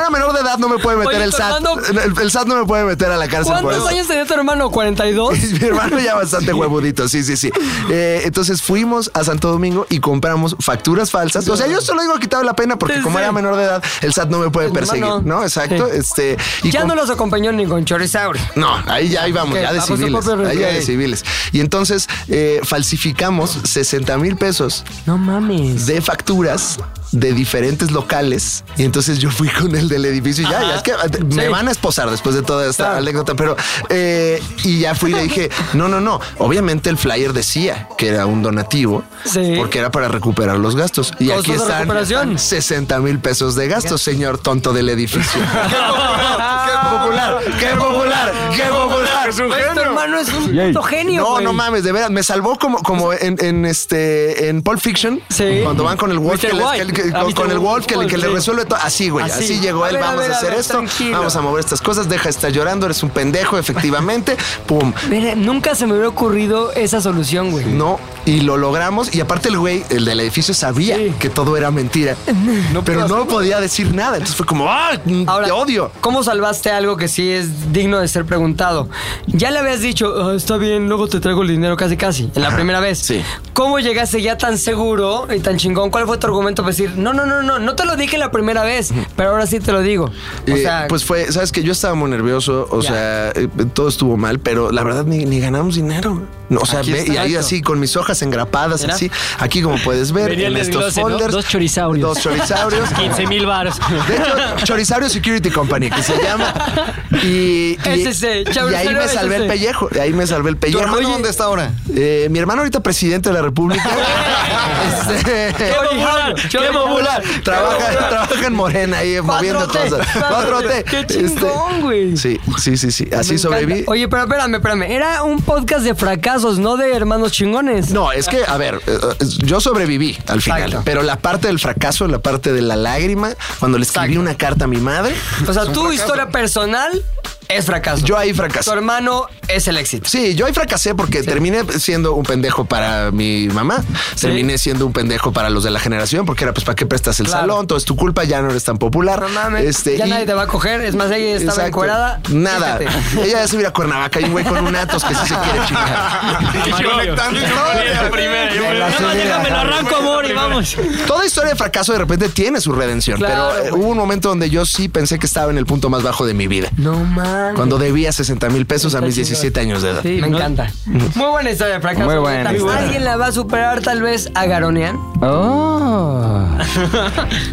Speaker 3: era menor de edad, no me puede meter
Speaker 2: Oye,
Speaker 3: el
Speaker 2: tu
Speaker 3: SAT.
Speaker 2: hermano-
Speaker 3: El, el SAT no me puede meter a la cárcel. por
Speaker 2: ¿Cuántos
Speaker 3: eso.
Speaker 2: años tenía tu hermano? ¿42?
Speaker 3: Mi hermano ya bastante huevudito, sí, sí, sí. Eh, entonces fuimos a Santo Domingo y compramos facturas falsas. O sea, yo solo digo quitado la pena porque
Speaker 2: Sí,
Speaker 3: como
Speaker 2: sí.
Speaker 3: era menor de edad, el SAT no me puede
Speaker 2: Mi
Speaker 3: perseguir,
Speaker 2: hermano.
Speaker 3: ¿no? Exacto.
Speaker 2: Sí.
Speaker 3: Este, y
Speaker 2: Ya
Speaker 3: com-
Speaker 2: no los acompañó ni con Chorizaurio.
Speaker 3: no, ahí ya íbamos,
Speaker 2: Ok,
Speaker 3: ya de
Speaker 2: bajo su
Speaker 3: civiles.
Speaker 2: propio
Speaker 3: Ahí ya de
Speaker 2: riesgo.
Speaker 3: civiles. Y entonces eh, falsificamos 60 mil pesos
Speaker 2: No mames.
Speaker 3: de facturas de diferentes locales. Y entonces yo fui con el del edificio y ya, ya es que eh, me
Speaker 2: Sí. Ah.
Speaker 3: van a esposar después de toda esta anécdota. Pero eh, y ya fui y le dije, no, no, no. Obviamente el flyer decía que era un donativo
Speaker 2: Sí.
Speaker 3: porque era para recuperar los gastos. Y
Speaker 2: Costos
Speaker 3: aquí
Speaker 2: de
Speaker 3: están
Speaker 2: recuperación.
Speaker 3: 60 mil pesos de gastos, señor tonto del edificio. ¡Qué popular! ¡Qué popular!
Speaker 5: Es un
Speaker 2: Güey, Tu
Speaker 5: genio.
Speaker 2: hermano es un puto genio.
Speaker 3: No,
Speaker 2: güey.
Speaker 3: no mames, de veras. Me salvó como, como en, en este en Pulp Fiction.
Speaker 2: Sí.
Speaker 3: Cuando van con el
Speaker 2: Mr.
Speaker 3: Walker, que, les-
Speaker 2: White.
Speaker 3: que- que-
Speaker 14: Ah,
Speaker 3: con,
Speaker 14: ¿viste?
Speaker 3: con el Wolf que, le- que le
Speaker 14: Wolf.
Speaker 3: resuelve todo. Así, güey. Así,
Speaker 14: Así.
Speaker 3: llegó
Speaker 14: A
Speaker 3: él.
Speaker 14: ver, a
Speaker 3: vamos a,
Speaker 14: ver, a
Speaker 3: hacer
Speaker 14: ver,
Speaker 3: esto.
Speaker 14: tranquilo.
Speaker 3: Vamos a mover estas cosas. Deja de estar llorando. Eres un pendejo, efectivamente. Pum.
Speaker 2: Mira, nunca se me hubiera ocurrido esa solución, güey.
Speaker 3: No. Y lo logramos. Y aparte, el güey, el del edificio, sabía que todo era mentira. pero no podía decir nada. Entonces fue como, ¡ah!
Speaker 2: Ahora,
Speaker 3: te odio.
Speaker 2: ¿Cómo salvaste algo que sí es digno de ser preguntado? Ya le habías dicho, "Ah, está bien, luego te traigo el dinero casi casi, en la
Speaker 3: Ajá,
Speaker 2: primera vez. Sí. ¿Cómo llegaste ya tan seguro y tan chingón? ¿Cuál fue tu argumento para decir, no, no, no, no, no te lo dije la primera vez, pero ahora sí te lo digo? O
Speaker 3: Eh,
Speaker 2: sea,
Speaker 3: pues fue, sabes que yo estaba muy nervioso, o sea, eh, todo estuvo mal, pero la verdad ni, ni ganamos dinero. No, o sea,
Speaker 2: Aquí
Speaker 3: ve-
Speaker 2: está.
Speaker 3: y ahí así con mis hojas engrapadas,
Speaker 2: Mira.
Speaker 3: así. Aquí como puedes ver
Speaker 8: Venía el
Speaker 3: en estos
Speaker 8: desglose, ¿no?
Speaker 3: folders.
Speaker 8: Dos chorizaurios.
Speaker 3: Dos chorizaurios.
Speaker 8: 15 mil baros.
Speaker 3: De hecho, Chorizaurio Security Company, que se llama. Y, y-
Speaker 2: SC,
Speaker 3: y ahí
Speaker 2: Chorizaurio
Speaker 3: me salvé
Speaker 2: SC.
Speaker 3: el pellejo. de Ahí me salvé el pellejo.
Speaker 14: hermano dónde
Speaker 3: está ahora? mi hermano ahorita presidente de la República. Este,
Speaker 2: ¡Qué popular!
Speaker 3: ¡Qué popular! Trabaja, trabaja en Morena ahí moviendo cosas.
Speaker 2: 4T. ¡Qué chingón, güey!
Speaker 3: Este, Sí, sí, sí, sí.
Speaker 2: Me
Speaker 3: Así
Speaker 2: encanta.
Speaker 3: sobreviví.
Speaker 2: Oye, pero espérame, espérame. Era un podcast de fracasos, no de hermanos chingones.
Speaker 3: No, es que, a ver, eh, eh, yo sobreviví al final,
Speaker 2: Exacto.
Speaker 3: pero la parte del fracaso, la parte de la lágrima, cuando le escribí una carta a mi madre.
Speaker 2: O sea,
Speaker 3: es un
Speaker 2: tu
Speaker 3: fracaso.
Speaker 2: historia personal es fracaso.
Speaker 3: Yo ahí fracasé.
Speaker 2: Tu hermano es el éxito.
Speaker 3: Sí, yo ahí fracasé porque terminé siendo un pendejo para mi mamá, terminé siendo un pendejo para los de la generación, porque era pues para qué prestas el
Speaker 2: Claro.
Speaker 3: salón, todo es tu culpa, ya no eres tan popular.
Speaker 2: No mames,
Speaker 3: Este,
Speaker 2: ya
Speaker 3: y-
Speaker 2: nadie te va a coger. Es más, ella estaba
Speaker 3: Exacto.
Speaker 2: encuerada.
Speaker 3: Nada.
Speaker 2: Fíjate.
Speaker 3: Ella ya se hubiera a Cuernavaca y un güey con un Atos que sí se quiere chingar.
Speaker 5: Conectando historias.
Speaker 3: Me la sé de
Speaker 5: déjame, lo
Speaker 3: agarrar.
Speaker 5: arranco, amor, y
Speaker 2: vamos.
Speaker 3: Toda historia de fracaso de repente tiene su redención,
Speaker 2: Claro,
Speaker 3: pero eh, hubo un momento donde yo sí pensé que estaba en el punto más bajo de mi vida.
Speaker 2: No mames.
Speaker 3: Cuando debía 60 mil pesos a mis 17 años de edad.
Speaker 2: Sí, me encanta. Muy buena historia de fracaso.
Speaker 3: Muy buena.
Speaker 2: Tal vez
Speaker 3: Muy buena.
Speaker 2: Alguien la va a superar, tal vez a Garonian.
Speaker 6: Oh.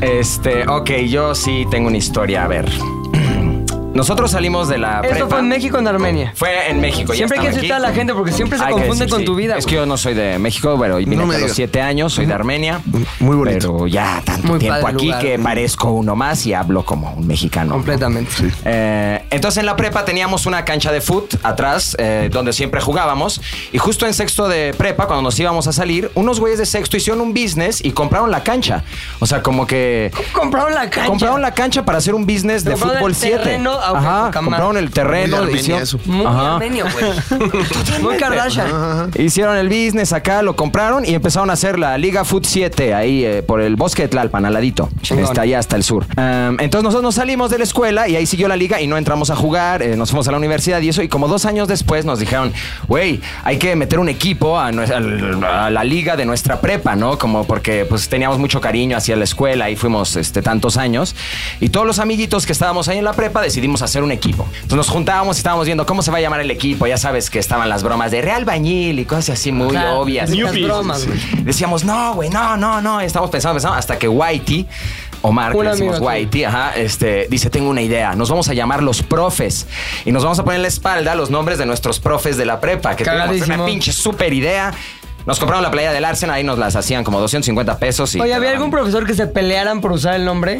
Speaker 6: este, ok, yo sí tengo una historia. A ver. Nosotros salimos de la
Speaker 2: Eso
Speaker 6: prepa.
Speaker 2: fue en México o en Armenia.
Speaker 6: Fue en México. ya
Speaker 2: Siempre hay que
Speaker 6: estaba aquí.
Speaker 2: insultar a la gente porque siempre se
Speaker 6: Hay que
Speaker 2: confunde
Speaker 6: decir,
Speaker 2: con
Speaker 6: sí.
Speaker 2: tu vida.
Speaker 6: Es que yo no soy de México, pero vine
Speaker 3: No me
Speaker 6: aquí a los
Speaker 3: digas.
Speaker 6: siete años, soy de Armenia.
Speaker 3: Muy bonito.
Speaker 6: Pero ya tanto
Speaker 2: Muy
Speaker 6: tiempo
Speaker 2: padre
Speaker 6: aquí
Speaker 2: lugar.
Speaker 6: que parezco uno más y hablo como un mexicano.
Speaker 2: Completamente.
Speaker 6: Eh, entonces en la prepa teníamos una cancha de foot atrás, eh, donde siempre jugábamos. Y justo en sexto de prepa, cuando nos íbamos a salir, unos güeyes de sexto hicieron un business y compraron la cancha. O sea, como que.
Speaker 2: Compraron la cancha.
Speaker 6: Compraron la cancha para hacer un business de
Speaker 2: Compraron
Speaker 6: fútbol
Speaker 2: el
Speaker 6: 7.
Speaker 2: terreno, ah, ok,
Speaker 6: Ajá,
Speaker 2: poca madre.
Speaker 6: compraron el
Speaker 3: Muy de
Speaker 6: terreno, el
Speaker 3: Armenia
Speaker 6: visión.
Speaker 3: eso.
Speaker 2: Muy
Speaker 6: Ajá.
Speaker 2: armenio, güey. Muy Kardashian.
Speaker 6: Hicieron el business acá, lo compraron y empezaron a hacer la Liga Foot 7 ahí eh, por el bosque de Tlalpan, al ladito.
Speaker 2: Chingón.
Speaker 6: Está allá hasta el sur. Um, entonces nosotros nos salimos de la escuela y ahí siguió la liga y no entramos a jugar, eh, nos fuimos a la universidad y eso. Y como dos años después nos dijeron, güey, hay que meter un equipo a, nue- al- a la liga de nuestra prepa, ¿no? Como porque pues teníamos mucho cariño hacia la escuela y fuimos este, tantos años. Y todos los amiguitos que estábamos ahí en la prepa decidimos hacer un equipo. Entonces nos juntábamos y estábamos viendo cómo se va a llamar el equipo. Ya sabes que estaban las bromas de Real Bañil y cosas así muy
Speaker 2: Claro,
Speaker 6: obvias.
Speaker 2: esas Newbies. bromas, güey.
Speaker 6: Decíamos, no, güey, no, no, no. Estamos pensando, pensando, hasta que Whitey, Omar, que
Speaker 2: Un
Speaker 6: le decimos
Speaker 2: amigo tuyo.
Speaker 6: Whitey, ajá, este, dice, tengo una idea. Nos vamos a llamar los profes. Y nos vamos a poner en la espalda los nombres de nuestros profes de la prepa. Que tuvimos
Speaker 2: Cagadísimo.
Speaker 6: una pinche super idea. Nos compraron la playa del Arsenal, ahí nos las hacían como 250 pesos. Y
Speaker 2: Oye, ¿había algún profesor que se pelearan por usar el nombre?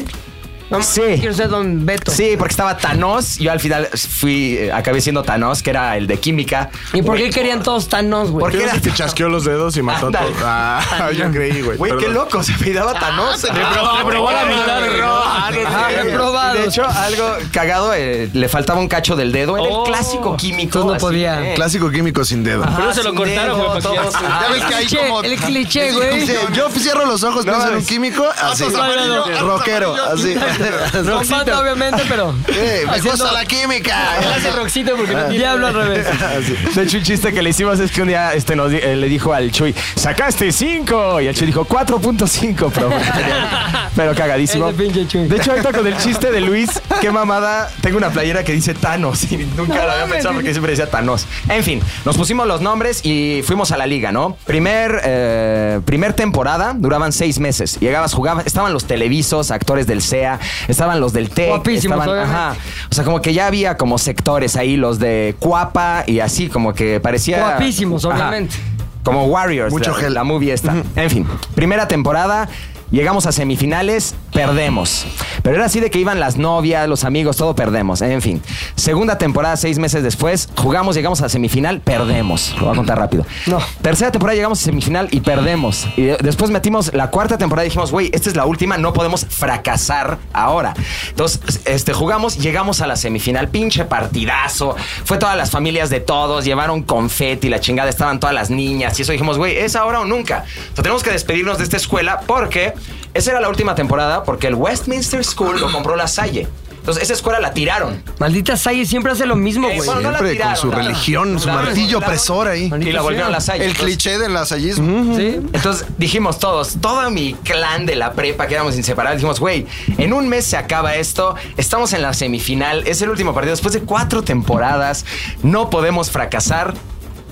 Speaker 2: No,
Speaker 6: Sí.
Speaker 2: Quiero ser Don Beto.
Speaker 6: Sí, porque estaba Thanos. Yo al final fui, eh, acabé siendo Thanos, que era el de química.
Speaker 2: ¿Y por qué querían todos Thanos, güey?
Speaker 6: Porque
Speaker 5: ¿Qué
Speaker 6: era-
Speaker 5: que te chasqueó los dedos y mató a
Speaker 6: Ándale.
Speaker 5: todos? Ah, yo creí, güey.
Speaker 6: Güey, qué
Speaker 5: Perdón.
Speaker 6: loco, se apellidaba
Speaker 5: Ah,
Speaker 6: Thanos.
Speaker 5: probó la mitad, güey.
Speaker 6: Ajá,
Speaker 5: no, no,
Speaker 2: reprobado.
Speaker 6: De hecho, algo cagado, eh, le faltaba un cacho del dedo. Era el clásico químico.
Speaker 2: Oh. Entonces no
Speaker 6: así,
Speaker 2: podía.
Speaker 6: eh.
Speaker 3: Clásico químico sin dedo.
Speaker 6: Ajá,
Speaker 8: Pero se lo
Speaker 6: sin
Speaker 8: cortaron,
Speaker 6: dedo,
Speaker 8: güey, porque
Speaker 6: todo
Speaker 8: ya-
Speaker 6: sin-
Speaker 3: Ya ves que hay
Speaker 2: Cliché,
Speaker 3: como-
Speaker 2: Ah, El cliché, güey.
Speaker 3: Sí, yo cierro los ojos,
Speaker 6: No,
Speaker 3: pienso en un
Speaker 6: es-
Speaker 3: químico, así.
Speaker 5: Atos amarillo, atos
Speaker 3: Rockero, así.
Speaker 5: amarillo.
Speaker 2: Con pata, obviamente, pero.
Speaker 3: Eh, me
Speaker 2: Haciendo-
Speaker 3: gusta la química.
Speaker 8: Roxito porque no tiene-
Speaker 2: Diablo al revés.
Speaker 6: De hecho, un chiste que le hicimos es que un día este nos di- eh, le dijo al Chuy, sacaste 5. Y el Chuy dijo, 4.5, profe. Pero cagadísimo.
Speaker 2: Ese pinche Chuy.
Speaker 6: De hecho, ahorita con el chiste de Luis, qué mamada. Tengo una playera que dice Thanos. Y nunca la había pensado porque siempre decía Thanos. En fin, nos pusimos los nombres y fuimos a la liga, ¿no? Primer, eh, primer temporada, duraban seis meses. Llegabas, jugabas, estaban los televisos, actores del SEA, estaban los del T.
Speaker 2: Guapísimos, obviamente.
Speaker 6: O sea, como que ya había como sectores ahí, los de Cuapa y así, como que parecía.
Speaker 2: Guapísimos,
Speaker 6: ah. Ajá.
Speaker 2: obviamente.
Speaker 6: Como Warriors,
Speaker 3: Mucho
Speaker 6: la,
Speaker 3: gel.
Speaker 6: la movie esta. En fin, primera temporada. Llegamos a semifinales, perdemos. Pero era así de que iban las novias, los amigos, todo perdemos. En fin. Segunda temporada, seis meses después, jugamos, llegamos a semifinal, perdemos. Lo voy a contar rápido. No. Tercera temporada llegamos a semifinal y perdemos. Y de- después metimos la cuarta temporada y dijimos, güey, esta es la última, no podemos fracasar ahora. Entonces, este, jugamos, llegamos a la semifinal, pinche partidazo. Fue todas las familias de todos, llevaron confeti, la chingada, estaban todas las niñas. Y eso dijimos, güey, es ahora o nunca. O sea, tenemos que despedirnos de esta escuela porque esa era la última temporada, porque el Westminster School lo compró la Salle. Entonces, esa escuela la tiraron.
Speaker 2: Maldita Salle siempre hace lo mismo,
Speaker 6: Eh,
Speaker 2: güey.
Speaker 6: bueno, no la
Speaker 3: Siempre con su
Speaker 6: tiraron, la-
Speaker 3: religión, su
Speaker 6: la-
Speaker 3: martillo
Speaker 6: la-
Speaker 3: opresor ahí.
Speaker 6: Y la volvieron la Salle.
Speaker 14: El
Speaker 6: Entonces-
Speaker 14: cliché del lasallismo.
Speaker 6: Sí. Entonces dijimos todos, todo mi clan de la prepa que éramos inseparables, dijimos, güey, en un mes se acaba esto, estamos en la semifinal, es el último partido, después de cuatro temporadas, no podemos fracasar.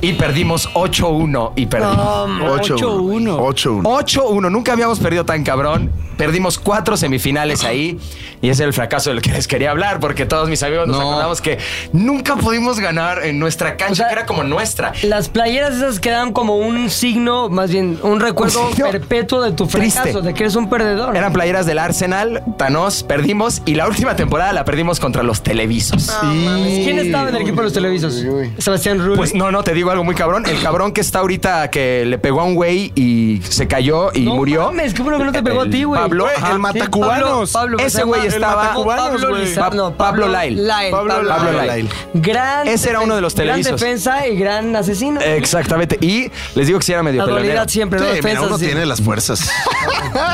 Speaker 6: Y perdimos 8-1 y perdimos.
Speaker 3: No, 8-1. 8-1.
Speaker 6: 8-1. Nunca habíamos perdido tan cabrón. Perdimos cuatro semifinales ahí. Y ese era el fracaso del que les quería hablar, porque todos mis amigos nos acordamos que nunca pudimos ganar en nuestra cancha, que era como nuestra.
Speaker 2: Las playeras esas quedan como un signo, más bien un recuerdo
Speaker 6: Un signo
Speaker 2: perpetuo de tu fracaso,
Speaker 6: Triste.
Speaker 2: de que eres un perdedor.
Speaker 6: Eran playeras del Arsenal, Thanos, perdimos y la última temporada la perdimos contra los televisos.
Speaker 3: Ah,
Speaker 2: ¿Quién estaba en el equipo de los televisos? Sebastián Rubio.
Speaker 6: Pues no, no, te digo algo muy cabrón. El cabrón que está ahorita que le pegó a un güey y se cayó y murió.
Speaker 2: mames, qué bueno que no te pegó a ti, güey.
Speaker 6: Pablo,
Speaker 2: Güey,
Speaker 6: ajá.
Speaker 2: el matacubanos. Sí, Pablo, Pablo,
Speaker 6: ese
Speaker 2: se
Speaker 6: güey
Speaker 2: llama el
Speaker 6: estaba.
Speaker 2: matacubanos, Pablo güey. Lizar- no,
Speaker 6: Pablo,
Speaker 2: Pablo
Speaker 6: Lail.
Speaker 2: Lail, Pablo Pablo Lail. Lail. Gran
Speaker 6: Ese era uno de los
Speaker 2: defen-
Speaker 6: televisos.
Speaker 2: Gran defensa y gran asesino.
Speaker 6: Exactamente. Y les digo que sí era medio
Speaker 2: La dualidad
Speaker 6: pelonero.
Speaker 2: siempre, ¿no? Sí, mira, Defensas uno sí. tiene
Speaker 3: las fuerzas.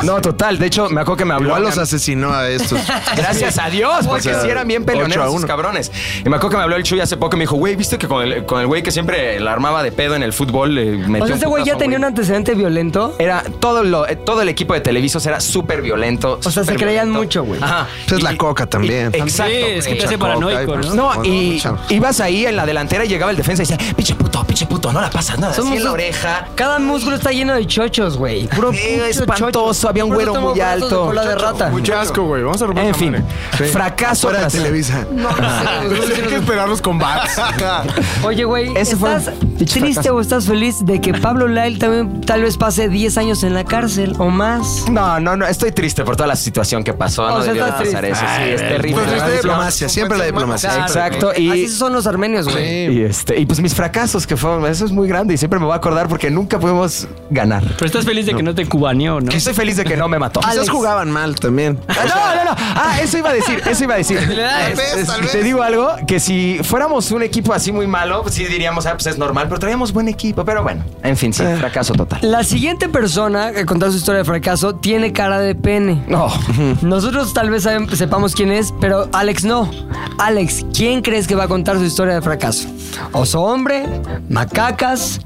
Speaker 6: No, total. De hecho, me acuerdo que me habló.
Speaker 3: Igual los
Speaker 6: mi am-
Speaker 3: asesinó a estos.
Speaker 6: Gracias a Dios, porque
Speaker 3: O sea,
Speaker 6: sí eran bien
Speaker 3: ocho a
Speaker 6: peleoneros esos
Speaker 3: uno.
Speaker 6: cabrones. Y me acuerdo que me habló el Chuy hace poco y me dijo, güey, ¿viste que con el, con el güey que siempre la armaba de pedo en el fútbol le metió
Speaker 2: O sea,
Speaker 6: un
Speaker 2: este güey ya
Speaker 6: putazo,
Speaker 2: tenía un antecedente violento.
Speaker 6: Era todo, lo, eh, todo el equipo de Televisos era súper violento.
Speaker 2: O sea, se creían mucho, güey.
Speaker 6: Ajá.
Speaker 3: Pues la coca también.
Speaker 6: Exacto.
Speaker 3: Sí,
Speaker 6: güey.
Speaker 3: es que te hace paranoico, ¿no?
Speaker 6: No,
Speaker 3: Bueno,
Speaker 6: y
Speaker 3: chao.
Speaker 6: ibas ahí en la delantera y llegaba el defensa y decía, pinche puto, pinche puto, no la pasas, no, así en la oreja.
Speaker 2: Cada músculo está lleno de chochos, güey. Puro
Speaker 6: Sí,
Speaker 2: puto
Speaker 6: espantoso,
Speaker 2: chocho.
Speaker 6: había un
Speaker 2: Por eso
Speaker 6: güero
Speaker 2: tengo
Speaker 6: muy
Speaker 2: brazos de
Speaker 6: alto.
Speaker 2: cola de rata.
Speaker 5: Mucho asco, güey. Vamos a romper En fin,
Speaker 6: fracaso
Speaker 5: Fuera de
Speaker 6: tras-
Speaker 5: Televisa.
Speaker 2: No,
Speaker 5: Hay que esperar los combates.
Speaker 2: Oye, güey,
Speaker 6: Ese fue
Speaker 2: ¿estás
Speaker 6: un pinche
Speaker 2: triste
Speaker 6: fracaso.
Speaker 2: o estás feliz de que Pablo Lyle también tal vez pase 10 años en la cárcel o más?
Speaker 6: No, no, no, estoy triste por toda la situación que pasó.
Speaker 2: O
Speaker 6: no
Speaker 2: sea,
Speaker 6: debió de
Speaker 2: estás
Speaker 6: pasar
Speaker 2: triste.
Speaker 6: eso. Sí,
Speaker 2: Ay,
Speaker 6: es
Speaker 2: güey.
Speaker 6: terrible.
Speaker 2: Pues
Speaker 3: la
Speaker 6: ¿verdad?
Speaker 3: diplomacia, siempre la diplomacia.
Speaker 6: Exacto. Y,
Speaker 2: Así son los armenios, güey.
Speaker 6: y este, y pues mis fracasos que fueron, eso es muy grande y siempre me voy a acordar porque nunca pudimos ganar.
Speaker 8: Pero estás feliz de que no te cubaneó, ¿no?
Speaker 6: Estoy feliz de que no me mató.
Speaker 3: Quizás jugaban mal también.
Speaker 6: Ah, No, no, no. Ah, eso iba a decir, eso iba a decir.
Speaker 3: Le da-
Speaker 6: Es-
Speaker 3: Tal vez,
Speaker 6: es-
Speaker 3: tal vez.
Speaker 6: Te digo algo, que si fuéramos un equipo así muy malo, pues sí diríamos, ah, pues es normal, pero traíamos buen equipo. Pero bueno, en fin, sí,
Speaker 3: Eh.
Speaker 6: fracaso total.
Speaker 2: La siguiente persona que contar su historia de fracaso tiene cara de pene.
Speaker 6: No.
Speaker 2: Nosotros tal vez sabem- sepamos quién es, pero Alex no. Alex, ¿quién crees que va a contar su historia de fracaso? Oso hombre, macacas,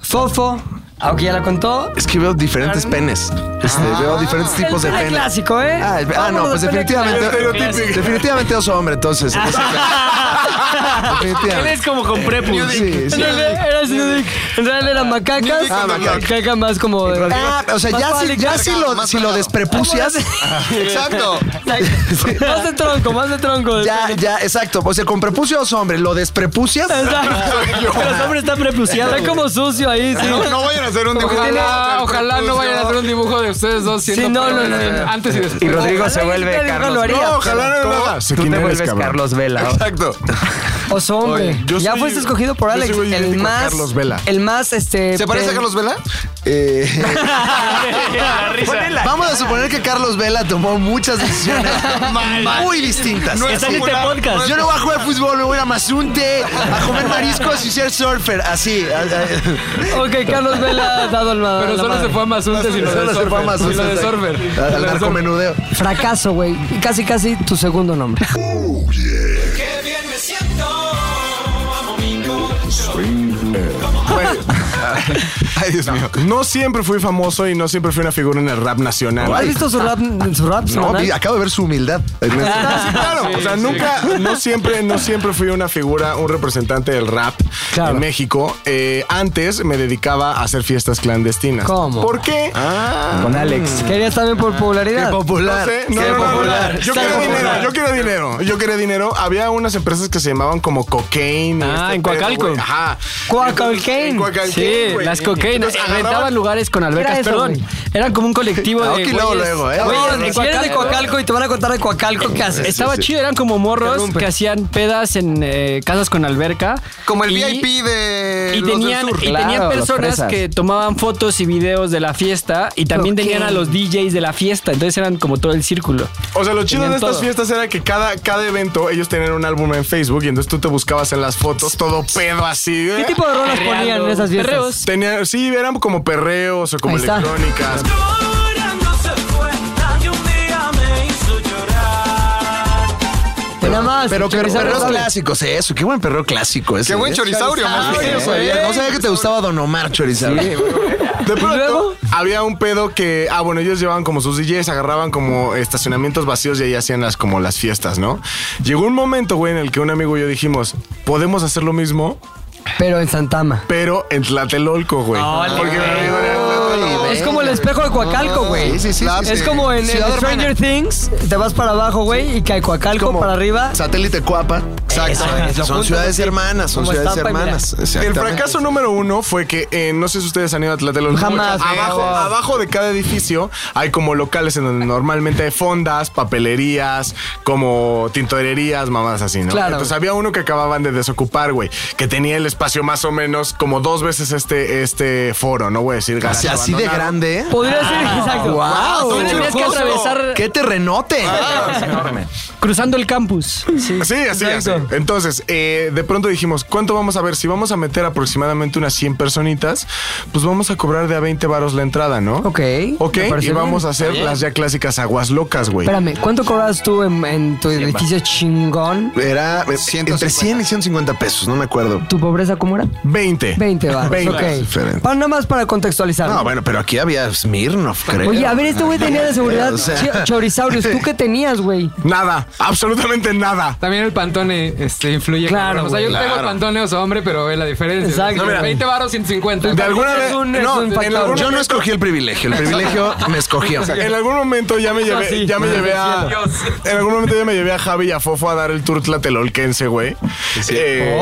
Speaker 2: fofo. Aunque ya la contó.
Speaker 3: Es que veo diferentes penes. Este, veo diferentes
Speaker 2: Ah, El
Speaker 3: tipos de
Speaker 2: pene
Speaker 3: penes.
Speaker 2: clásico, ¿eh?
Speaker 3: Ah, el- ah,
Speaker 2: Vámonos
Speaker 3: no, pues
Speaker 2: al pene
Speaker 3: definitivamente.
Speaker 2: clásico.
Speaker 3: Definitivamente oso hombre, entonces. O sea, definitivamente. Eh,
Speaker 8: Eres como con prepus.
Speaker 3: Sí, sí.
Speaker 2: Era así, En realidad era macacas.
Speaker 3: Ah, macacas.
Speaker 2: Macaca más como. de-
Speaker 3: Ah, o sea,
Speaker 2: más
Speaker 3: ya, si,
Speaker 2: Alex
Speaker 3: ya
Speaker 2: Vargas.
Speaker 3: si lo, si lo desprepucias. exacto.
Speaker 2: Exacto. Más de tronco, más de tronco. de
Speaker 3: Ya, ya, exacto. O sea, con prepucio oso hombre, lo desprepucias.
Speaker 2: Exacto. Pero el hombre está prepuciado. Está como sucio ahí, sí.
Speaker 5: No, no vayan a hacer un dibujo.
Speaker 9: Ojalá, ojalá no vayan a hacer un dibujo de ustedes dos siendo
Speaker 2: Sí, no, no,
Speaker 9: pareja,
Speaker 2: no, no.
Speaker 9: antes y después.
Speaker 6: Y Rodrigo
Speaker 2: Ojalá
Speaker 6: se
Speaker 2: que
Speaker 6: vuelve
Speaker 2: nunca
Speaker 6: Carlos
Speaker 2: lo haría.
Speaker 6: Vela.
Speaker 5: No, ojalá no lo hagas.
Speaker 6: Tú te
Speaker 5: ¿Quién eres,
Speaker 6: vuelves
Speaker 5: cabrón?
Speaker 6: Carlos Vela.
Speaker 5: Exacto.
Speaker 2: Oso hombre.
Speaker 5: Oye, yo
Speaker 2: ya
Speaker 5: soy-
Speaker 2: fuiste escogido por
Speaker 5: yo
Speaker 2: Alex.
Speaker 5: soy
Speaker 2: el
Speaker 5: idéntico a
Speaker 2: más.
Speaker 5: Carlos Vela.
Speaker 2: El más, este.
Speaker 14: ¿Se parece a
Speaker 2: del-
Speaker 14: Carlos Vela?
Speaker 3: Eh,
Speaker 8: La risa.
Speaker 3: vamos a suponer que Carlos Vela tomó muchas decisiones muy distintas.
Speaker 8: No es Está en este popular, podcast. no es
Speaker 3: Yo no voy a jugar fútbol, me voy a ir a Mazunte, a comer mariscos y ser surfer. Así.
Speaker 2: Ok, Carlos Vela ha dado el
Speaker 9: Pero solo se fue a Mazuntes y lo de
Speaker 3: Solo se
Speaker 9: Sorber.
Speaker 3: fue a
Speaker 9: Y lo de
Speaker 3: Mazuntes.
Speaker 9: Sorber.
Speaker 3: Al narcomenudeo.
Speaker 2: Fracaso, güey. Y Casi, casi tu segundo nombre.
Speaker 16: Qué bien me siento. Amo mi
Speaker 5: Bueno,
Speaker 14: Ay, Dios mío.
Speaker 5: no siempre fui famoso y no siempre fui una figura en el rap nacional.
Speaker 2: ¿Has visto su rap? Su rap
Speaker 3: No,
Speaker 2: semanal?
Speaker 3: vi- acabo de ver su humildad.
Speaker 5: Ah, sí, claro.
Speaker 9: Sí,
Speaker 5: o sea,
Speaker 9: sí.
Speaker 5: nunca, no siempre, no siempre fui una figura, un representante del rap
Speaker 2: Claro.
Speaker 5: en México. Eh, antes me dedicaba a hacer fiestas clandestinas.
Speaker 2: ¿Cómo?
Speaker 5: ¿Por qué?
Speaker 6: Con Alex.
Speaker 2: Querías también por popularidad.
Speaker 5: No
Speaker 3: Popular.
Speaker 5: sé, no,
Speaker 3: Qué
Speaker 5: no, no, no.
Speaker 3: popular.
Speaker 5: Yo
Speaker 3: Qué
Speaker 5: quería
Speaker 3: popular.
Speaker 5: dinero, yo quería dinero, yo quería dinero. Había unas
Speaker 3: Ah,
Speaker 5: empresas que se llamaban como Cocaine. este
Speaker 8: Ah, en Coacalco.
Speaker 5: Ajá.
Speaker 2: Coacalcane.
Speaker 5: En Coacalcane.
Speaker 8: Sí,
Speaker 5: güey.
Speaker 8: las cocaínas.
Speaker 5: Entonces,
Speaker 8: Rentaban
Speaker 5: agarraban-
Speaker 8: Aoki luego, luego, ¿eh? Oye,
Speaker 5: ¿Qué
Speaker 8: Rentaban lugares con albercas,
Speaker 5: era eso,
Speaker 8: perdón.
Speaker 5: güey?
Speaker 8: Eran como un colectivo
Speaker 2: Ah,
Speaker 8: de güeyes.
Speaker 2: eh.
Speaker 8: eh.
Speaker 2: Oye, si eres de Coacalco y te van a contar de Coacalco, ¿qué haces?
Speaker 8: Estaba chido, eran como morros
Speaker 2: Interrumpe.
Speaker 8: que hacían pedas en eh, casas con alberca.
Speaker 14: Como el
Speaker 8: Y-
Speaker 14: VIP de
Speaker 8: y
Speaker 14: los del
Speaker 8: tenían,
Speaker 14: sur.
Speaker 8: y tenían personas que tomaban fotos y videos de la fiesta y también
Speaker 5: Ok.
Speaker 8: tenían a los DJs de la fiesta, entonces eran como todo el círculo.
Speaker 5: O sea, lo chido
Speaker 8: Tenían
Speaker 5: de estas
Speaker 8: todo.
Speaker 5: fiestas era que cada, cada evento ellos tenían un álbum en Facebook y entonces tú te buscabas en las fotos todo pedo así. ¿Qué
Speaker 2: tipo de rolas Perreando. ponían en esas fiestas? Perreos.
Speaker 5: Tenían, sí, eran como perreos o como
Speaker 2: Ahí está.
Speaker 5: electrónicas.
Speaker 2: Nada más.
Speaker 3: Pero que
Speaker 2: chorizaurio
Speaker 3: perreos
Speaker 2: sabe.
Speaker 3: clásicos, eso. Qué buen perreo clásico ese.
Speaker 14: Qué buen
Speaker 3: ¿eh?
Speaker 14: chorizaurio,
Speaker 3: Ah,
Speaker 14: más bien.
Speaker 3: no sabía- No sabía que te gustaba Don Omar Chorizaurio.
Speaker 5: ¿eh? De pronto, había un pedo que, ah, bueno, ellos llevaban como sus DJs, agarraban como estacionamientos vacíos y ahí hacían las como las fiestas, ¿no? Llegó un momento, güey, en el que un amigo y yo dijimos, podemos hacer lo mismo,
Speaker 2: Pero en Santama.
Speaker 5: pero en Tlatelolco, güey. Porque mi amigo era de Tlatelolco.
Speaker 2: Es como el espejo de Coacalco, güey.
Speaker 3: Sí, sí, sí, sí,
Speaker 2: Es
Speaker 3: sí.
Speaker 2: como en, en
Speaker 3: Ciudad
Speaker 2: Stranger Things, te vas para abajo, güey, y cae Coacalco para arriba.
Speaker 3: Satélite Cuapa. Exacto. son ciudades hermanas, son ciudades hermanas.
Speaker 5: El
Speaker 3: Exactamente.
Speaker 5: fracaso número uno fue que, eh, no sé si ustedes han ido a Tlatelolco.
Speaker 2: Jamás.
Speaker 5: Abajo,
Speaker 2: Jamás.
Speaker 5: abajo de cada edificio hay como locales en donde normalmente hay fondas, papelerías, como tintorerías, mamadas así, ¿no?
Speaker 2: Claro.
Speaker 5: Entonces había uno que acababan de desocupar, güey, que tenía el espacio más o menos como dos veces este, este foro, no voy a decir
Speaker 3: O sea, así de grande. ¿eh? Ah,
Speaker 2: Podría ser, exacto.
Speaker 3: Wow.
Speaker 5: Wow,
Speaker 8: Tendrías que atravesar
Speaker 3: ¡Qué terrenote!
Speaker 8: cruzando el campus. Sí,
Speaker 5: Sí, así, así. Entonces, eh, de pronto dijimos, ¿cuánto vamos a ver? Si vamos a meter aproximadamente unas 100 personitas, pues vamos a cobrar de a 20 varos la entrada, ¿no?
Speaker 2: Ok.
Speaker 5: Ok,
Speaker 2: me parece
Speaker 5: y vamos
Speaker 2: bien.
Speaker 5: a hacer
Speaker 2: Está bien.
Speaker 5: las ya clásicas aguas locas, güey.
Speaker 2: Espérame, ¿cuánto cobras tú en, en tu edificio chingón?
Speaker 3: Era eh, entre 100 y 150 pesos, no me acuerdo.
Speaker 2: ¿Tu pobreza cómo era?
Speaker 5: 20.
Speaker 2: 20 va.
Speaker 3: 20.
Speaker 2: Ok.
Speaker 3: Diferente.
Speaker 2: Para, nada más para contextualizar.
Speaker 3: No, bueno, pero aquí había Smirnoff, creo.
Speaker 2: Oye, a ver, este güey tenía de seguridad
Speaker 3: O sea-
Speaker 2: chi- chorizaurios. ¿Tú qué tenías, güey?
Speaker 5: Nada, absolutamente nada.
Speaker 9: También el pantone este, influye.
Speaker 2: Claro,
Speaker 9: cabrón. O sea, yo
Speaker 2: güey,
Speaker 9: tengo el
Speaker 2: claro.
Speaker 9: pantone o sea, hombre, pero ve la diferencia.
Speaker 2: Exacto.
Speaker 9: No, mira, 20 baros, 150.
Speaker 5: De alguna vez. no, en algún
Speaker 3: Yo no
Speaker 5: momento-
Speaker 3: escogí el privilegio, el privilegio me escogió.
Speaker 5: En algún momento ya me
Speaker 3: Eso
Speaker 5: llevé,
Speaker 3: sí.
Speaker 5: ya me llevé a. En algún momento ya me llevé a Javi y a Fofo a dar el tour tlatelolquense, güey. Eh,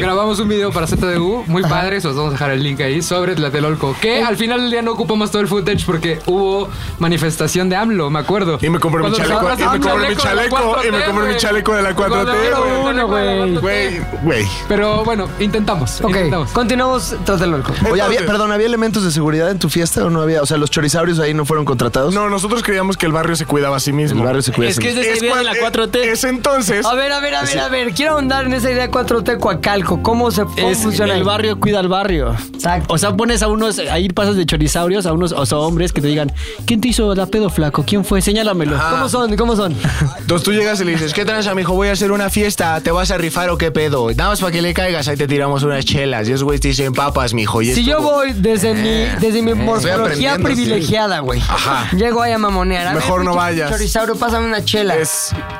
Speaker 9: Grabamos un video para ZDU, muy padre, se los vamos a dejar el link ahí, sobre Tlatelolco, que al final del día no ocupamos todo el footage porque hubo manifestación de AMLO, me acuerdo. Y
Speaker 5: me compré mi chaleco, y me compré mi chaleco, y me compré mi chaleco de la 4T,
Speaker 9: güey.
Speaker 5: güey. Güey.
Speaker 9: Pero bueno, intentamos.
Speaker 2: Ok, continuamos tras del orco.
Speaker 3: Oye, había, perdón, ¿había elementos de seguridad en tu fiesta o no había? O sea, ¿los chorizaurios ahí no fueron contratados?
Speaker 5: No, nosotros creíamos que el barrio se cuidaba a sí mismo.
Speaker 3: El barrio se cuida a sí mismo.
Speaker 2: esa idea de la
Speaker 5: 4T. Es entonces.
Speaker 2: A ver, a ver, a ver, a ver. Quiero ahondar en esa idea 4T Coacalco. ¿Cómo se cómo
Speaker 17: Es
Speaker 2: funciona?
Speaker 17: el barrio cuida al barrio. O sea, pones a unos, ahí pasas de chorizaurios a unos o sea, hombres que te digan, ¿quién te hizo la pedo flaco? ¿Quién fue? Señálamelo.
Speaker 2: Ah.
Speaker 5: Ajá.
Speaker 17: ¿Cómo son?
Speaker 2: ¿Cómo son?
Speaker 5: Entonces tú llegas y le dices, ¿qué tranza, mijo? Voy a hacer una fiesta, ¿te vas a rifar o qué pedo? Nada más para que le caigas, ahí te tiramos unas chelas. Y esos güeyes te dicen papas, mijo. Y
Speaker 2: Si
Speaker 5: esto-
Speaker 2: yo voy desde mi, desde mi morfología
Speaker 5: Eh, aprendiendo,
Speaker 2: privilegiada, güey.
Speaker 5: Ajá.
Speaker 2: Llego ahí a mamonear. A ver,
Speaker 5: Mejor no
Speaker 2: pinche
Speaker 5: vayas.
Speaker 2: Chorizaurio, pásame una chela.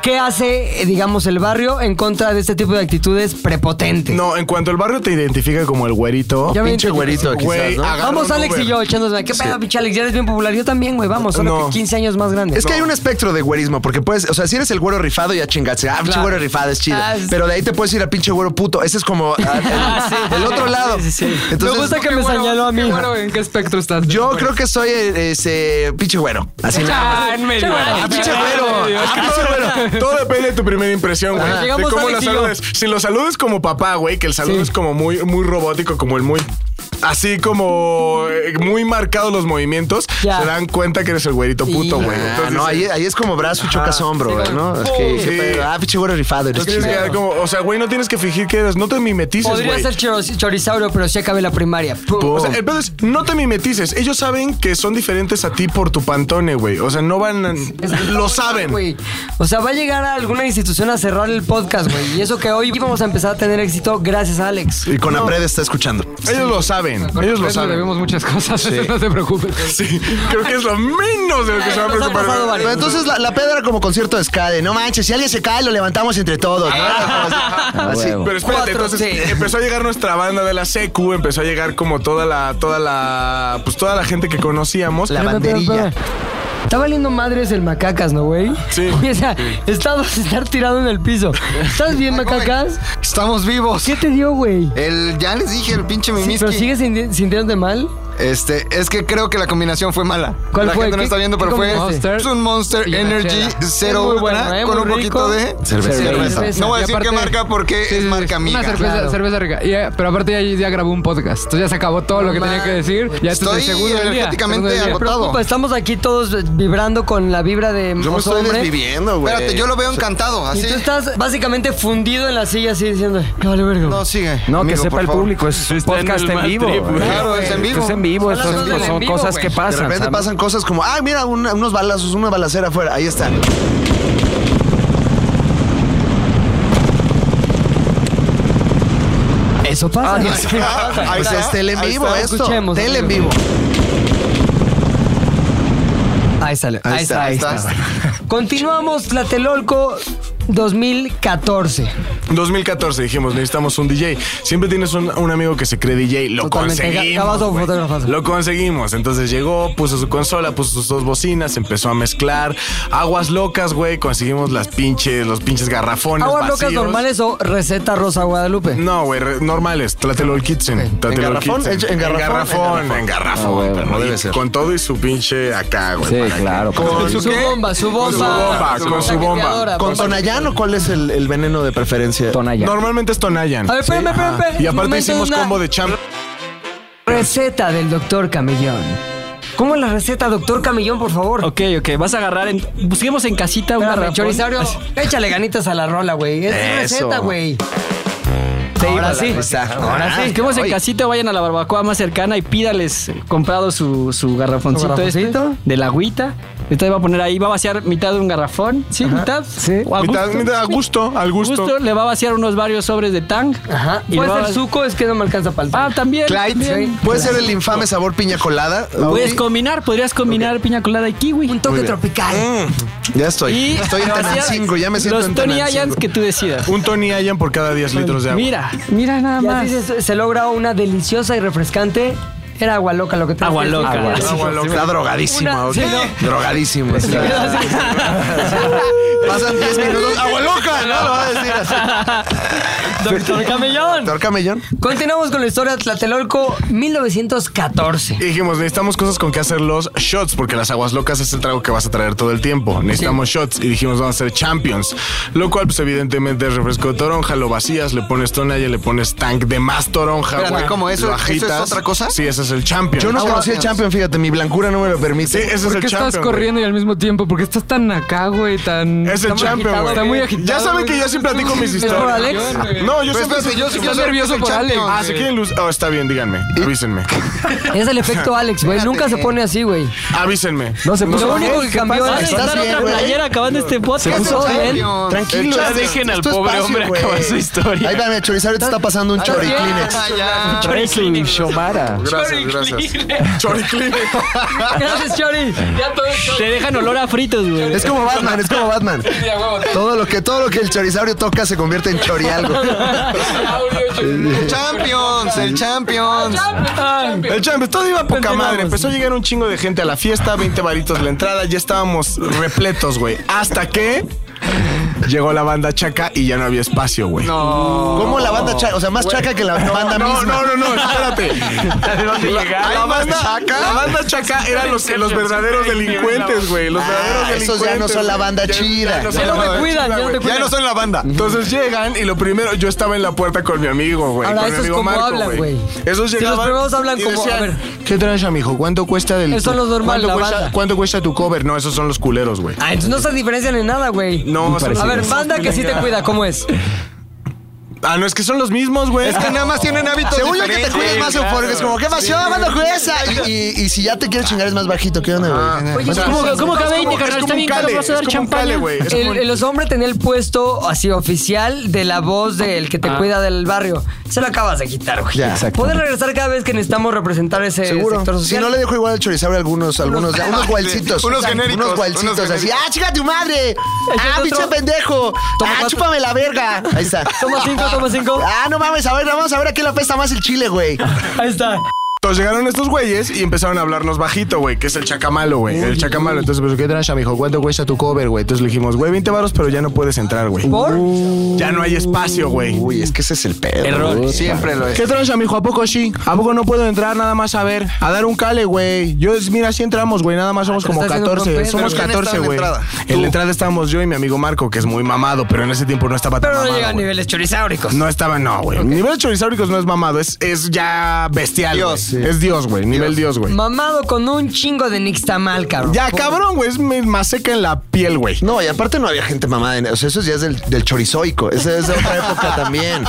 Speaker 2: ¿Qué hace, eh, digamos, el barrio en contra de este tipo de actitudes prepotentes?
Speaker 5: No, en cuanto el barrio te identifica como el güerito.
Speaker 2: Ya me
Speaker 5: Oh, pinche
Speaker 2: entendí.
Speaker 5: güerito,
Speaker 2: Güey,
Speaker 5: quizás, ¿no? agarra
Speaker 2: Vamos,
Speaker 5: un
Speaker 2: Alex
Speaker 5: Uber.
Speaker 2: y yo echándose. ¿Qué pedo,
Speaker 3: Sí.
Speaker 2: pinche Alex? Ya eres bien popular. Yo también, güey. Vamos, solo
Speaker 3: No.
Speaker 2: que 15 años más grande.
Speaker 3: Es que hay un espectro de güerismo, porque puedes, o sea, si eres el güero rifado, ya chingaste. Ah, pinche
Speaker 2: Claro.
Speaker 3: güero rifado es chido.
Speaker 2: Ah, sí.
Speaker 3: Pero de ahí te puedes ir al pinche güero puto. Ese es como ah, el, el otro lado. Entonces,
Speaker 9: Qué bueno, qué bueno, ¿en qué espectro estás?
Speaker 3: Yo creo que soy eh, ese pinche güero. Así nada más.
Speaker 9: Ah, en medio.
Speaker 3: Ah, pinche güero.
Speaker 5: Es que todo, todo depende de tu primera impresión, güey.
Speaker 3: Ajá.
Speaker 5: De
Speaker 3: Llegamos
Speaker 5: cómo lo
Speaker 3: Alex y yo.
Speaker 5: saludes. Si lo saludes como papá, güey, que el saludo es como muy, muy robótico, como el muy. Así como eh, muy marcados los movimientos,
Speaker 3: Ya.
Speaker 5: se dan cuenta que eres el güerito puto, güey.
Speaker 3: Ah,
Speaker 5: Entonces,
Speaker 3: no, ahí, ahí es como brazo y chocas
Speaker 5: Ajá.
Speaker 3: hombro,
Speaker 5: Sí,
Speaker 3: güey, ¿no? Es que,
Speaker 5: Sí.
Speaker 3: qué pedo. Ah, pinche güero rifado,
Speaker 5: tú
Speaker 3: eres
Speaker 5: tienes que
Speaker 3: chido.
Speaker 5: quedar como, o sea, güey, no tienes que fingir que eres, no te mimetices,
Speaker 2: Podría
Speaker 5: güey. Eh,
Speaker 2: ser choro- chorizaurio, pero sí acabé la primaria. Pum.
Speaker 5: O sea, el pedo es, no te mimetices. Ellos saben que son diferentes a ti por tu pantone, güey. O sea, no van. a- Lo saben.
Speaker 2: güey. O sea, va a llegar a alguna institución a cerrar el podcast, güey. Y eso que hoy vamos a empezar a tener éxito gracias a Alex.
Speaker 3: Y con Apred está escuchando.
Speaker 5: Ellos lo saben. Ellos lo saben.
Speaker 9: Debemos muchas cosas,
Speaker 5: Sí.
Speaker 9: no te preocupes.
Speaker 5: Sí, creo que es lo menos de lo que se va a preocupar.
Speaker 3: Pero entonces la, la peda era como concierto de ska de, no manches, si alguien se cae, lo levantamos entre todos. ¿no?
Speaker 2: Ah.
Speaker 3: Así.
Speaker 5: Pero espérate, entonces empezó a llegar nuestra banda de la secu, empezó a llegar como toda la, toda la, pues toda la gente que conocíamos.
Speaker 3: La banderilla.
Speaker 2: Está valiendo madres el macacas, ¿no, güey? Sí. o sea, estabas estar tirado en el piso. ¿Estás bien, macacas?
Speaker 3: Estamos vivos.
Speaker 2: ¿Qué te dio, güey?
Speaker 3: El, ya les dije, el pinche
Speaker 2: Sí,
Speaker 3: mimiski.
Speaker 2: pero sigues sinti- sintiéndote mal.
Speaker 14: Este, es que creo que la combinación fue mala.
Speaker 2: ¿Cuál
Speaker 14: la
Speaker 2: fue?
Speaker 14: gente no
Speaker 2: ¿Qué-
Speaker 14: está viendo,
Speaker 2: qué
Speaker 14: pero fue
Speaker 2: combinaste?
Speaker 14: es un Monster
Speaker 2: Y una
Speaker 14: Energy
Speaker 2: chela. Es muy
Speaker 14: Zero
Speaker 2: bueno,
Speaker 14: Ultra
Speaker 2: ¿eh?
Speaker 14: con un
Speaker 2: Muy
Speaker 14: poquito
Speaker 2: rico.
Speaker 14: de
Speaker 2: Cerveza.
Speaker 14: cerveza. No voy a decir qué marca porque es marca amiga.
Speaker 9: mía. Una cerveza, cerveza rica. Y, eh, pero aparte ya, ya grabó un podcast. Entonces ya se acabó todo lo que tenía que decir. Ya este es el segundo del día. Segundo del día.
Speaker 2: Preocupa, Estamos aquí todos vibrando con la vibra de Yo
Speaker 3: me estoy desviviendo, güey. Espérate, yo lo veo encantado, así.
Speaker 2: Y tú estás básicamente fundido en la silla así diciendo, "Ya vale verga. No,
Speaker 3: sigue.
Speaker 6: No, que sepa el público, es un podcast en, vivo.
Speaker 3: Claro, es en vivo.
Speaker 6: Es en vivo, eso es- son, cosas que pasan.
Speaker 3: De repente
Speaker 6: ¿sabes?
Speaker 3: pasan cosas como, ah, mira, una- unos balazos, una balacera afuera. Ahí está.
Speaker 2: Eso pasa.
Speaker 3: Ah,
Speaker 2: Pues
Speaker 3: Ahí está, es tele en vivo esto. Tele en vivo.
Speaker 2: Ahí sale.
Speaker 3: Ahí
Speaker 2: Ahí
Speaker 3: está,
Speaker 2: está. Ahí
Speaker 3: está.
Speaker 2: está. Continuamos Tlatelolco 2014.
Speaker 5: 2014 dijimos, necesitamos un DJ. Siempre tienes un, un amigo que se cree DJ. Lo
Speaker 2: Totalmente,
Speaker 5: conseguimos.
Speaker 2: acabas de
Speaker 5: güey.
Speaker 2: fotografar.
Speaker 5: Lo conseguimos. Entonces llegó, puso su consola, puso sus dos bocinas, empezó a mezclar. Aguas locas, güey. Conseguimos las pinches, los pinches garrafones.
Speaker 2: ¿Aguas locas
Speaker 5: vacíos.
Speaker 2: normales o receta rosa Guadalupe?
Speaker 5: No, güey, re- normales. Tlatelo el kitchen. Tlatelo el
Speaker 3: garrafón?
Speaker 5: kitchen.
Speaker 3: ¿En garrafón?
Speaker 5: garrafón.
Speaker 3: En
Speaker 5: En garrafón.
Speaker 3: Ah, güey,
Speaker 5: pero
Speaker 3: no
Speaker 5: y
Speaker 3: debe ser.
Speaker 5: Con todo y su pinche acá, güey.
Speaker 6: Sí,
Speaker 5: para que-
Speaker 6: claro.
Speaker 5: Con
Speaker 2: Su bomba, su bomba.
Speaker 5: Con su bomba, con su bomba.
Speaker 2: Taqueteadora,
Speaker 3: ¿Con Tonayán o cuál es el, el veneno de preferencia?
Speaker 6: Tonayán.
Speaker 5: Normalmente es Tonayan.
Speaker 2: A ver, espérame,
Speaker 5: Sí, ajá.
Speaker 2: espérame, espérame.
Speaker 5: Y aparte
Speaker 2: Momento,
Speaker 5: hicimos
Speaker 2: una-
Speaker 5: combo de champ.
Speaker 2: Receta del doctor Camellón. ¿Cómo es la receta, doctor Camellón, por favor?
Speaker 17: Ok, ok, vas a agarrar en. Busquemos en casita una
Speaker 2: Espérame,
Speaker 17: garrafón.
Speaker 2: Chorizaurio, échale ganitas a la rola, güey. Es
Speaker 17: Eso.
Speaker 2: receta, güey. Sí,
Speaker 17: ahora sí. Ahora sí. Busquemos en casita, vayan a la barbacoa más cercana y pídales comprado su, su garrafoncito
Speaker 2: ¿Su
Speaker 17: este
Speaker 2: garrafoncito?
Speaker 17: de la agüita. Entonces va a poner ahí, va a vaciar mitad de un garrafón. Sí, mitad. Sí.
Speaker 5: Mitad- mitad, a gusto, al gusto.
Speaker 17: Le va a vaciar unos varios sobres de tang. Ajá.
Speaker 2: Puede ser suco, es que no me alcanza para el
Speaker 17: Ah, también.
Speaker 3: Clyde.
Speaker 17: también.
Speaker 3: ¿Puede ser el infame sabor piña colada?
Speaker 17: Puedes
Speaker 3: Ah,
Speaker 8: Pues
Speaker 3: Ok.
Speaker 17: combinar, podrías combinar piña colada y kiwi. Un
Speaker 3: Muy bien. Mm, ya estoy.
Speaker 17: Y-
Speaker 3: estoy en
Speaker 17: o sea,
Speaker 3: Tenancingo, ya me siento
Speaker 17: los
Speaker 3: en
Speaker 17: Tony
Speaker 3: Tenancingo.
Speaker 17: Ayans que tú decidas.
Speaker 5: Un Tony Ayan por cada 10 litros de agua.
Speaker 17: Mira, mira nada
Speaker 2: Y
Speaker 17: más.
Speaker 2: así se, se logra una deliciosa y refrescante. Era agua loca lo que te
Speaker 17: Agua
Speaker 2: decía.
Speaker 17: loca.
Speaker 2: Agua
Speaker 17: Agua
Speaker 3: Agua loca. Está drogadísima,
Speaker 2: Una-
Speaker 3: ok.
Speaker 2: sí, no.
Speaker 3: Drogadísima. sí. Pasan 10 minutos. ¡Agua loca! No lo va a decir así.
Speaker 17: Doctor Camellón.
Speaker 3: Doctor Camellón.
Speaker 2: Continuamos con la historia de Tlatelolco 1914.
Speaker 5: Y dijimos, necesitamos cosas con que hacer los shots, porque las aguas locas es el trago que vas a traer todo el tiempo. Necesitamos shots. Y dijimos, vamos a hacer champions. Lo cual, pues, evidentemente, es refresco de toronja, lo vacías, le pones tonalla, le pones tank de más toronja.
Speaker 3: Espérate,
Speaker 5: güey.
Speaker 3: ¿cómo? ¿Eso-
Speaker 5: Lo
Speaker 3: eso es
Speaker 5: agitas.
Speaker 3: otra cosa?
Speaker 5: Sí, ese es el champion.
Speaker 3: Yo no conocí el champion, fíjate, mi blancura no me lo permite.
Speaker 5: Sí, ese es
Speaker 9: ¿Por
Speaker 5: el
Speaker 9: qué estás
Speaker 5: champion, güey.
Speaker 9: corriendo y al mismo tiempo? ¿Por qué estás tan acá, güey? Tan...
Speaker 5: Es el
Speaker 9: Está muy
Speaker 5: champion,
Speaker 9: agitado,
Speaker 5: güey.
Speaker 9: Está muy agitado.
Speaker 5: Ya saben que yo siempre platico mis historias. Ah, No,
Speaker 9: Pues
Speaker 5: yo siempre...
Speaker 9: estoy nervioso por Alex.
Speaker 5: Ah, si quieren luz... Oh, está bien, díganme. Avísenme.
Speaker 2: Es el efecto Alex, güey. Nunca se pone así, güey.
Speaker 5: Avísenme.
Speaker 2: No se puso-
Speaker 5: Lo
Speaker 2: Lo
Speaker 5: único
Speaker 2: único que cambió
Speaker 17: Vas a
Speaker 2: ¿Estás
Speaker 17: necesitar
Speaker 2: bien,
Speaker 17: otra
Speaker 2: güey?
Speaker 17: playera acabando este podcast.
Speaker 2: Se puso
Speaker 17: ¿Todo bien?
Speaker 2: champion.
Speaker 3: Tranquilo,
Speaker 10: Ya
Speaker 3: Alex,
Speaker 10: dejen
Speaker 3: es
Speaker 10: al
Speaker 3: tu
Speaker 10: pobre
Speaker 3: espacio,
Speaker 10: hombre
Speaker 3: güey.
Speaker 10: acabar su historia.
Speaker 3: Ahí dame, Chorizario te está pasando un
Speaker 10: Está bien.
Speaker 3: choriclines.
Speaker 10: Ah, ya. Choriclines.
Speaker 6: Shomara.
Speaker 5: Gracias, gracias. Choriclines.
Speaker 2: Gracias, Chori.
Speaker 17: Te dejan olor a fritos, güey.
Speaker 3: Es como Batman, es como Batman. Todo lo que, todo lo que el chorizaurio toca se convierte en chorialgo.
Speaker 14: Champions, el Champions.
Speaker 3: Ah,
Speaker 5: El champion, todo iba a poca
Speaker 14: Continuamos.
Speaker 5: madre. Empezó a llegar un chingo de gente a la fiesta, 20 varitos la entrada, ya estábamos repletos, güey. Hasta que llegó la banda chaca y ya no había espacio, güey. No.
Speaker 3: ¿Cómo la banda chaca? O sea, más chaca que la banda
Speaker 5: no,
Speaker 3: misma.
Speaker 5: No, no, no, espérate. la,
Speaker 3: llegaron?
Speaker 5: la banda
Speaker 3: ¿Chaca?
Speaker 5: chaca, la banda chaca eran los, los verdaderos delincuentes, güey. Los
Speaker 3: Ah,
Speaker 5: verdaderos
Speaker 3: esos ya no
Speaker 5: delincuentes,
Speaker 3: son la
Speaker 5: güey.
Speaker 3: banda chida.
Speaker 5: son
Speaker 3: Ya
Speaker 5: la
Speaker 3: no me
Speaker 5: banda
Speaker 3: cuidan, ya
Speaker 5: chida,
Speaker 3: no
Speaker 5: güey.
Speaker 3: te cuidan.
Speaker 5: Ya no son la banda. Entonces llegan y lo primero, yo estaba en la puerta con mi amigo, güey.
Speaker 2: Ahora,
Speaker 5: con mi
Speaker 2: esos
Speaker 5: amigo
Speaker 2: como
Speaker 5: Marco,
Speaker 2: hablan, güey.
Speaker 5: Esos
Speaker 2: Si
Speaker 5: llegaban
Speaker 2: los primeros hablan
Speaker 5: y
Speaker 2: como, a
Speaker 5: decían,
Speaker 2: ver.
Speaker 5: ¿Qué trancha, mijo? ¿Cuánto cuesta del
Speaker 2: Eso es lo normal,
Speaker 5: ¿cuánto
Speaker 2: la
Speaker 5: cuesta,
Speaker 2: banda.
Speaker 5: ¿Cuánto cuesta tu cover? No, esos son los culeros, güey.
Speaker 2: Ah, entonces no se diferencian en nada, güey.
Speaker 5: No, son
Speaker 2: A
Speaker 5: los-
Speaker 2: ver, banda que sí te cuida, ¿cómo es?
Speaker 5: Ah, no, es que son los mismos, güey.
Speaker 14: Es que nada más tienen hábitos
Speaker 3: Según yo que te
Speaker 14: diferentes.
Speaker 3: cuidas más
Speaker 14: Claro.
Speaker 3: eufórico. Es como, ¿qué pasó, manda jueza? Y, y- y si ya te quieres chingar, es más bajito. ¿Qué onda, güey?
Speaker 2: Oye,
Speaker 3: O sea,
Speaker 2: ¿cómo- cómo
Speaker 3: es
Speaker 2: que
Speaker 3: como-
Speaker 2: 20, carnal?
Speaker 3: es
Speaker 2: Está
Speaker 3: como
Speaker 2: bien
Speaker 3: un
Speaker 2: caro,
Speaker 3: cale,
Speaker 2: vas a dar
Speaker 3: es como un
Speaker 2: champaña.
Speaker 3: cale, güey, es como
Speaker 2: El, el hombre tenía el puesto así oficial de la voz del que te
Speaker 3: Ah.
Speaker 2: cuida del barrio. Se lo acabas de quitar, güey.
Speaker 3: Ya. Exacto.
Speaker 2: Puedes regresar cada vez que necesitamos representar ese sector
Speaker 3: Seguro. Si
Speaker 2: social.
Speaker 3: no le dejo igual al chorizaurio algunos, algunos, ya, unos gualcitos.
Speaker 5: Unos genéricos,
Speaker 3: Unos gualcitos
Speaker 5: unos
Speaker 3: así.
Speaker 5: genéricos.
Speaker 3: ¡Ah, chica tu
Speaker 2: Ese
Speaker 3: madre!
Speaker 2: es
Speaker 3: ¡Ah,
Speaker 2: otro.
Speaker 3: pinche pendejo! ¡Ah, chúpame la verga! Ahí está.
Speaker 2: Toma cinco, toma cinco.
Speaker 3: Ah, no mames, a ver, vamos a ver a qué le apesta más el chile, güey.
Speaker 2: Ahí está.
Speaker 5: Entonces llegaron estos güeyes y empezaron a hablarnos bajito, güey, que es el chacamalo, güey. El chacamalo. Entonces, pues, ¿qué trancha? Me dijo, ¿cuánto cuesta tu cover, güey? Entonces le dijimos, güey, 20 varos, pero ya no puedes entrar, güey.
Speaker 3: ¿Por?
Speaker 5: Ya no hay espacio, güey.
Speaker 3: Uy, es que ese es el pedo.
Speaker 5: Error.
Speaker 3: Siempre lo es.
Speaker 5: ¿Qué trancha, mijo? ¿A poco sí? ¿A poco no puedo entrar nada más a ver? A dar un cale, güey. Yo, mira, sí entramos, güey. Nada
Speaker 2: Ah,
Speaker 5: más somos
Speaker 3: pero
Speaker 5: como
Speaker 3: estás haciendo un
Speaker 5: 14.
Speaker 3: papel.
Speaker 5: Somos
Speaker 3: ¿Pero quién
Speaker 5: 14,
Speaker 3: estaba en
Speaker 5: güey.
Speaker 3: la
Speaker 5: En la entrada estábamos yo y mi amigo Marco, que es muy mamado, pero en ese tiempo no estaba tan
Speaker 2: Pero no
Speaker 5: mamado,
Speaker 2: llega a
Speaker 5: güey.
Speaker 2: niveles chorizáuricos.
Speaker 5: No estaba, no, güey. Nivel chorizáuricos no es mamado, es, es ya bestial. güey. Es Dios, güey. Nivel Dios, güey.
Speaker 2: Mamado con un chingo de nixtamal, cabrón.
Speaker 5: Ya, cabrón, güey. Es mi- más seca en la piel, güey.
Speaker 3: No, y aparte no había gente mamada. en- O sea, eso ya es del, del chorizoico. Esa es de otra época también.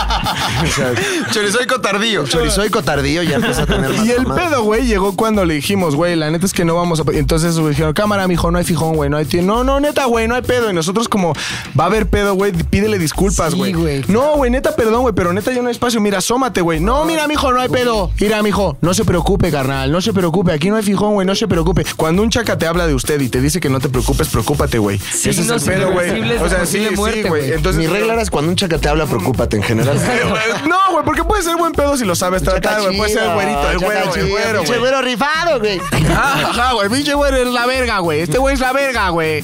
Speaker 14: chorizoico tardío.
Speaker 3: Chorizoico tardío ya empezó a tener más
Speaker 5: Y el
Speaker 3: mamada.
Speaker 5: pedo, güey, llegó cuando le dijimos, güey, la neta es que no vamos a. Entonces güey, dijeron, cámara, mijo, no hay fijón, güey, no hay. ti- No, no, neta, güey, no hay pedo. Y nosotros, como, va a haber pedo, güey, pídele disculpas, güey. no, güey, neta, perdón, güey, pero neta ya no hay espacio. Mira, asómate, güey. No, mira, mijo, no hay pedo. Mira, mijo, no se preocupe, carnal, no se preocupe. Aquí no hay fijón, güey, no se preocupe. Cuando un chaca te habla de usted y te dice que no te preocupes, preocúpate, güey. Ese es el
Speaker 3: Signos
Speaker 5: pedo, güey.
Speaker 3: irreversibles
Speaker 5: O
Speaker 3: de
Speaker 5: sea, sí,
Speaker 3: posible
Speaker 5: sí,
Speaker 3: muerte,
Speaker 5: güey.
Speaker 3: güey.
Speaker 5: Entonces,
Speaker 3: Mi regla era cuando un chaca te habla, preocúpate en general.
Speaker 5: No, güey, porque puede ser buen pedo si lo sabes tratar, güey. Puede ser güerito, el güero, el güero, güey. Ah,
Speaker 3: rifado, güey.
Speaker 5: Ajá, güey, pinche güey es la verga, güey. Este güey es la verga, güey.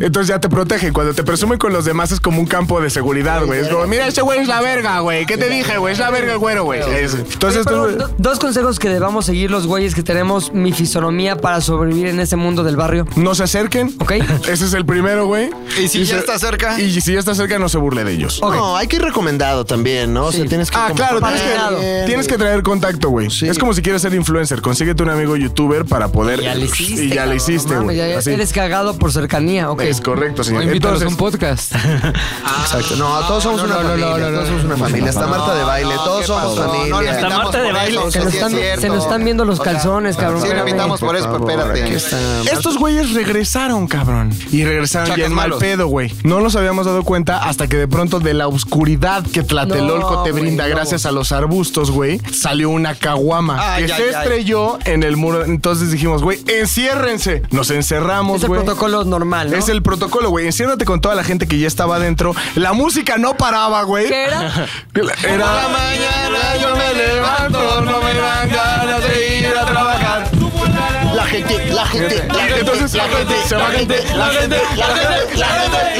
Speaker 5: Entonces ya te protege. Cuando te presumen con los demás es como un campo de seguridad, güey. Es como, mira, este güey es la verga, güey. ¿Qué te dije, güey? Es la verga el güero, güey. Es-
Speaker 2: Oye,
Speaker 5: Entonces,
Speaker 2: pero
Speaker 5: estos-
Speaker 2: do- dos consejos que debamos seguir los güeyes que tenemos mi fisonomía para sobrevivir en ese mundo del barrio.
Speaker 5: No se acerquen,
Speaker 2: ¿ok?
Speaker 5: ese es el primero, güey.
Speaker 14: Y si ya
Speaker 5: se-
Speaker 14: está cerca?
Speaker 5: Y si ya está cerca, no se burle de ellos.
Speaker 3: No, hay que ir recomendado también, ¿no? O sea, tienes que.
Speaker 5: Ah,
Speaker 3: como-
Speaker 5: claro, tienes
Speaker 3: Pareado.
Speaker 5: que, tienes que traer contacto, güey. Es como si quieres ser influencer. Consíguete un amigo youtuber para poder. Y ya le
Speaker 2: hiciste,
Speaker 5: Y ya
Speaker 2: cabrón,
Speaker 5: le hiciste,
Speaker 2: no mames,
Speaker 5: güey.
Speaker 2: ya- ya
Speaker 5: Así.
Speaker 2: Eres cagado por cercanía, ok.
Speaker 5: Es correcto, señor.
Speaker 2: O invítanos a un
Speaker 9: podcast.
Speaker 3: Exacto. No, todos somos
Speaker 2: Ah, No,
Speaker 3: una
Speaker 2: no, no,
Speaker 3: familia.
Speaker 2: no, no, no.
Speaker 3: todos somos una familia. Está Marta de baile.
Speaker 14: no,
Speaker 3: todos
Speaker 14: ¿qué
Speaker 3: somos
Speaker 14: pasó?
Speaker 3: familia.
Speaker 14: No, la
Speaker 3: Está
Speaker 14: invitamos por eso,
Speaker 2: Se,
Speaker 14: sí
Speaker 2: nos
Speaker 14: es
Speaker 2: están,
Speaker 14: cierto.
Speaker 2: se nos están viendo los
Speaker 14: O sea,
Speaker 2: calzones, cabrón.
Speaker 14: Sí, la
Speaker 2: espérame.
Speaker 14: invitamos por eso, pero espérate.
Speaker 3: aquí está.
Speaker 5: Estos güeyes regresaron, cabrón. Y regresaron
Speaker 14: Chacas
Speaker 5: ya en mal
Speaker 14: malos.
Speaker 5: pedo, güey. No nos habíamos dado cuenta hasta que de pronto de la oscuridad que Tlatelolco
Speaker 3: No,
Speaker 5: te
Speaker 3: güey,
Speaker 5: brinda
Speaker 3: no.
Speaker 5: gracias a los arbustos, güey, salió una caguama
Speaker 3: Ay,
Speaker 5: que
Speaker 3: ay,
Speaker 5: se
Speaker 3: ay.
Speaker 5: estrelló en el muro. Entonces dijimos, güey, enciérrense. Nos encerramos,
Speaker 2: Es el
Speaker 5: güey.
Speaker 2: protocolo normal, ¿no?
Speaker 5: Es el protocolo, güey. Enciérrate con toda la gente que ya estaba adentro. La música no paraba, güey.
Speaker 2: ¿Qué era?
Speaker 5: Era
Speaker 14: la mañana yo me levanto, no me dan ganas de ir a trabajar.
Speaker 3: La gente, la gente, la gente,
Speaker 5: Entonces,
Speaker 3: la gente,
Speaker 5: se va
Speaker 3: la gente, la gente, la gente, la gente, la gente,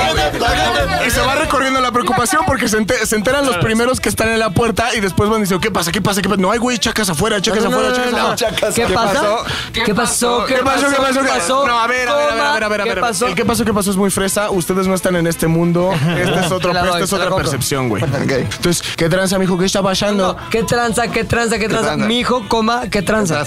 Speaker 3: la gente, la gente.
Speaker 5: Y se va recorriendo la preocupación porque se, ente- se enteran los primeros que están en la puerta y después van diciendo, ¿qué pasa? ¿Qué pasa? ¿Qué pasa? No, hay güey, chacas afuera, chacas
Speaker 2: No, no,
Speaker 5: afuera,
Speaker 2: no,
Speaker 5: chacas
Speaker 2: no, no.
Speaker 5: afuera. Chacas
Speaker 2: ¿Qué
Speaker 5: afuera.
Speaker 2: pasó? ¿Qué pasó?
Speaker 5: ¿Qué pasó? ¿Qué pasó? ¿Qué pasó? No, a ver, a ver, a ver, a ver, a ver, a ver.
Speaker 2: ¿Qué pasó?
Speaker 5: El qué pasó, qué pasó es muy fresa. Ustedes no están en este mundo. Este es otro,
Speaker 2: Te la doy,
Speaker 5: esta es
Speaker 2: te la
Speaker 5: otra
Speaker 2: compro.
Speaker 5: percepción, güey. Entonces, ¿qué tranza, mijo? ¿Qué está pasando?
Speaker 2: ¿Qué tranza? ¿Qué tranza? ¿Qué tranza?
Speaker 5: tranza?
Speaker 2: Mi hijo, coma, ¿qué tranza?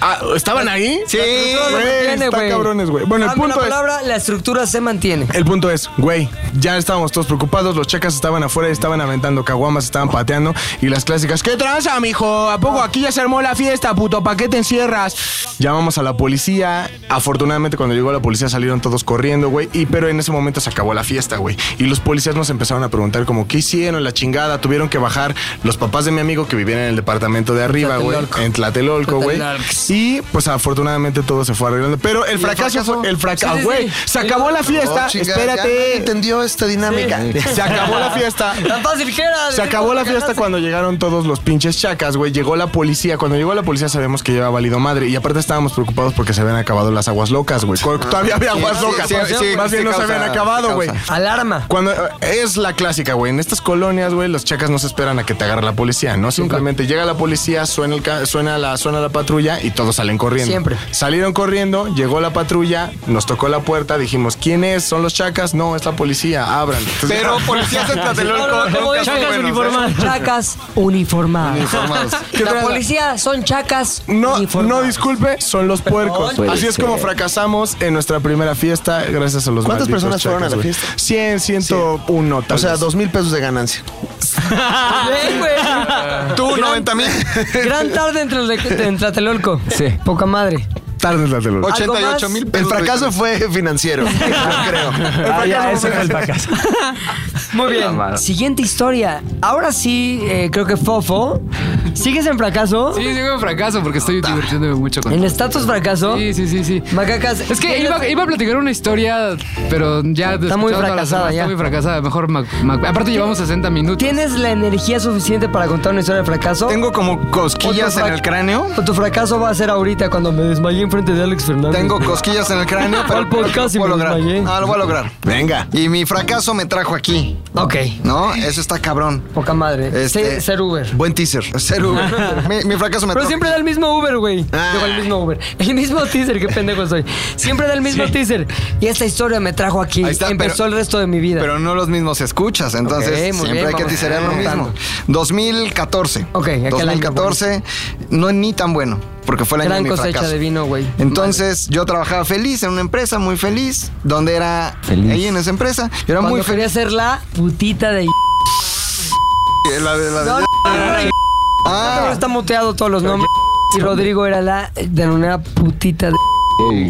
Speaker 5: Ah, ¿Estaban ahí?
Speaker 2: La estructura se
Speaker 5: Güey,
Speaker 2: mantiene,
Speaker 5: está
Speaker 2: güey.
Speaker 5: cabrones, güey. Bueno, el
Speaker 2: Dame una
Speaker 5: punto es-
Speaker 2: palabra, la estructura se mantiene.
Speaker 5: El punto es, güey, ya estábamos todos preocupados, los checas estaban afuera, y estaban aventando caguamas, estaban pateando y las clásicas, ¿qué tranza, mijo? ¿A poco aquí ya se armó la fiesta, puto? ¿Para qué te encierras? Llamamos a la policía, afortunadamente cuando llegó la policía salieron todos corriendo, güey, y pero en ese momento se acabó la fiesta, güey. Y los policías nos empezaron a preguntar como, ¿qué hicieron? La chingada, tuvieron que bajar los papás de mi amigo que vivían en el departamento de arriba, güey,
Speaker 2: Tlatelolco.
Speaker 5: en Tlatelolco, güey. Y pues afortunadamente todo se fue arreglando, pero el fracaso fue el fracaso,
Speaker 3: Sí, sí,
Speaker 5: Ah, güey.
Speaker 3: sí.
Speaker 5: Se acabó la fiesta,
Speaker 3: Oh, chinga, ya
Speaker 5: espérate.
Speaker 3: entendió esta dinámica.
Speaker 5: Se acabó la fiesta.
Speaker 2: Tan fácil que era.
Speaker 5: Se acabó la fiesta cuando llegaron todos los pinches chacas, güey. Llegó la policía. Cuando llegó la policía sabemos que llevaba valido madre. Y aparte estábamos preocupados porque se habían acabado las aguas locas, güey. Co- Todavía había
Speaker 3: Ah, sí,
Speaker 5: aguas
Speaker 3: sí,
Speaker 5: locas.
Speaker 3: sí, sí,
Speaker 5: Más
Speaker 3: sí
Speaker 2: este
Speaker 5: bien no se
Speaker 3: causa-
Speaker 5: habían acabado, güey.
Speaker 3: causa.
Speaker 2: Alarma.
Speaker 5: Cuando eh, es la clásica, güey. En estas colonias, güey, los chacas no se esperan a que te agarre la policía, ¿no? Simplemente llega la policía, suena, el ca- suena, la, suena la patrulla y todos salen corriendo.
Speaker 2: Siempre.
Speaker 5: Salieron corriendo, llegó la patrulla, nos tocó la puerta, dijimos, ¿quién es? ¿Son los chacas? No, es la policía, abran. Entonces-
Speaker 14: Pero policías en Tlatelolco
Speaker 2: No, no, como
Speaker 14: nunca son
Speaker 2: dicen,
Speaker 14: buenos, ¿eh?
Speaker 2: Chacas uniformadas.
Speaker 14: Uniformados.
Speaker 5: ¿Qué
Speaker 2: La
Speaker 5: tranza?
Speaker 2: policía son chacas
Speaker 5: No, no,
Speaker 2: uniformadas.
Speaker 5: disculpe, son los puercos.
Speaker 2: Puede
Speaker 5: Así es
Speaker 2: ser.
Speaker 5: como fracasamos en nuestra primera fiesta, gracias a los
Speaker 3: ¿Cuántas
Speaker 5: malditos
Speaker 3: personas fueron a la
Speaker 5: güey.
Speaker 3: fiesta?
Speaker 5: 100, 101, tal
Speaker 3: O sea,
Speaker 5: vez.
Speaker 3: dos mil pesos de ganancia.
Speaker 2: Bien, Ah, güey.
Speaker 3: Tú,
Speaker 2: Gran-
Speaker 3: 90 mil.
Speaker 2: Gran tarde entre el de- en Tlatelolco. Sí. Poca madre.
Speaker 5: Tardes las de los.
Speaker 3: 88 mil pesos. El fracaso Ah, fue financiero. Yo creo.
Speaker 5: El fracaso fue-
Speaker 2: Muy bien. Siguiente historia. Ahora sí, eh, creo que Fofo. ¿Sigues en fracaso?
Speaker 9: Sí, sigo en fracaso porque estoy divirtiéndome mucho con
Speaker 2: ¿En estatus fracaso? Sí,
Speaker 9: sí, sí, sí.
Speaker 2: Macacas.
Speaker 9: Es que iba, iba a platicar una historia, pero ya...
Speaker 2: Está muy
Speaker 9: escuchando a las
Speaker 2: fracasada
Speaker 9: demás,
Speaker 2: ya.
Speaker 9: Está muy fracasada, mejor... Mac- Mac- Aparte llevamos 60 minutos.
Speaker 2: ¿Tienes la energía suficiente para contar una historia de fracaso? Tengo
Speaker 18: como cosquillas en el cráneo.
Speaker 2: Tu fracaso va a ser ahorita cuando me desmayé enfrente de Alex Fernández.
Speaker 18: Tengo cosquillas en el cráneo, pero
Speaker 2: Al
Speaker 18: creo que
Speaker 2: podcast y
Speaker 18: lo
Speaker 2: me
Speaker 18: puedo lograr.
Speaker 2: desmayé.
Speaker 18: Ah, lo voy a lograr. Venga. Y mi fracaso me trajo aquí.
Speaker 2: Ok.
Speaker 18: ¿No? Eso está cabrón.
Speaker 2: Poca madre. Ser- ser Uber.
Speaker 18: Buen teaser. Ser Uber. mi, mi fracaso me
Speaker 2: Pero
Speaker 18: Ah. trajo
Speaker 2: siempre da el mismo Uber, güey. Digo, el mismo Uber. El mismo teaser, qué pendejo soy. Siempre da el mismo teaser. Y esta historia me trajo aquí. Empezó el resto de mi vida.
Speaker 18: Pero no los mismos escuchas, entonces
Speaker 2: Ok, muy
Speaker 18: siempre
Speaker 2: bien,
Speaker 18: hay que
Speaker 2: vamos
Speaker 18: tiserear lo mismo.
Speaker 2: anotando.
Speaker 18: 2014.
Speaker 2: Ok, aquel año,
Speaker 18: 2014 no es ni tan bueno, porque fue el año
Speaker 2: Gran
Speaker 18: de mi
Speaker 2: cosecha
Speaker 18: fracaso.
Speaker 2: de vino, güey.
Speaker 18: Entonces, yo trabajaba feliz en una empresa muy feliz, donde era
Speaker 19: Feliz.
Speaker 18: ahí en esa empresa, yo era
Speaker 2: Cuando
Speaker 18: muy
Speaker 2: quería
Speaker 18: feliz.
Speaker 2: ser la putita de...
Speaker 18: La de- la de-
Speaker 2: No, no, no, no. Ahora está muteado todos los nombres. Y Rodrigo era la denominada putita de...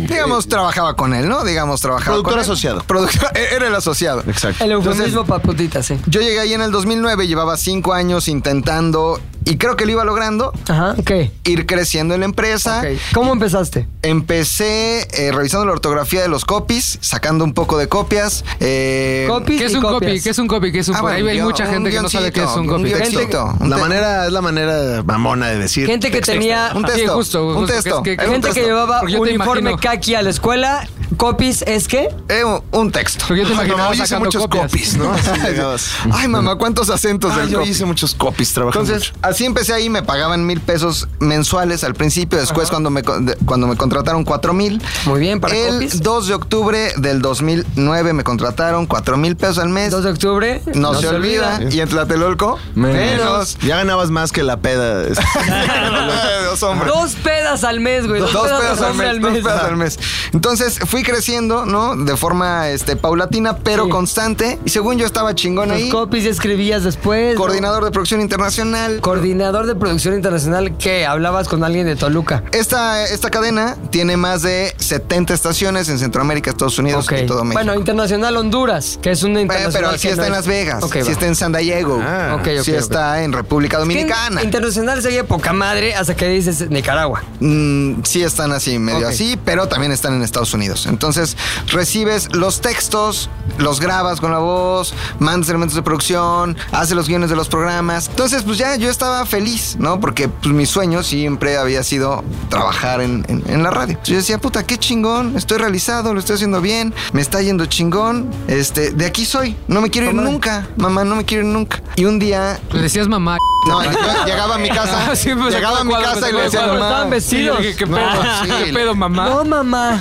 Speaker 18: Digamos, trabajaba con él, ¿no? Digamos, trabajaba
Speaker 3: Productor
Speaker 18: con él.
Speaker 3: asociado.
Speaker 18: Productor- e-, era el asociado. Exacto.
Speaker 2: El eufemismo para putita, sí.
Speaker 18: Yo llegué ahí en el 2009, llevaba cinco años intentando y creo que lo iba logrando.
Speaker 2: Ajá, ok.
Speaker 18: Ir creciendo en la empresa.
Speaker 2: ¿Cómo empezaste?
Speaker 18: Empecé eh, revisando la ortografía de los copies, sacando un poco de copias. eh,
Speaker 9: ¿Qué es un copy? ¿Qué es un copy? ¿Qué es un
Speaker 18: Ah,
Speaker 9: copy?
Speaker 18: bueno,
Speaker 9: Ahí hay
Speaker 18: guión-
Speaker 9: mucha
Speaker 18: un
Speaker 9: gente que no sabe qué es un
Speaker 18: guioncito,
Speaker 9: copy. Este
Speaker 18: un guioncito. Un
Speaker 3: La
Speaker 18: te-
Speaker 3: manera es la manera mamona de decir.
Speaker 2: Gente que
Speaker 3: texto.
Speaker 2: tenía...
Speaker 18: Un texto.
Speaker 9: Sí, justo,
Speaker 18: un
Speaker 9: justo,
Speaker 18: texto.
Speaker 9: que es que-
Speaker 18: era un
Speaker 2: Gente que
Speaker 18: texto.
Speaker 2: llevaba
Speaker 9: Porque yo te
Speaker 2: uniforme
Speaker 9: imagino.
Speaker 2: kaki a la escuela. Copies es que...
Speaker 18: Eh, un- un texto.
Speaker 9: Porque yo te
Speaker 18: Ay,
Speaker 9: imaginaba
Speaker 18: mamá, yo hice
Speaker 9: sacando
Speaker 18: muchos
Speaker 9: copias.
Speaker 18: copies, ¿no? Así llegabas. Ay, mamá, ¿cuántos acentos
Speaker 3: Ah,
Speaker 18: del
Speaker 3: yo
Speaker 18: copy?
Speaker 3: hice muchos copies trabajando.
Speaker 18: Entonces, así empecé ahí, me pagaban mil pesos mensuales al principio, después cuando me, con- de- cuando me contrataron cuatro mil.
Speaker 2: Muy bien, para
Speaker 18: El
Speaker 2: copies.
Speaker 18: 2 de octubre del 2009 me contrataron cuatro mil pesos al mes.
Speaker 2: 2 de octubre.
Speaker 18: no, se, olvida. Y en Tlatelolco, menos.
Speaker 3: ya ganabas más que la peda. este,
Speaker 18: de dos hombres.
Speaker 2: Dos pedas al mes, güey. Dos, pedas, al hombre al
Speaker 18: dos
Speaker 2: mes.
Speaker 18: pedas al mes. Entonces fui creciendo, ¿no? De forma este, paulatina, pero constante. Y según yo estaba chingón
Speaker 2: Los
Speaker 18: ahí.
Speaker 2: copies y escribías después. ¿no?
Speaker 18: Coordinador de producción internacional.
Speaker 2: Coordinador de producción internacional que hablabas con alguien de Toluca.
Speaker 18: Esta, esta cadena tiene más de 70 estaciones en Centroamérica, Estados Unidos
Speaker 2: Ok.
Speaker 18: y todo México.
Speaker 2: Bueno, Internacional Honduras, que es una
Speaker 18: Eh,
Speaker 2: internacional.
Speaker 18: pero sí
Speaker 2: que
Speaker 18: está
Speaker 2: no
Speaker 18: en
Speaker 2: es-
Speaker 18: Las Vegas,
Speaker 2: Ok,
Speaker 18: sí
Speaker 2: va.
Speaker 18: está en San Diego,
Speaker 2: Ah. Ok, ok,
Speaker 18: sí
Speaker 2: ok.
Speaker 18: está en República
Speaker 2: Es que
Speaker 18: Dominicana.
Speaker 2: internacional sería poca madre hasta que dices Nicaragua.
Speaker 18: Mm, sí están así, medio
Speaker 2: Ok.
Speaker 18: así, pero también están en Estados Unidos. Entonces, recibes los textos, los grabas con la voz, mandas elementos de producción, haces los guiones de los programas. Entonces, pues ya yo estaba feliz, ¿no? Porque pues, mi sueño siempre había sido trabajar en, en- en la radio. Yo decía, puta, qué chingón, estoy realizado, lo estoy haciendo bien, me está yendo chingón. Este, de aquí soy, no me quiero ir nunca, mamá, no me quiero ir nunca. Y un día
Speaker 9: Le decías mamá.
Speaker 18: no, yo llegaba a mi casa.
Speaker 9: Sí, pues, me sacó
Speaker 18: llegaba a
Speaker 9: de
Speaker 18: mi
Speaker 9: cuadro, me
Speaker 18: casa y
Speaker 9: sacó
Speaker 18: le
Speaker 9: de
Speaker 18: decía,
Speaker 9: cuadro.
Speaker 18: mamá.
Speaker 2: Estaban vestidos.
Speaker 9: Sí, yo dije, ¿qué pedo?
Speaker 18: sí.
Speaker 9: ¿Qué pedo, mamá?
Speaker 2: No, mamá.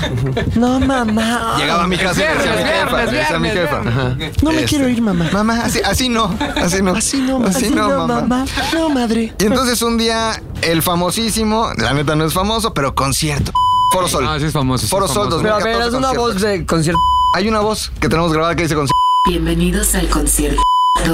Speaker 2: No, mamá.
Speaker 18: Llegaba a mi casa y le decía a mi
Speaker 9: Viernes,
Speaker 18: jefa.
Speaker 9: viernes,
Speaker 18: le decía a mi
Speaker 9: viernes,
Speaker 18: jefa. Ajá.
Speaker 7: No me
Speaker 18: Este,
Speaker 7: quiero ir, mamá.
Speaker 18: Mamá, así, así no. Así no.
Speaker 7: Así no, ma-
Speaker 18: Así no, mamá.
Speaker 7: No, madre.
Speaker 18: Y entonces un día, el famosísimo, la neta no es famoso, pero concierto. Foro Sol.
Speaker 9: Ah, sí es famoso. sí es
Speaker 18: Foro Sol
Speaker 9: famoso.
Speaker 2: Pero a ver, es
Speaker 18: 2014
Speaker 2: una voz
Speaker 18: concierto.
Speaker 2: de concierto.
Speaker 18: Hay una voz que tenemos grabada que dice concierto.
Speaker 20: Bienvenidos al concierto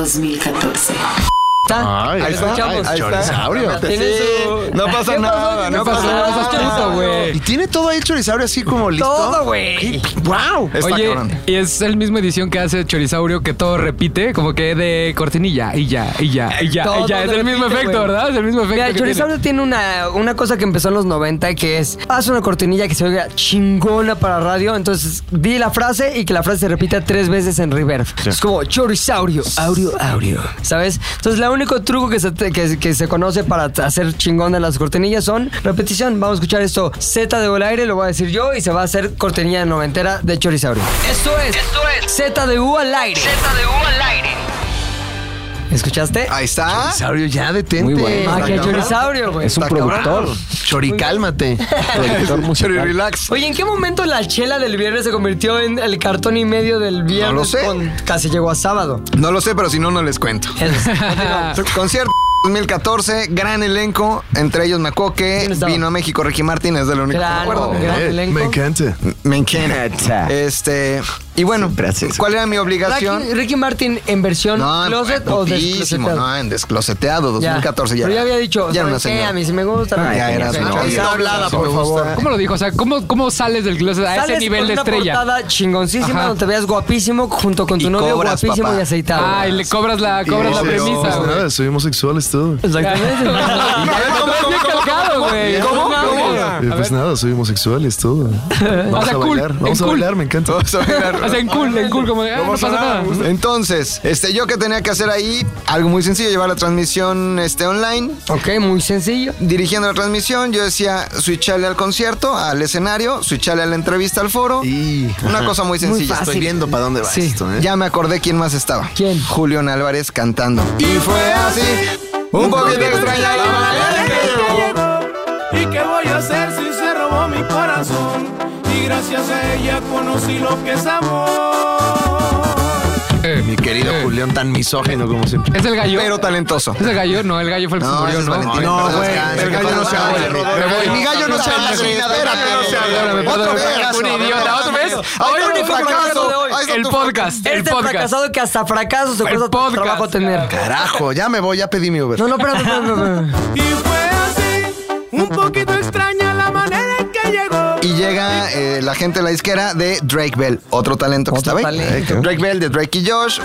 Speaker 20: 2014.
Speaker 9: Ah,
Speaker 2: Está.
Speaker 3: Ay,
Speaker 2: Ahí escuchamos.
Speaker 3: ay, chorizaurio.
Speaker 2: Tiene
Speaker 3: Sí,
Speaker 2: su-
Speaker 3: No
Speaker 2: ¿Qué
Speaker 3: pasa
Speaker 2: pasó?
Speaker 3: nada,
Speaker 2: ¿Qué
Speaker 3: no
Speaker 2: pasó?
Speaker 3: pasa
Speaker 2: No seas
Speaker 3: nada.
Speaker 2: puto, güey.
Speaker 3: Y tiene todo ahí el chorizaurio así como listo.
Speaker 2: Todo, güey.
Speaker 3: ¡Wow! Está
Speaker 9: Oye,
Speaker 3: cabrón.
Speaker 9: y es el misma edición que hace Chorizaurio que todo repite, como que de cortinilla, y ya, y ya, y ya,
Speaker 2: Todo
Speaker 9: y ya. Es el
Speaker 2: repite,
Speaker 9: mismo efecto,
Speaker 2: güey.
Speaker 9: ¿verdad? Es el mismo efecto.
Speaker 2: Mira,
Speaker 9: que
Speaker 2: Chorizaurio tiene una, una cosa que empezó en los 90 que es, haz una cortinilla que se oiga chingona para radio, entonces di la frase y que la frase se repita tres veces en reverb. Es como Chorizaurio, audio, audio, ¿sabes? Entonces, el único truco que se, te- que, que se conoce para hacer chingona las cortinillas son repetición. Vamos a escuchar esto Z de el aire, lo voy a decir yo y se va a hacer cortinilla noventera de Chorizaurio. Esto es, Z de U al aire.
Speaker 21: ZDU al aire.
Speaker 2: ¿Escuchaste?
Speaker 18: Ahí está.
Speaker 3: Chorizaurio, ya detente.
Speaker 19: Muy bueno.
Speaker 3: Está
Speaker 2: Ah, que
Speaker 3: cabrón.
Speaker 2: Chorizaurio, güey.
Speaker 19: Es un
Speaker 3: Está cabrón.
Speaker 19: productor.
Speaker 3: Chori, cálmate.
Speaker 19: Productor
Speaker 18: Chori,
Speaker 19: musical.
Speaker 18: relax.
Speaker 2: Oye, ¿en qué momento la chela del viernes se convirtió en el cartón y medio del viernes?
Speaker 18: No lo sé.
Speaker 2: con- casi llegó a sábado.
Speaker 18: No lo sé, pero si no, no les cuento. Concierto 2014, gran elenco. Entre ellos me acuerdo que
Speaker 2: ¿Quién estaba?
Speaker 18: vino a
Speaker 3: Eh,
Speaker 18: México Ricky Martin, es de lo único que me
Speaker 2: Gran,
Speaker 18: acuerdo.
Speaker 2: gran elenco.
Speaker 3: Me encanta.
Speaker 18: Me encanta. Este,
Speaker 2: Y bueno,
Speaker 18: ¿cuál era mi obligación?
Speaker 2: Ricky, Ricky Martin en versión
Speaker 18: No,
Speaker 2: closet o
Speaker 18: putísimo,
Speaker 2: desclosetado.
Speaker 18: no, Ah, en descloseteado, 2014 ya.
Speaker 2: Pero ya había dicho,
Speaker 18: ya era una
Speaker 2: "¿Sabes qué?
Speaker 18: señora.
Speaker 2: a mí sí me gusta.
Speaker 18: Ah, ya era
Speaker 2: señora.
Speaker 18: señora.
Speaker 2: Señora.
Speaker 18: Doblada,
Speaker 2: Sí,
Speaker 18: por
Speaker 2: me
Speaker 18: favor.
Speaker 2: gusta.
Speaker 9: ¿Cómo lo dijo? O sea, ¿cómo, cómo sales del closet a ese
Speaker 2: Sales
Speaker 9: nivel
Speaker 2: con
Speaker 9: de estrella?
Speaker 2: Una portada chingoncísima
Speaker 9: Ajá.
Speaker 2: donde te veas guapísimo junto con tu novio
Speaker 9: cobras,
Speaker 2: guapísimo
Speaker 9: papá.
Speaker 2: y aceitado.
Speaker 9: Ah, y le cobras la- cobras la
Speaker 3: pues
Speaker 9: premisa, güey.
Speaker 22: Nada, soy homosexual, es todo.
Speaker 2: Exactamente.
Speaker 22: ¿Cómo? Eh,
Speaker 9: A
Speaker 22: pues
Speaker 9: ver.
Speaker 22: nada, soy homosexual, es todo. Vamos
Speaker 9: sea,
Speaker 22: a
Speaker 9: cool,
Speaker 22: bailar,
Speaker 9: en
Speaker 22: vamos a
Speaker 9: cool.
Speaker 22: bailar, me encanta.
Speaker 18: Vamos a bailar.
Speaker 9: O sea, en cool, en cool, como de, ah, no pasa nada.
Speaker 18: Entonces, este, yo que tenía que hacer ahí, algo muy sencillo, llevar la transmisión este, online.
Speaker 2: Ok, muy sencillo.
Speaker 18: Dirigiendo la transmisión, yo decía, switchale al concierto, al escenario, switchale a la entrevista al foro. Y una
Speaker 3: Ajá.
Speaker 18: cosa muy
Speaker 3: Muy
Speaker 18: sencilla.
Speaker 3: fácil. Estoy viendo para dónde va
Speaker 18: Sí.
Speaker 3: esto, ¿eh?
Speaker 18: Ya me acordé quién más estaba. ¿Quién? Julián Álvarez cantando. Y fue así, un poquito extraña la manera que llegó.
Speaker 23: ¿Y qué voy a hacer si se robó mi corazón? Y gracias a ella conocí lo que es amor.
Speaker 3: Eh, Mi querido Julián, tan misógino como siempre.
Speaker 9: Es el gallo.
Speaker 18: Pero talentoso.
Speaker 9: Es el gallo, no, el gallo fue el que se
Speaker 3: No,
Speaker 9: murió,
Speaker 3: ese es
Speaker 9: ¿no?
Speaker 3: Valentín.
Speaker 9: Ay,
Speaker 3: No,
Speaker 9: perdón,
Speaker 3: güey,
Speaker 9: descansa,
Speaker 3: el gallo
Speaker 9: perdón.
Speaker 3: no se
Speaker 9: Ay, me
Speaker 3: habla.
Speaker 9: voy.
Speaker 3: El gallo
Speaker 18: Mi gallo no se habla, Trinidad, espérate.
Speaker 9: Perdóname,
Speaker 18: Otro
Speaker 9: perdóname.
Speaker 18: fracaso.
Speaker 9: Un idiota, otro vez.
Speaker 2: Ahora
Speaker 9: Ahora
Speaker 2: el único
Speaker 9: fracaso.
Speaker 2: fracaso de hoy.
Speaker 9: Ahí está El tu podcast, fracaso. el
Speaker 2: Este
Speaker 9: podcast.
Speaker 2: fracasado que hasta fracaso se
Speaker 18: El
Speaker 2: cuesta
Speaker 18: podcast.
Speaker 2: trabajo tener.
Speaker 18: Carajo, ya me voy, ya pedí mi Uber.
Speaker 2: No, no, espérate, espérate, espérate.
Speaker 23: Un poquito extraña la manera en que llegó.
Speaker 18: Y llega eh, la gente de la disquera de Drake Bell, otro talento que estaba ahí. Drake Bell de Drake y Josh.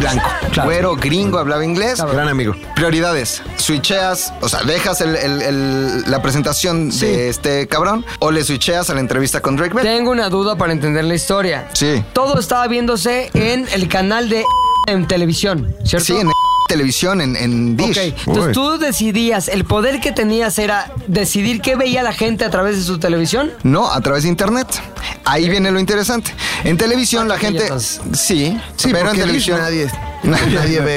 Speaker 18: Blanco, güero, gringo, hablaba inglés. Gran amigo. Prioridades. Switcheas, o sea, dejas el- el- el- la presentación de este cabrón o le switcheas a la entrevista con Drake Bell.
Speaker 2: Tengo una duda para entender la historia.
Speaker 18: Sí.
Speaker 2: Todo estaba viéndose en el canal de en televisión, ¿cierto?
Speaker 18: Sí, en televisión, en, en Dish.
Speaker 2: Ok, entonces
Speaker 18: Uy.
Speaker 2: tú decidías, el poder que tenías era decidir qué veía la gente a través de su televisión.
Speaker 18: No, a través de internet. Ahí viene lo interesante. En televisión la gente... Sí, sí, pero en
Speaker 3: porque
Speaker 18: televisión...
Speaker 3: Dish
Speaker 18: nadie,
Speaker 3: nadie ve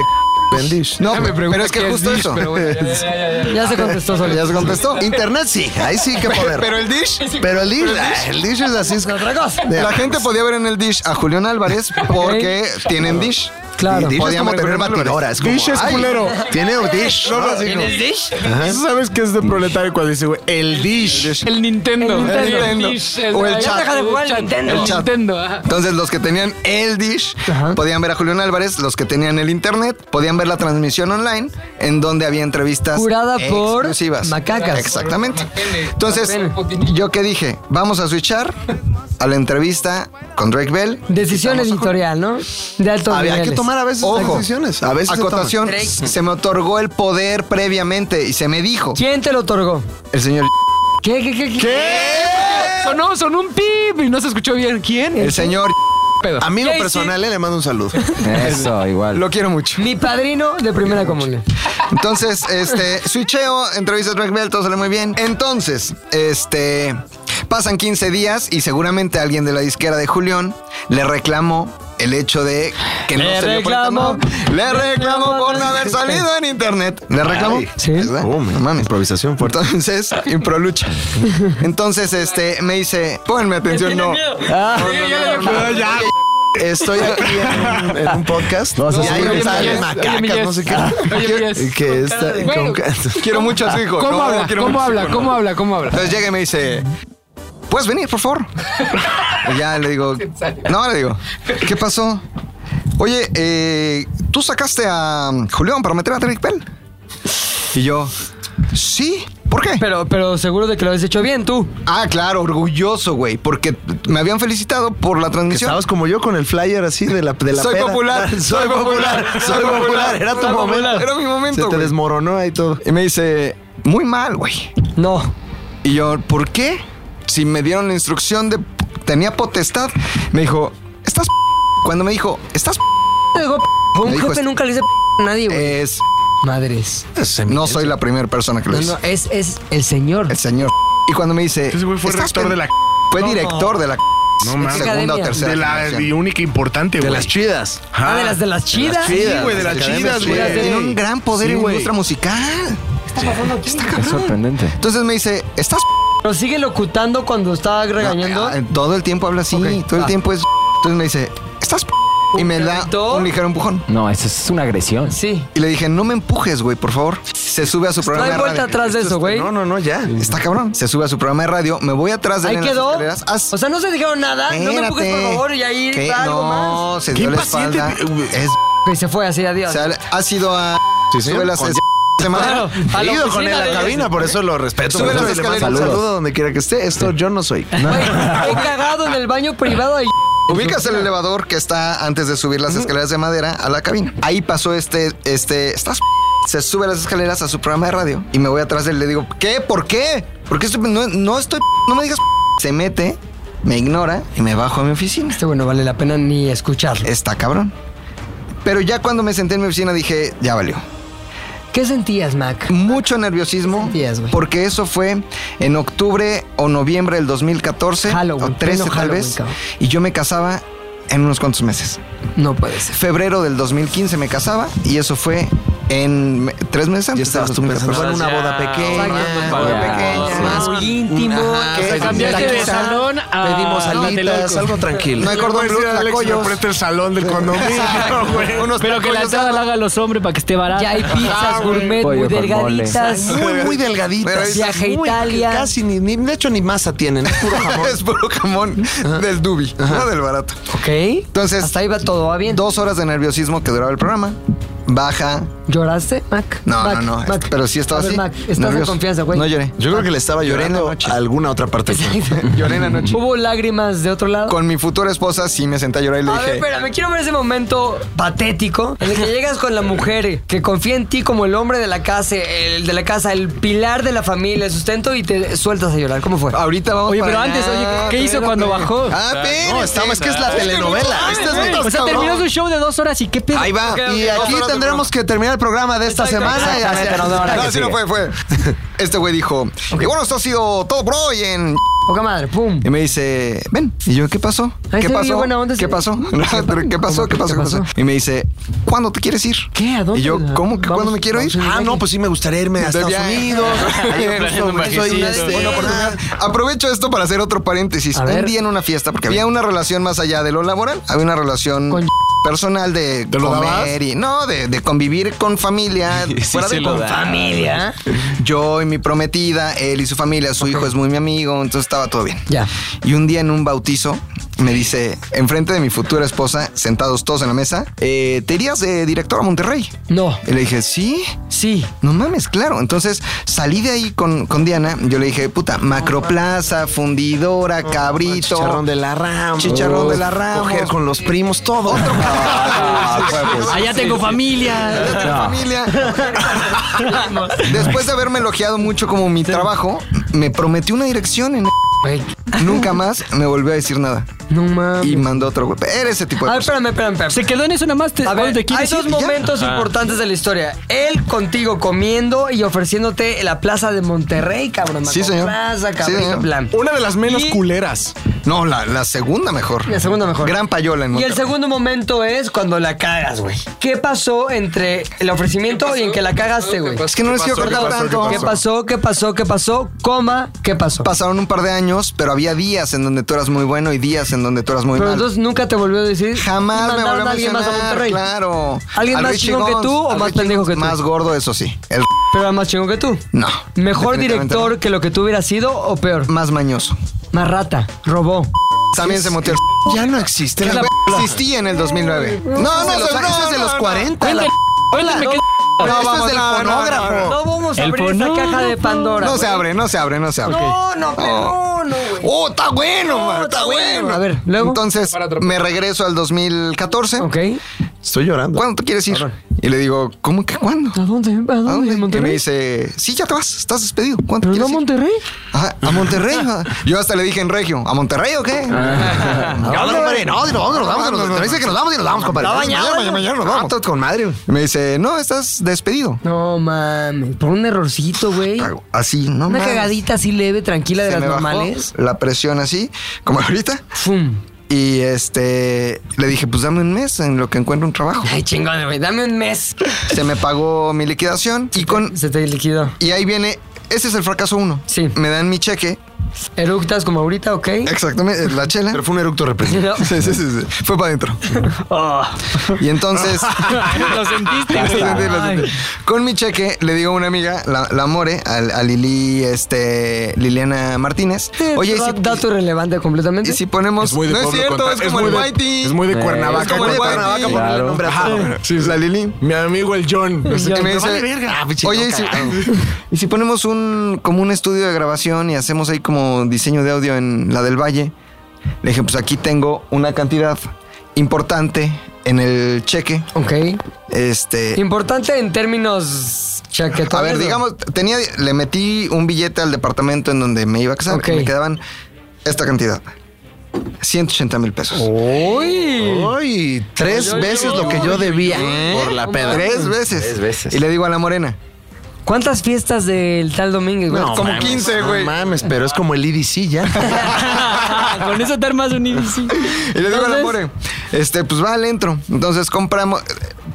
Speaker 18: en Dish. No,
Speaker 3: Ya me
Speaker 18: pero,
Speaker 3: pregunta
Speaker 18: es que
Speaker 3: qué es
Speaker 18: justo
Speaker 3: Dish,
Speaker 18: eso.
Speaker 3: pero bueno, ya, ya, ya, ya. Ya se contestó solo.
Speaker 18: Ya se contestó. Internet sí, ahí sí que poder.
Speaker 3: Pero el Dish.
Speaker 18: Pero el Dish, ah, el Dish es así. Es La gente podía ver en el Dish a Julián Álvarez porque tienen Dish.
Speaker 3: Claro.
Speaker 18: Y Podíamos tener batidoras. como,
Speaker 5: Dish es
Speaker 18: ay,
Speaker 5: culero.
Speaker 18: Tiene un Dish.
Speaker 5: No,
Speaker 18: ¿no?
Speaker 5: no,
Speaker 18: Así como-
Speaker 5: ¿Tienes Dish? Eso ¿Sabes qué es de proletario cuando dice, güey? El Dish.
Speaker 9: El Nintendo.
Speaker 5: El
Speaker 9: El
Speaker 5: Nintendo.
Speaker 9: Dish,
Speaker 18: O el
Speaker 9: ya
Speaker 18: chat.
Speaker 9: deja de jugar al
Speaker 18: El chat.
Speaker 9: Nintendo.
Speaker 18: El chat.
Speaker 9: Nintendo, ajá.
Speaker 18: Entonces, los que tenían el Dish podían ver a Julián Álvarez, los que tenían el internet podían ver la transmisión online en donde había entrevistas
Speaker 2: Jurada por
Speaker 18: exclusivas.
Speaker 2: macacas.
Speaker 18: Exactamente. Entonces, yo qué dije, vamos a switchar a la entrevista con Drake Bell.
Speaker 2: Decisión editorial, ¿no? De alto
Speaker 18: Había que tomar a veces
Speaker 3: las
Speaker 18: Ojo,
Speaker 3: decisiones. A veces se
Speaker 18: acotación,
Speaker 3: toman.
Speaker 18: se, me otorgó el poder previamente y se me dijo.
Speaker 2: ¿Quién te lo otorgó?
Speaker 18: El señor.
Speaker 2: ¿Qué, qué, qué? ¿Qué?
Speaker 9: Sonó, sonó un pip y no se escuchó bien. ¿Quién?
Speaker 18: El señor.
Speaker 3: A mí lo
Speaker 2: Jay-Z.
Speaker 3: personal eh, le mando un saludo.
Speaker 6: Eso, igual.
Speaker 18: Lo quiero mucho.
Speaker 2: Mi padrino de primera comunión.
Speaker 18: Entonces, este, switcheo, entrevistas Drake Bell, todo sale muy bien. Entonces, este, pasan 15 días y seguramente alguien de la disquera de Julián le reclamó el hecho de que no
Speaker 2: Le
Speaker 18: se dio cuenta,
Speaker 2: reclamó.
Speaker 18: no. Le reclamó por no haber salido en internet. ¿Le reclamó?
Speaker 3: Ay,
Speaker 18: Sí. Improvisación fuerte. Entonces, improlucha. Entonces, este, me dice, ponme atención, no.
Speaker 3: Ah.
Speaker 18: No, no, no, no, no.
Speaker 3: Ya,
Speaker 18: Estoy aquí en, en un podcast
Speaker 3: No,
Speaker 18: y
Speaker 3: eso
Speaker 18: ahí
Speaker 3: sí.
Speaker 18: me
Speaker 3: Oye,
Speaker 18: salen
Speaker 3: Miguel,
Speaker 18: macacas,
Speaker 3: oye, Miguel.
Speaker 18: no sé qué.
Speaker 3: Ah.
Speaker 18: Quiero- que está-
Speaker 9: Bueno, ah,
Speaker 18: con- Ah, quiero mucho a su hijo.
Speaker 9: ¿Cómo
Speaker 18: No,
Speaker 9: habla?
Speaker 18: quiero
Speaker 9: ¿Cómo
Speaker 18: mucho a su
Speaker 9: habla?
Speaker 18: hijo, no.
Speaker 9: ¿Cómo habla? ¿Cómo habla?
Speaker 18: Entonces llega y me dice, ¿puedes venir, por favor? Y ya le digo, no, le digo, ¿qué pasó? Oye, eh, ¿tú sacaste a Julián para meter a Drake Bell? Y yo, sí. ¿Por qué?
Speaker 2: Pero, pero seguro de que lo habías hecho bien tú.
Speaker 18: Ah, claro, orgulloso, güey, porque me habían felicitado por la transmisión.
Speaker 3: Estabas como yo con el flyer así de la, de la
Speaker 18: Soy
Speaker 3: peda.
Speaker 18: popular, soy popular, soy popular.
Speaker 3: Era tu
Speaker 18: Soy popular.
Speaker 3: momento.
Speaker 18: Era mi momento,
Speaker 3: Se te
Speaker 18: güey.
Speaker 3: desmoronó ahí todo.
Speaker 18: Y me dice, muy mal, güey.
Speaker 2: No.
Speaker 18: Y yo, ¿por qué? Si me dieron la instrucción de... Tenía potestad. Me dijo, estás... p-". Cuando me dijo, estás... p-",
Speaker 2: Un
Speaker 18: me dijo,
Speaker 2: jefe nunca le dice p- a nadie, güey.
Speaker 18: Es...
Speaker 2: Madres.
Speaker 18: No soy la primera persona que lo
Speaker 2: No,
Speaker 18: dice.
Speaker 2: no, es, es el señor.
Speaker 18: El señor. Y cuando me dice...
Speaker 5: Ese güey fue
Speaker 18: eh, "Estás
Speaker 5: rector
Speaker 18: pen-".
Speaker 5: de la...
Speaker 18: Fue
Speaker 5: No,
Speaker 18: director
Speaker 5: no.
Speaker 18: de la...
Speaker 5: No mames.
Speaker 18: Segunda o tercera
Speaker 5: De la
Speaker 18: generación.
Speaker 5: y única importante, güey. De las
Speaker 3: chidas.
Speaker 2: Ah, de las de las chidas.
Speaker 5: Sí, güey, de las chidas, güey.
Speaker 18: Tiene un gran poder en la industria musical. Está cabrón.
Speaker 6: sorprendente.
Speaker 18: Entonces me dice, ¿estás...
Speaker 2: Pero sigue locutando cuando está regañando.
Speaker 18: p-". Todo el tiempo habla así. Todo el
Speaker 2: Ah.
Speaker 18: tiempo es... p-". Entonces me dice, ¿estás... p-". y me da un ligero empujón.
Speaker 6: No, eso es una agresión.
Speaker 2: Sí. Pues
Speaker 18: Y le dije, no me empujes, güey, por favor. Se sube a su programa de radio.
Speaker 2: de eso, güey.
Speaker 18: No, no, no, ya. Está cabrón. Se sube a su programa de radio, me voy atrás de él
Speaker 2: Ahí
Speaker 18: en las
Speaker 2: quedó.
Speaker 18: escaleras.
Speaker 2: O sea, no se dijeron nada. No me empujes, por
Speaker 18: Espérate.
Speaker 2: favor, y ahí
Speaker 18: ¿Qué?
Speaker 2: va algo más.
Speaker 18: No, se dio la espalda. Es
Speaker 2: Y se fue así, adiós.
Speaker 18: ha sido a.
Speaker 3: Sí, señor.
Speaker 18: Sube las
Speaker 3: Con-
Speaker 18: es- semanas.
Speaker 3: Claro, a la
Speaker 18: Ido con
Speaker 3: oficina
Speaker 18: él a la
Speaker 3: de ellos.
Speaker 18: cabina, por eso lo respeto.
Speaker 3: Sube
Speaker 18: Por eso
Speaker 3: las
Speaker 18: le mando
Speaker 3: escaleras. Ah,
Speaker 18: un
Speaker 3: Saludo
Speaker 18: saludo.
Speaker 3: donde quiera que esté. Esto yo no soy.
Speaker 2: He cagado en el baño privado de
Speaker 18: Ubicas el elevador que está antes de subir las escaleras de madera a la cabina. Ahí pasó este, este, estás p-? se sube las escaleras a su programa de radio y me voy atrás de él y le digo, ¿qué? ¿Por qué? ¿Por qué estoy- no, no estoy, p-? no me digas, p-". se mete, me ignora y me bajo a mi oficina.
Speaker 2: Este bueno, vale la pena ni escucharlo.
Speaker 18: Está cabrón. Pero ya cuando me senté en mi oficina dije, ya valió.
Speaker 2: ¿Qué sentías, Mac?
Speaker 18: Mucho nerviosismo. porque eso fue en octubre o noviembre del 2014. o 13
Speaker 2: pleno
Speaker 18: tal
Speaker 2: Halloween,
Speaker 18: vez.
Speaker 2: cabrón.
Speaker 18: Y yo me casaba en unos cuantos meses.
Speaker 2: No puede ser.
Speaker 18: Febrero del 2015 me casaba y eso fue en me- tres meses antes. Ya estabas tú "Ah,
Speaker 3: pensando, fue en una boda pequeña, una boda pequeña,
Speaker 7: Ah,
Speaker 3: más
Speaker 18: muy
Speaker 3: íntimo, que
Speaker 17: cambiaste de salón a-
Speaker 3: pedimos
Speaker 17: a
Speaker 3: alitas,
Speaker 17: Tlatelolco.
Speaker 3: algo tranquilo.
Speaker 17: No hay cordón blue, tlacoyos.
Speaker 5: presta el salón del condominio, güey.
Speaker 17: Pero que la entrada la hagan los hombres para que esté barata.
Speaker 2: Ya hay
Speaker 3: Ah,
Speaker 2: pizzas gourmet muy delgaditas.
Speaker 3: Muy, muy delgaditas.
Speaker 2: Viaje a
Speaker 3: Muy-
Speaker 2: Italia.
Speaker 3: Casi ni, ni- de hecho, ni masa tienen. Es puro jamón.
Speaker 18: es puro jamón del dubi, no del barato.
Speaker 2: Ok.
Speaker 18: Entonces,
Speaker 2: hasta ahí va todo, va bien.
Speaker 18: Dos horas de nerviosismo que duraba el programa. Baja.
Speaker 2: ¿Lloraste, Mac?
Speaker 18: No,
Speaker 2: Mac,
Speaker 18: no, no.
Speaker 2: Mac.
Speaker 18: Pero sí estaba
Speaker 2: A ver,
Speaker 18: así.
Speaker 2: Mac, estás en
Speaker 18: nervioso.
Speaker 2: confianza, güey.
Speaker 18: No lloré.
Speaker 3: Yo creo que le estaba llorando a alguna otra parte.
Speaker 18: Lloré en la noche.
Speaker 2: ¿Hubo lágrimas de otro lado?
Speaker 18: Con mi futura esposa sí me senté a llorar y le
Speaker 2: A ver,
Speaker 18: dije.
Speaker 2: espera, me quiero ver ese momento patético en el que llegas con la mujer que confía en ti como el hombre de la casa, el de la casa, el pilar de la familia, el sustento y te sueltas a llorar. ¿Cómo fue?
Speaker 18: Ahorita vamos
Speaker 8: Oye, pero antes, oye, ¿qué hizo cuando bajó?
Speaker 18: Ah, pero
Speaker 3: No, estamos, es que es la telenovela. Este es otro
Speaker 17: O sea,
Speaker 3: cabrón.
Speaker 17: terminó su show de dos horas y qué pedo.
Speaker 18: Ahí va.
Speaker 3: Y aquí tendremos que terminar el programa de esta semana. y hacia-
Speaker 18: No, sí, no fue, fue. Este güey dijo, y bueno, esto ha sido todo por hoy en...
Speaker 2: Poca madre, pum.
Speaker 18: Y me dice, ven. Y yo, ¿qué pasó?
Speaker 2: Ay,
Speaker 18: ¿Qué
Speaker 2: se oye
Speaker 18: pasó?
Speaker 2: buena onda,
Speaker 18: ¿Qué
Speaker 2: se-
Speaker 18: pasó?
Speaker 2: ¿Qué
Speaker 18: No,
Speaker 2: pasó?
Speaker 18: pero ¿Qué pasó? ¿Qué pasó? ¿Qué pasó? Y me dice, ¿cuándo te quieres ir?
Speaker 2: ¿Qué? ¿A dónde?
Speaker 18: Y yo, ¿cómo que cuándo me quiero ir?
Speaker 3: Ah, no, pues sí me gustaría irme a
Speaker 18: De
Speaker 3: Estados
Speaker 18: viaje.
Speaker 3: Unidos. Ahí
Speaker 18: Ayer
Speaker 3: justo
Speaker 18: justo
Speaker 3: soy
Speaker 18: soy
Speaker 3: una
Speaker 18: este,
Speaker 3: estrella.
Speaker 18: Aprovecho esto para hacer otro paréntesis.
Speaker 3: A
Speaker 18: Un
Speaker 3: ver.
Speaker 18: día en una fiesta, porque había una relación más allá de lo laboral, había una relación personal de,
Speaker 3: lo dabas?
Speaker 18: comer y no, de, de convivir con familia.
Speaker 3: Sí,
Speaker 18: fuera
Speaker 3: se
Speaker 18: de
Speaker 3: lo
Speaker 18: con
Speaker 3: da.
Speaker 18: familia. Yo y mi prometida, él y su familia, su hijo es muy mi amigo, entonces estaba todo bien.
Speaker 2: Ya.
Speaker 18: Y un día en un bautizo me dice, enfrente de mi futura esposa, sentados todos en la mesa, eh, ¿te irías de director a Monterrey?
Speaker 2: No.
Speaker 18: Y le dije, ¿sí?
Speaker 2: Sí.
Speaker 18: No mames, claro. Entonces salí de ahí con, con Diana. Yo le dije, puta, macroplaza, fundidora, cabrito.
Speaker 3: Chicharrón de la rama.
Speaker 18: Chicharrón de la
Speaker 3: rama. Coger con los primos, todo.
Speaker 17: Allá tengo familia.
Speaker 18: Allá tengo familia. Después de haberme elogiado mucho como mi trabajo, me prometió una dirección en... Nunca más me volvió a decir nada.
Speaker 2: No mames.
Speaker 18: Y mandó otro golpe. Eres ese tipo de...
Speaker 2: A ver, espérame,
Speaker 18: persona.
Speaker 2: espérame, espérame.
Speaker 17: Se quedó en eso nada más. Te,
Speaker 2: A
Speaker 17: ¿dónde
Speaker 2: ver,
Speaker 17: te
Speaker 2: hay
Speaker 17: quieres
Speaker 2: dos
Speaker 17: ir? Ya.
Speaker 2: momentos importantes de la historia. Él contigo comiendo y ofreciéndote la plaza de Monterrey, cabrón.
Speaker 18: Sí, señor.
Speaker 2: Plaza,
Speaker 18: Sí,
Speaker 2: cabrón.
Speaker 18: señor.
Speaker 2: plan.
Speaker 5: Una de las menos culeras.
Speaker 18: No, la, la segunda mejor.
Speaker 2: La segunda mejor.
Speaker 18: Gran payola en
Speaker 2: Y el
Speaker 18: Monterrey.
Speaker 2: segundo momento es cuando la cagas, güey. ¿Qué pasó entre el ofrecimiento y en que la cagaste, güey?
Speaker 18: Es que no les quiero
Speaker 2: ¿Qué
Speaker 18: contar
Speaker 2: pasó?
Speaker 18: tanto.
Speaker 2: ¿Qué pasó? ¿Qué pasó? ¿Qué pasó? Coma, ¿qué pasó?
Speaker 18: Pasaron un par de años, pero había días en donde tú eras muy bueno y días en donde tú eras muy
Speaker 2: Pero
Speaker 18: malo.
Speaker 2: entonces nunca te volvió a decir.
Speaker 18: Jamás me
Speaker 2: mandaron
Speaker 18: volvió a
Speaker 2: alguien más a
Speaker 18: mencionar,
Speaker 2: Monterrey.
Speaker 18: Claro.
Speaker 2: ¿Alguien
Speaker 18: Al
Speaker 2: más
Speaker 18: Richie
Speaker 2: chingón que
Speaker 18: Gons,
Speaker 2: tú o
Speaker 18: al
Speaker 2: más
Speaker 18: Richie
Speaker 2: pendejo que tú?
Speaker 18: Más gordo, eso sí. El
Speaker 2: Pero era más chingón que tú.
Speaker 18: no.
Speaker 2: ¿Mejor
Speaker 18: definitivamente
Speaker 2: director
Speaker 18: no.
Speaker 2: que lo que tú hubieras sido o peor?
Speaker 18: Más mañoso.
Speaker 2: Más rata. Robó.
Speaker 18: También se moteó el
Speaker 3: Ya no existe.
Speaker 18: El
Speaker 3: la-
Speaker 18: güey existía en el 2009. No, no,
Speaker 3: no,
Speaker 18: no,
Speaker 3: no,
Speaker 18: es de
Speaker 3: no,
Speaker 18: los
Speaker 3: no.
Speaker 18: 40. la-
Speaker 17: Cuéntame qué.
Speaker 18: No,
Speaker 3: Esto
Speaker 18: vamos,
Speaker 3: es del
Speaker 18: no, no,
Speaker 3: fonógrafo.
Speaker 18: no, no.
Speaker 2: No vamos a
Speaker 17: El
Speaker 2: abrir esa
Speaker 17: fonógrafo.
Speaker 2: caja de Pandora.
Speaker 18: No se
Speaker 2: güey.
Speaker 18: abre, no se abre, no se abre.
Speaker 2: No, no, no, no, güey.
Speaker 18: Oh, está bueno,
Speaker 2: No,
Speaker 18: man,
Speaker 2: está
Speaker 18: está
Speaker 2: bueno.
Speaker 18: bueno.
Speaker 2: A ver, luego.
Speaker 18: Entonces, me regreso al 2014.
Speaker 2: Ok.
Speaker 3: Estoy llorando.
Speaker 18: ¿Cuándo te quieres ir? Y le digo, ¿cómo que cuándo?
Speaker 2: ¿A dónde? ¿A dónde?
Speaker 18: ¿A dónde? Y me
Speaker 2: ¿Monterrey?
Speaker 18: dice, sí, ya te vas, estás despedido. ¿Cuánto
Speaker 2: ¿Pero no a
Speaker 18: quieres ir?
Speaker 2: Monterrey?
Speaker 18: Ah, ¿A Monterrey? Ah, Yo hasta le dije en Regio, ¿a Monterrey o qué?
Speaker 3: No, no, Ah. compadre, no, no, no, nos vamos, nos vamos. Dice que nos vamos y nos vamos, compadre.
Speaker 18: No,
Speaker 3: Mañana,
Speaker 18: mañana,
Speaker 3: mañana, mañana nos vamos. con madre.
Speaker 18: Y Me dice, no, estás despedido.
Speaker 2: No mames. Por un errorcito, güey.
Speaker 18: Así, no
Speaker 2: Una
Speaker 18: mames.
Speaker 2: cagadita así leve, tranquila de
Speaker 18: Se
Speaker 2: las
Speaker 18: me bajó
Speaker 2: normales.
Speaker 18: la presión así, como ahorita.
Speaker 2: Fum.
Speaker 18: Y este, le dije, pues dame un mes en lo que encuentro un trabajo.
Speaker 2: Ay, chingón, güey. Dame un mes.
Speaker 18: Se me pagó mi liquidación y con
Speaker 2: Se te liquidó.
Speaker 18: y ahí viene, ese es el fracaso uno.
Speaker 2: Sí.
Speaker 18: Me dan mi cheque
Speaker 2: ¿Eructas como ahorita, ok?
Speaker 18: Exactamente, la chela. Pero fue un eructo reprimido. Sí, sí, sí, sí. Fue para adentro.
Speaker 2: Oh.
Speaker 18: Y entonces.
Speaker 2: Lo sentiste,
Speaker 18: Lo
Speaker 2: güey.
Speaker 18: sentí, lo sentí. Con mi cheque le digo a una amiga, la, la More, a, a Lili, este, Liliana Martínez. Oye, y si,
Speaker 2: dato irrelevante completamente.
Speaker 18: y si ponemos.
Speaker 2: Es muy de
Speaker 18: no es
Speaker 2: pueblo
Speaker 18: cierto,
Speaker 2: contar-
Speaker 18: es
Speaker 2: es
Speaker 18: como
Speaker 2: muy
Speaker 18: el
Speaker 2: de-
Speaker 18: Mighty.
Speaker 5: es muy de Cuernavaca
Speaker 18: Es como el
Speaker 5: contar-
Speaker 18: Cuernavaca, por
Speaker 5: Claro.
Speaker 18: el nombre
Speaker 5: Ajá.
Speaker 18: ajá.
Speaker 5: Sí, sí.
Speaker 18: La Lili.
Speaker 5: Mi amigo el John. No sé
Speaker 18: Y
Speaker 5: qué.
Speaker 18: me
Speaker 5: Me
Speaker 18: dice,
Speaker 5: vale verga. Ah, pinche
Speaker 18: Oye, y
Speaker 5: loca.
Speaker 18: si, y si ponemos un como un estudio de grabación y hacemos ahí como diseño de audio en la del Valle, le dije, pues aquí tengo una cantidad importante en el cheque.
Speaker 2: Ok.
Speaker 18: Este.
Speaker 2: Importante en términos chaquetones.
Speaker 18: A ver,
Speaker 2: ¿no?
Speaker 18: digamos, tenía, le metí un billete al departamento en donde me iba a casar
Speaker 2: Ok.
Speaker 18: y me quedaban esta cantidad. 180 mil pesos.
Speaker 2: ¡Uy!
Speaker 18: ¡Uy! Tres
Speaker 3: Ay, ay,
Speaker 18: veces
Speaker 3: ay,
Speaker 18: lo que yo
Speaker 3: ay,
Speaker 18: debía.
Speaker 3: ¿Eh?
Speaker 18: ¿Eh?
Speaker 3: por la peda.
Speaker 18: Tres veces.
Speaker 3: Tres veces.
Speaker 18: Y le digo a la morena.
Speaker 2: ¿Cuántas fiestas del tal domingo? güey?
Speaker 3: No,
Speaker 2: Como
Speaker 3: mames,
Speaker 2: 15, güey.
Speaker 3: No mames, pero es como el IDC ya.
Speaker 2: Con eso te armas un IBC.
Speaker 18: Y le digo a la more, este, pues va al entro. Entonces compramos,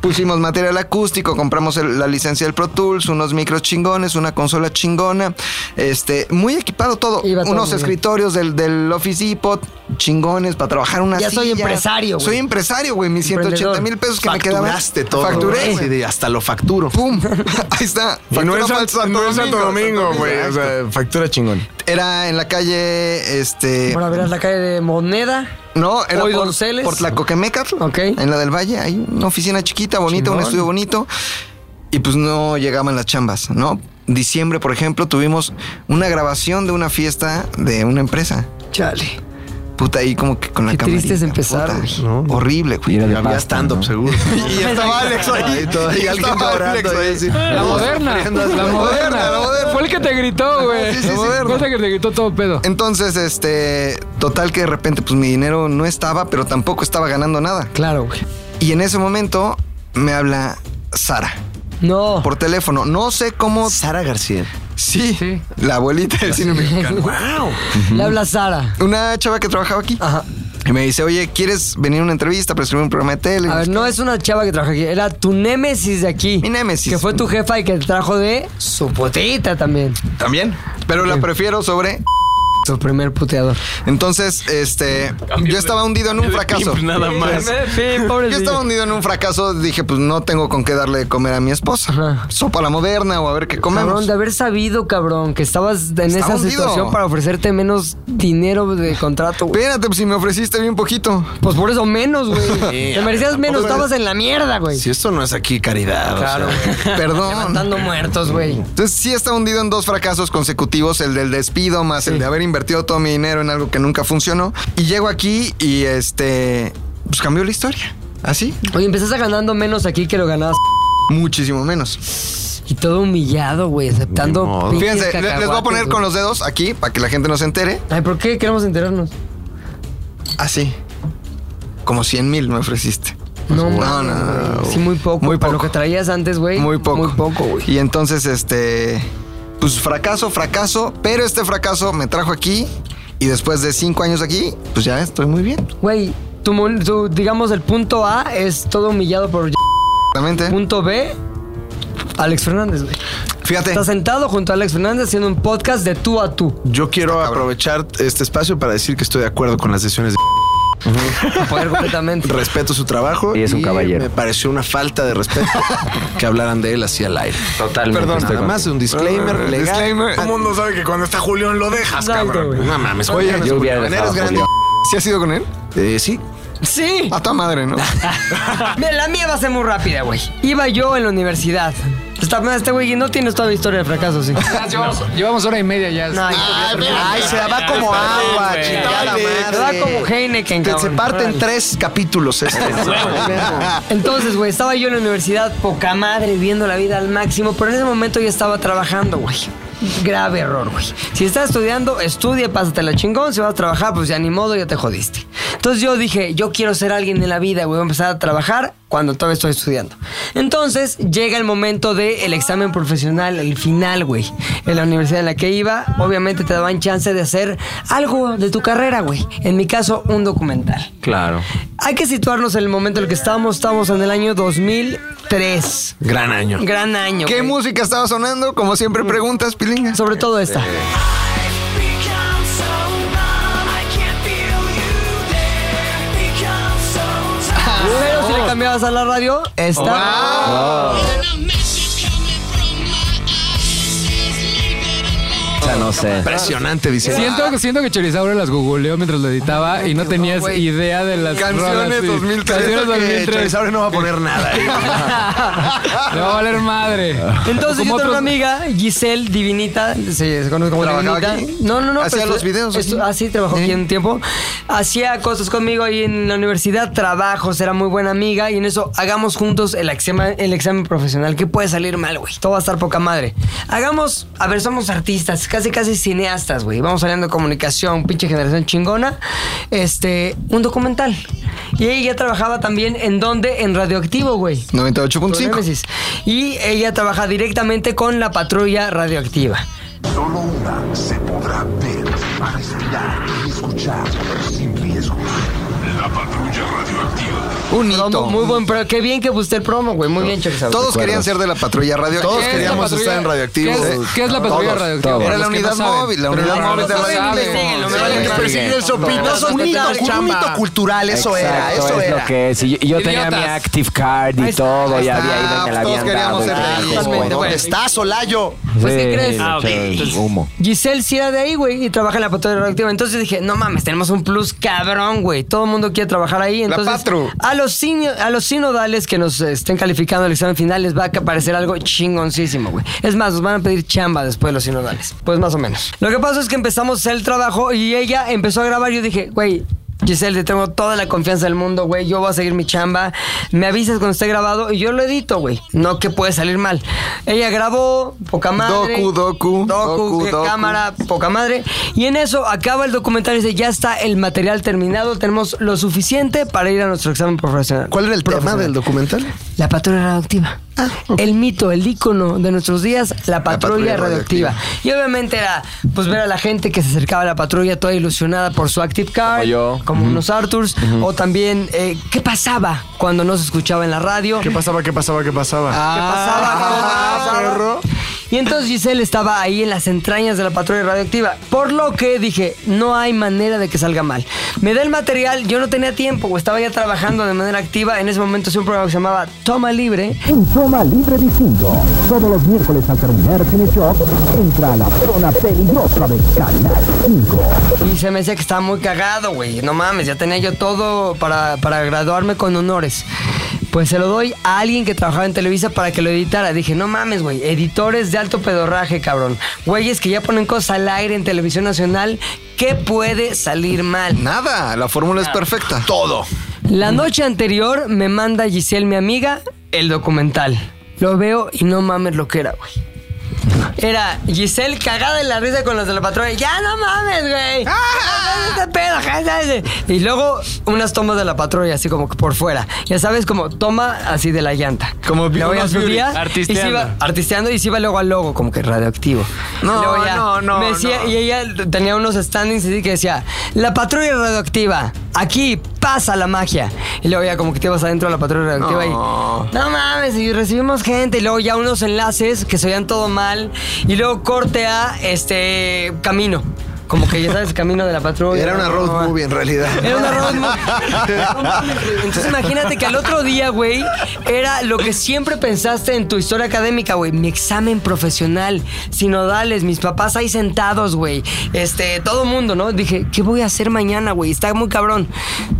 Speaker 18: pusimos material acústico, compramos el- la licencia del Pro Tools, unos micros chingones, una consola chingona, este, muy equipado todo.
Speaker 2: Iba todo
Speaker 18: unos
Speaker 2: muy bien.
Speaker 18: escritorios del, del Office iPod chingones para trabajar una
Speaker 2: Ya soy
Speaker 18: silla.
Speaker 2: empresario, güey.
Speaker 18: Soy empresario, güey. Mis 180
Speaker 2: Emprendedor.
Speaker 18: mil pesos que me quedaban.
Speaker 3: Facturaste todo.
Speaker 18: Facturé,
Speaker 3: Así
Speaker 18: güey.
Speaker 3: de, hasta lo facturo.
Speaker 18: ¡Pum! Ahí está.
Speaker 5: Y no
Speaker 18: Factura
Speaker 5: es
Speaker 18: para
Speaker 5: Santo, no es Santo Domingo,
Speaker 18: Santo
Speaker 5: güey. O sea, factura chingón.
Speaker 18: Era en la calle, este...
Speaker 2: Bueno, verás la calle de Moneda.
Speaker 18: No, era
Speaker 2: Hoy
Speaker 18: por,
Speaker 2: Donceles.
Speaker 18: por Tlacoquemecatl, en la del Valle. Hay una oficina chiquita, bonita,
Speaker 2: Chingón.
Speaker 18: un estudio bonito. Y pues no llegaban las chambas, ¿no? Diciembre, por ejemplo, tuvimos una grabación de una fiesta de una empresa.
Speaker 2: Chale.
Speaker 18: Puta, ahí como que con la
Speaker 2: Qué
Speaker 18: cámara.
Speaker 2: triste es empezar, güey.
Speaker 18: Horrible, güey.
Speaker 3: Y había stand-up, seguro.
Speaker 18: Y estaba Alex ahí.
Speaker 3: todavía
Speaker 18: Y
Speaker 3: alguien
Speaker 18: estaba
Speaker 3: llorando
Speaker 18: Alex
Speaker 3: ahí,
Speaker 18: ahí.
Speaker 3: sí.
Speaker 9: La moderna. La moderna. Fue el que te gritó, güey.
Speaker 18: Sí, sí, sí.
Speaker 9: La moderna. Fue el que te gritó todo pedo.
Speaker 18: Entonces, este, total que de repente, pues mi dinero no estaba, pero tampoco estaba ganando nada.
Speaker 2: Claro, güey.
Speaker 18: Y en ese momento me habla Sara.
Speaker 2: No.
Speaker 18: Por teléfono. No sé cómo.
Speaker 3: Sara García.
Speaker 18: Sí, la abuelita del cine mexicano.
Speaker 2: ¡Wow! Le habla Sara.
Speaker 18: Una chava que trabajaba aquí. Y me dice, oye, ¿quieres venir a una entrevista para escribir un programa de tele?
Speaker 2: A ver, no es una chava que trabaja aquí, era tu némesis de aquí. Mi némesis. Que fue tu jefa y que te trajo de su potita también.
Speaker 18: También. Pero la prefiero sobre.
Speaker 2: Tu primer puteador.
Speaker 18: Entonces, este. Yo estaba hundido en un fracaso.
Speaker 10: nada más.
Speaker 2: eh,
Speaker 18: Yo estaba hundido en un fracaso. Dije, pues no tengo con qué darle de comer a mi esposa. Sopa a la moderna o a ver qué comemos.
Speaker 2: Cabrón, de haber sabido, cabrón, que estabas en
Speaker 18: Estaba
Speaker 2: esa
Speaker 18: hundido.
Speaker 2: situación para ofrecerte menos dinero de contrato, güey.
Speaker 18: Espérate, pues si me ofreciste bien poquito.
Speaker 2: Pues por eso menos, güey.
Speaker 3: Sí,
Speaker 2: Te merecías menos, estabas en la mierda, güey.
Speaker 3: Si esto no es aquí caridad,
Speaker 2: Claro,
Speaker 3: o sea.
Speaker 2: güey.
Speaker 18: Perdón.
Speaker 2: Levantando muertos, güey.
Speaker 18: Entonces sí está hundido en dos fracasos consecutivos, el del despido más el de haber invertido todo mi dinero en algo que nunca funcionó. Y llego aquí y este, pues cambió la historia. ¿Así?
Speaker 2: Oye, empezaste ganando menos aquí que lo ganabas.
Speaker 18: Muchísimo menos.
Speaker 2: Y todo humillado, güey, aceptando. pinches
Speaker 18: Fíjense, le- les voy a
Speaker 2: cacahuates,
Speaker 18: poner con
Speaker 2: güey.
Speaker 18: los dedos aquí para que la gente no se entere.
Speaker 2: Ay, ¿por qué queremos enterarnos?
Speaker 18: Así. Como 100 mil me ofreciste.
Speaker 2: No,
Speaker 18: no, no, no.
Speaker 2: Sí, muy poco.
Speaker 18: Muy
Speaker 2: Para lo que traías antes, güey.
Speaker 18: Muy poco.
Speaker 2: Muy poco, güey.
Speaker 18: Y entonces, este, pues fracaso, fracaso, pero este fracaso me trajo aquí y después de cinco años aquí, pues ya estoy muy bien.
Speaker 2: Güey, tu, mon- tu, digamos, el punto A es todo humillado por.
Speaker 18: Exactamente.
Speaker 2: Punto B, Alex Fernández, güey.
Speaker 18: Fíjate.
Speaker 2: Está sentado junto a Alex Fernández haciendo un podcast de tú a tú.
Speaker 3: Yo quiero aprovechar este espacio para decir que estoy de acuerdo con las decisiones de
Speaker 2: Poder completamente.
Speaker 3: Respeto su trabajo. Y es un caballero. Me pareció una falta de respeto que hablaran de él así al aire.
Speaker 6: Totalmente.
Speaker 3: Perdón,
Speaker 6: estoy
Speaker 3: nada más
Speaker 6: contigo.
Speaker 3: un disclaimer
Speaker 5: Ah,
Speaker 3: legal.
Speaker 5: disclaimer. Todo el mundo sabe que cuando está Julián lo dejas, cabrón. No mames,
Speaker 18: Oye,
Speaker 5: Julián es
Speaker 18: yo hubiera
Speaker 5: Julián,
Speaker 18: dejado
Speaker 5: eres
Speaker 18: a
Speaker 5: grande.
Speaker 18: Julián. ¿Sí has ido con él?
Speaker 3: Eh, sí.
Speaker 2: Sí.
Speaker 18: A tu madre, ¿no?
Speaker 2: Mira, la mía va a ser muy rápida, güey. Iba yo en la universidad. Esta- este güey no tienes toda la historia de fracaso, sí.
Speaker 9: Llevamos, llevamos hora y media ya.
Speaker 2: No,
Speaker 3: Ay, se la va como agua, chingada madre.
Speaker 2: Se va como Heineken,
Speaker 3: Te- Se
Speaker 2: cabrón.
Speaker 3: parten
Speaker 2: Órale.
Speaker 3: tres capítulos este.
Speaker 2: Entonces, güey, estaba yo en la universidad, poca madre, viviendo la vida al máximo, pero en ese momento yo estaba trabajando, güey. Grave error, güey. Si estás estudiando, estudia, pásatela chingón. Si vas a trabajar, pues ya ni modo, ya te jodiste. Entonces yo dije, yo quiero ser alguien en la vida, güey. Voy a empezar a trabajar cuando todavía estoy estudiando. Entonces llega el momento del examen profesional, el final, güey. En la universidad en la que iba, obviamente te daban chance de hacer algo de tu carrera, güey. En mi caso, un documental.
Speaker 6: Claro.
Speaker 2: Hay que situarnos en el momento en el que estábamos. Estábamos en el año 2003.
Speaker 3: Gran año.
Speaker 2: Gran año.
Speaker 18: ¿Qué
Speaker 2: güey.
Speaker 18: música estaba sonando? Como siempre preguntas, Pilinga.
Speaker 2: Sobre todo esta.
Speaker 18: Sí.
Speaker 2: cambiabas a la radio, esta.
Speaker 6: sea, no sé.
Speaker 3: Impresionante, dice. Ah.
Speaker 9: Siento, que- siento que Chorizauro las googleó mientras lo editaba y no tenías idea de las rolas,
Speaker 3: Canciones
Speaker 9: sí.
Speaker 3: 2003.
Speaker 9: Canciones
Speaker 3: Siento que
Speaker 9: 2003.
Speaker 3: Chorizauro no va a poner nada. ¿eh?
Speaker 9: Le va a valer madre.
Speaker 2: Entonces yo
Speaker 9: Como
Speaker 2: tengo
Speaker 9: otros-
Speaker 2: una amiga, Giselle Divinita, se, se conoce como
Speaker 9: ¿Trabajaba
Speaker 2: Divinita.
Speaker 9: aquí?
Speaker 2: No, no, no.
Speaker 9: ¿Hacía
Speaker 2: pero
Speaker 9: los
Speaker 2: estu-
Speaker 9: videos
Speaker 2: estu-
Speaker 9: aquí?
Speaker 2: Ah, sí, trabajó aquí un tiempo. Hacía cosas conmigo ahí en la universidad, trabajos, era muy buena amiga y en eso hagamos juntos el examen, el examen profesional. ¿Qué puede salir mal, güey? Todo va a estar poca madre. Hagamos, a ver, somos artistas, casi casi cineastas, güey. Vamos saliendo de comunicación, pinche generación chingona. Este, un documental. Y ella trabajaba también en donde, en Radioactivo, güey.
Speaker 18: 98.5.
Speaker 2: Némesis. Y ella trabaja directamente con la patrulla radioactiva.
Speaker 7: Solo una se podrá ver, respirar y escuchar sin riesgos. La patrulla radioactiva.
Speaker 18: Un
Speaker 2: Promo, muy buen, pero qué bien que busté el promo, güey. Muy bien, Chorizado.
Speaker 18: Todos querían ser de la patrulla radioactiva.
Speaker 2: Todos ¿Qué es la queríamos patrulla- estar en radioactivo.
Speaker 18: radioactivos.
Speaker 2: qué es- qué es la patrulla radioactiva?
Speaker 18: Era
Speaker 2: Los
Speaker 18: la
Speaker 2: que
Speaker 18: unidad
Speaker 2: no saben.
Speaker 18: móvil, la
Speaker 2: Pero
Speaker 18: unidad
Speaker 2: no, no
Speaker 18: móvil de
Speaker 2: saben,
Speaker 18: radioactivo.
Speaker 2: investiguenlo, me vale madre. Pues,
Speaker 18: perseguir el
Speaker 2: No
Speaker 18: sopito.
Speaker 2: sospechaban,
Speaker 18: Un
Speaker 2: chamba.
Speaker 18: mito cultural, eso era,
Speaker 6: Exacto,
Speaker 18: eso
Speaker 6: es
Speaker 18: era.
Speaker 6: lo que es. Y yo, y yo tenía mi
Speaker 18: Idiotas.
Speaker 6: Active Card
Speaker 2: pues,
Speaker 6: y todo, ya había ido y me la
Speaker 18: Todos
Speaker 6: habían dado.
Speaker 18: queríamos
Speaker 6: y
Speaker 18: ser de
Speaker 6: tal,
Speaker 18: ahí.
Speaker 6: como-
Speaker 18: güey. ¿Dónde estás, Olayo?
Speaker 2: Pues, ¿qué
Speaker 6: Sí,
Speaker 2: crees? Ah, ok.
Speaker 6: che, Humo.
Speaker 2: Giselle sí era de ahí, güey, y trabaja en la patrulla radioactiva. Entonces dije, no mames, tenemos un plus cabrón, güey. Todo el mundo quiere trabajar ahí. Entonces,
Speaker 18: patru.
Speaker 2: A los, sin- a los sinodales que nos eh, estén calificando el examen final les va a aparecer algo chingoncísimo, güey. Es más, nos van a pedir chamba después de los sinodales. Pues más o menos. Lo que pasó es que empezamos el trabajo y ella empezó a grabar. Yo dije, güey. Giselle, te tengo toda la confianza del mundo, güey. Yo voy a seguir mi chamba. Me avisas cuando esté grabado y yo lo edito, güey. No que puede salir mal. Ella grabó, poca madre.
Speaker 18: Docu, docu,
Speaker 2: Docu,
Speaker 18: docu,
Speaker 2: que
Speaker 18: docu.
Speaker 2: cámara, poca madre. Y en eso acaba el documental y dice, ya está el material terminado, tenemos lo suficiente para ir a nuestro examen profesional. ¿Cuál era el
Speaker 3: Tema del documental.
Speaker 2: La patrulla radioactiva.
Speaker 5: Ah,
Speaker 2: El mito, el ícono de nuestros días, la patrulla,
Speaker 3: patrulla
Speaker 2: radioactiva. Y obviamente era, pues, ver a la gente que se acercaba a la patrulla toda ilusionada por su Active Card. Como unos Arthurs. O también, eh, ¿qué pasaba cuando no se escuchaba en la radio? ¿Qué
Speaker 5: pasaba, qué pasaba, qué pasaba?
Speaker 2: ¿Qué pasaba? ah, Y entonces Giselle estaba ahí en las entrañas de la patrulla radioactiva. Por lo que dije, no hay manera de que salga mal. Me da el material, yo no tenía tiempo, o estaba ya trabajando de manera activa. En ese momento hacía un programa que se llamaba Toma Libre.
Speaker 24: Un Soma libre distinto. Todos los miércoles al terminar Cineshop, entra a la zona peligrosa de Canal 5.
Speaker 2: Y se me decía que estaba muy cagado, güey. No mames, ya tenía yo todo para, para graduarme con honores. Pues se lo doy a alguien que trabajaba en Televisa para que lo editara. Dije, no mames, güey. Editores de alto pedorraje, cabrón. Güeyes que ya ponen cosas al aire en televisión nacional. ¿Qué puede salir mal?
Speaker 18: Nada, la fórmula es perfecta. Todo.
Speaker 2: La noche anterior me manda Giselle, mi amiga, el documental. Lo veo y no mames lo que era, güey. Era Giselle cagada en la risa con los de la patrulla. Ya no mames, güey. No mames este pedo, ja, ja, ja. Y luego unas tomas de la patrulla, así como que por fuera. Ya sabes, como toma así de la llanta. Como
Speaker 10: Beauty-
Speaker 2: la voy a
Speaker 10: unos
Speaker 2: subir,
Speaker 10: beauty.
Speaker 2: Y se iba, artisteando y se iba luego al logo, como que radioactivo.
Speaker 10: No,
Speaker 2: Luego ya
Speaker 10: no, no,
Speaker 2: me decía-
Speaker 10: no.
Speaker 2: Y ella tenía unos standings así que decía: La patrulla radioactiva, aquí pasa la magia. Y luego ya como que te ibas adentro de la patrulla radioactiva y. No mames, y recibimos gente. Y luego ya unos enlaces que se oían todo mal. Y luego corte a este camino. Como que ya sabes, camino de la patrulla.
Speaker 3: Era una road movie en realidad.
Speaker 2: Era una road movie. Entonces imagínate que al otro día, güey, era lo que siempre pensaste en tu historia académica, güey. Mi examen profesional, sinodales, mis papás ahí sentados, güey. Este, todo mundo, ¿no? Dije, ¿qué voy a hacer mañana, güey? Está muy cabrón.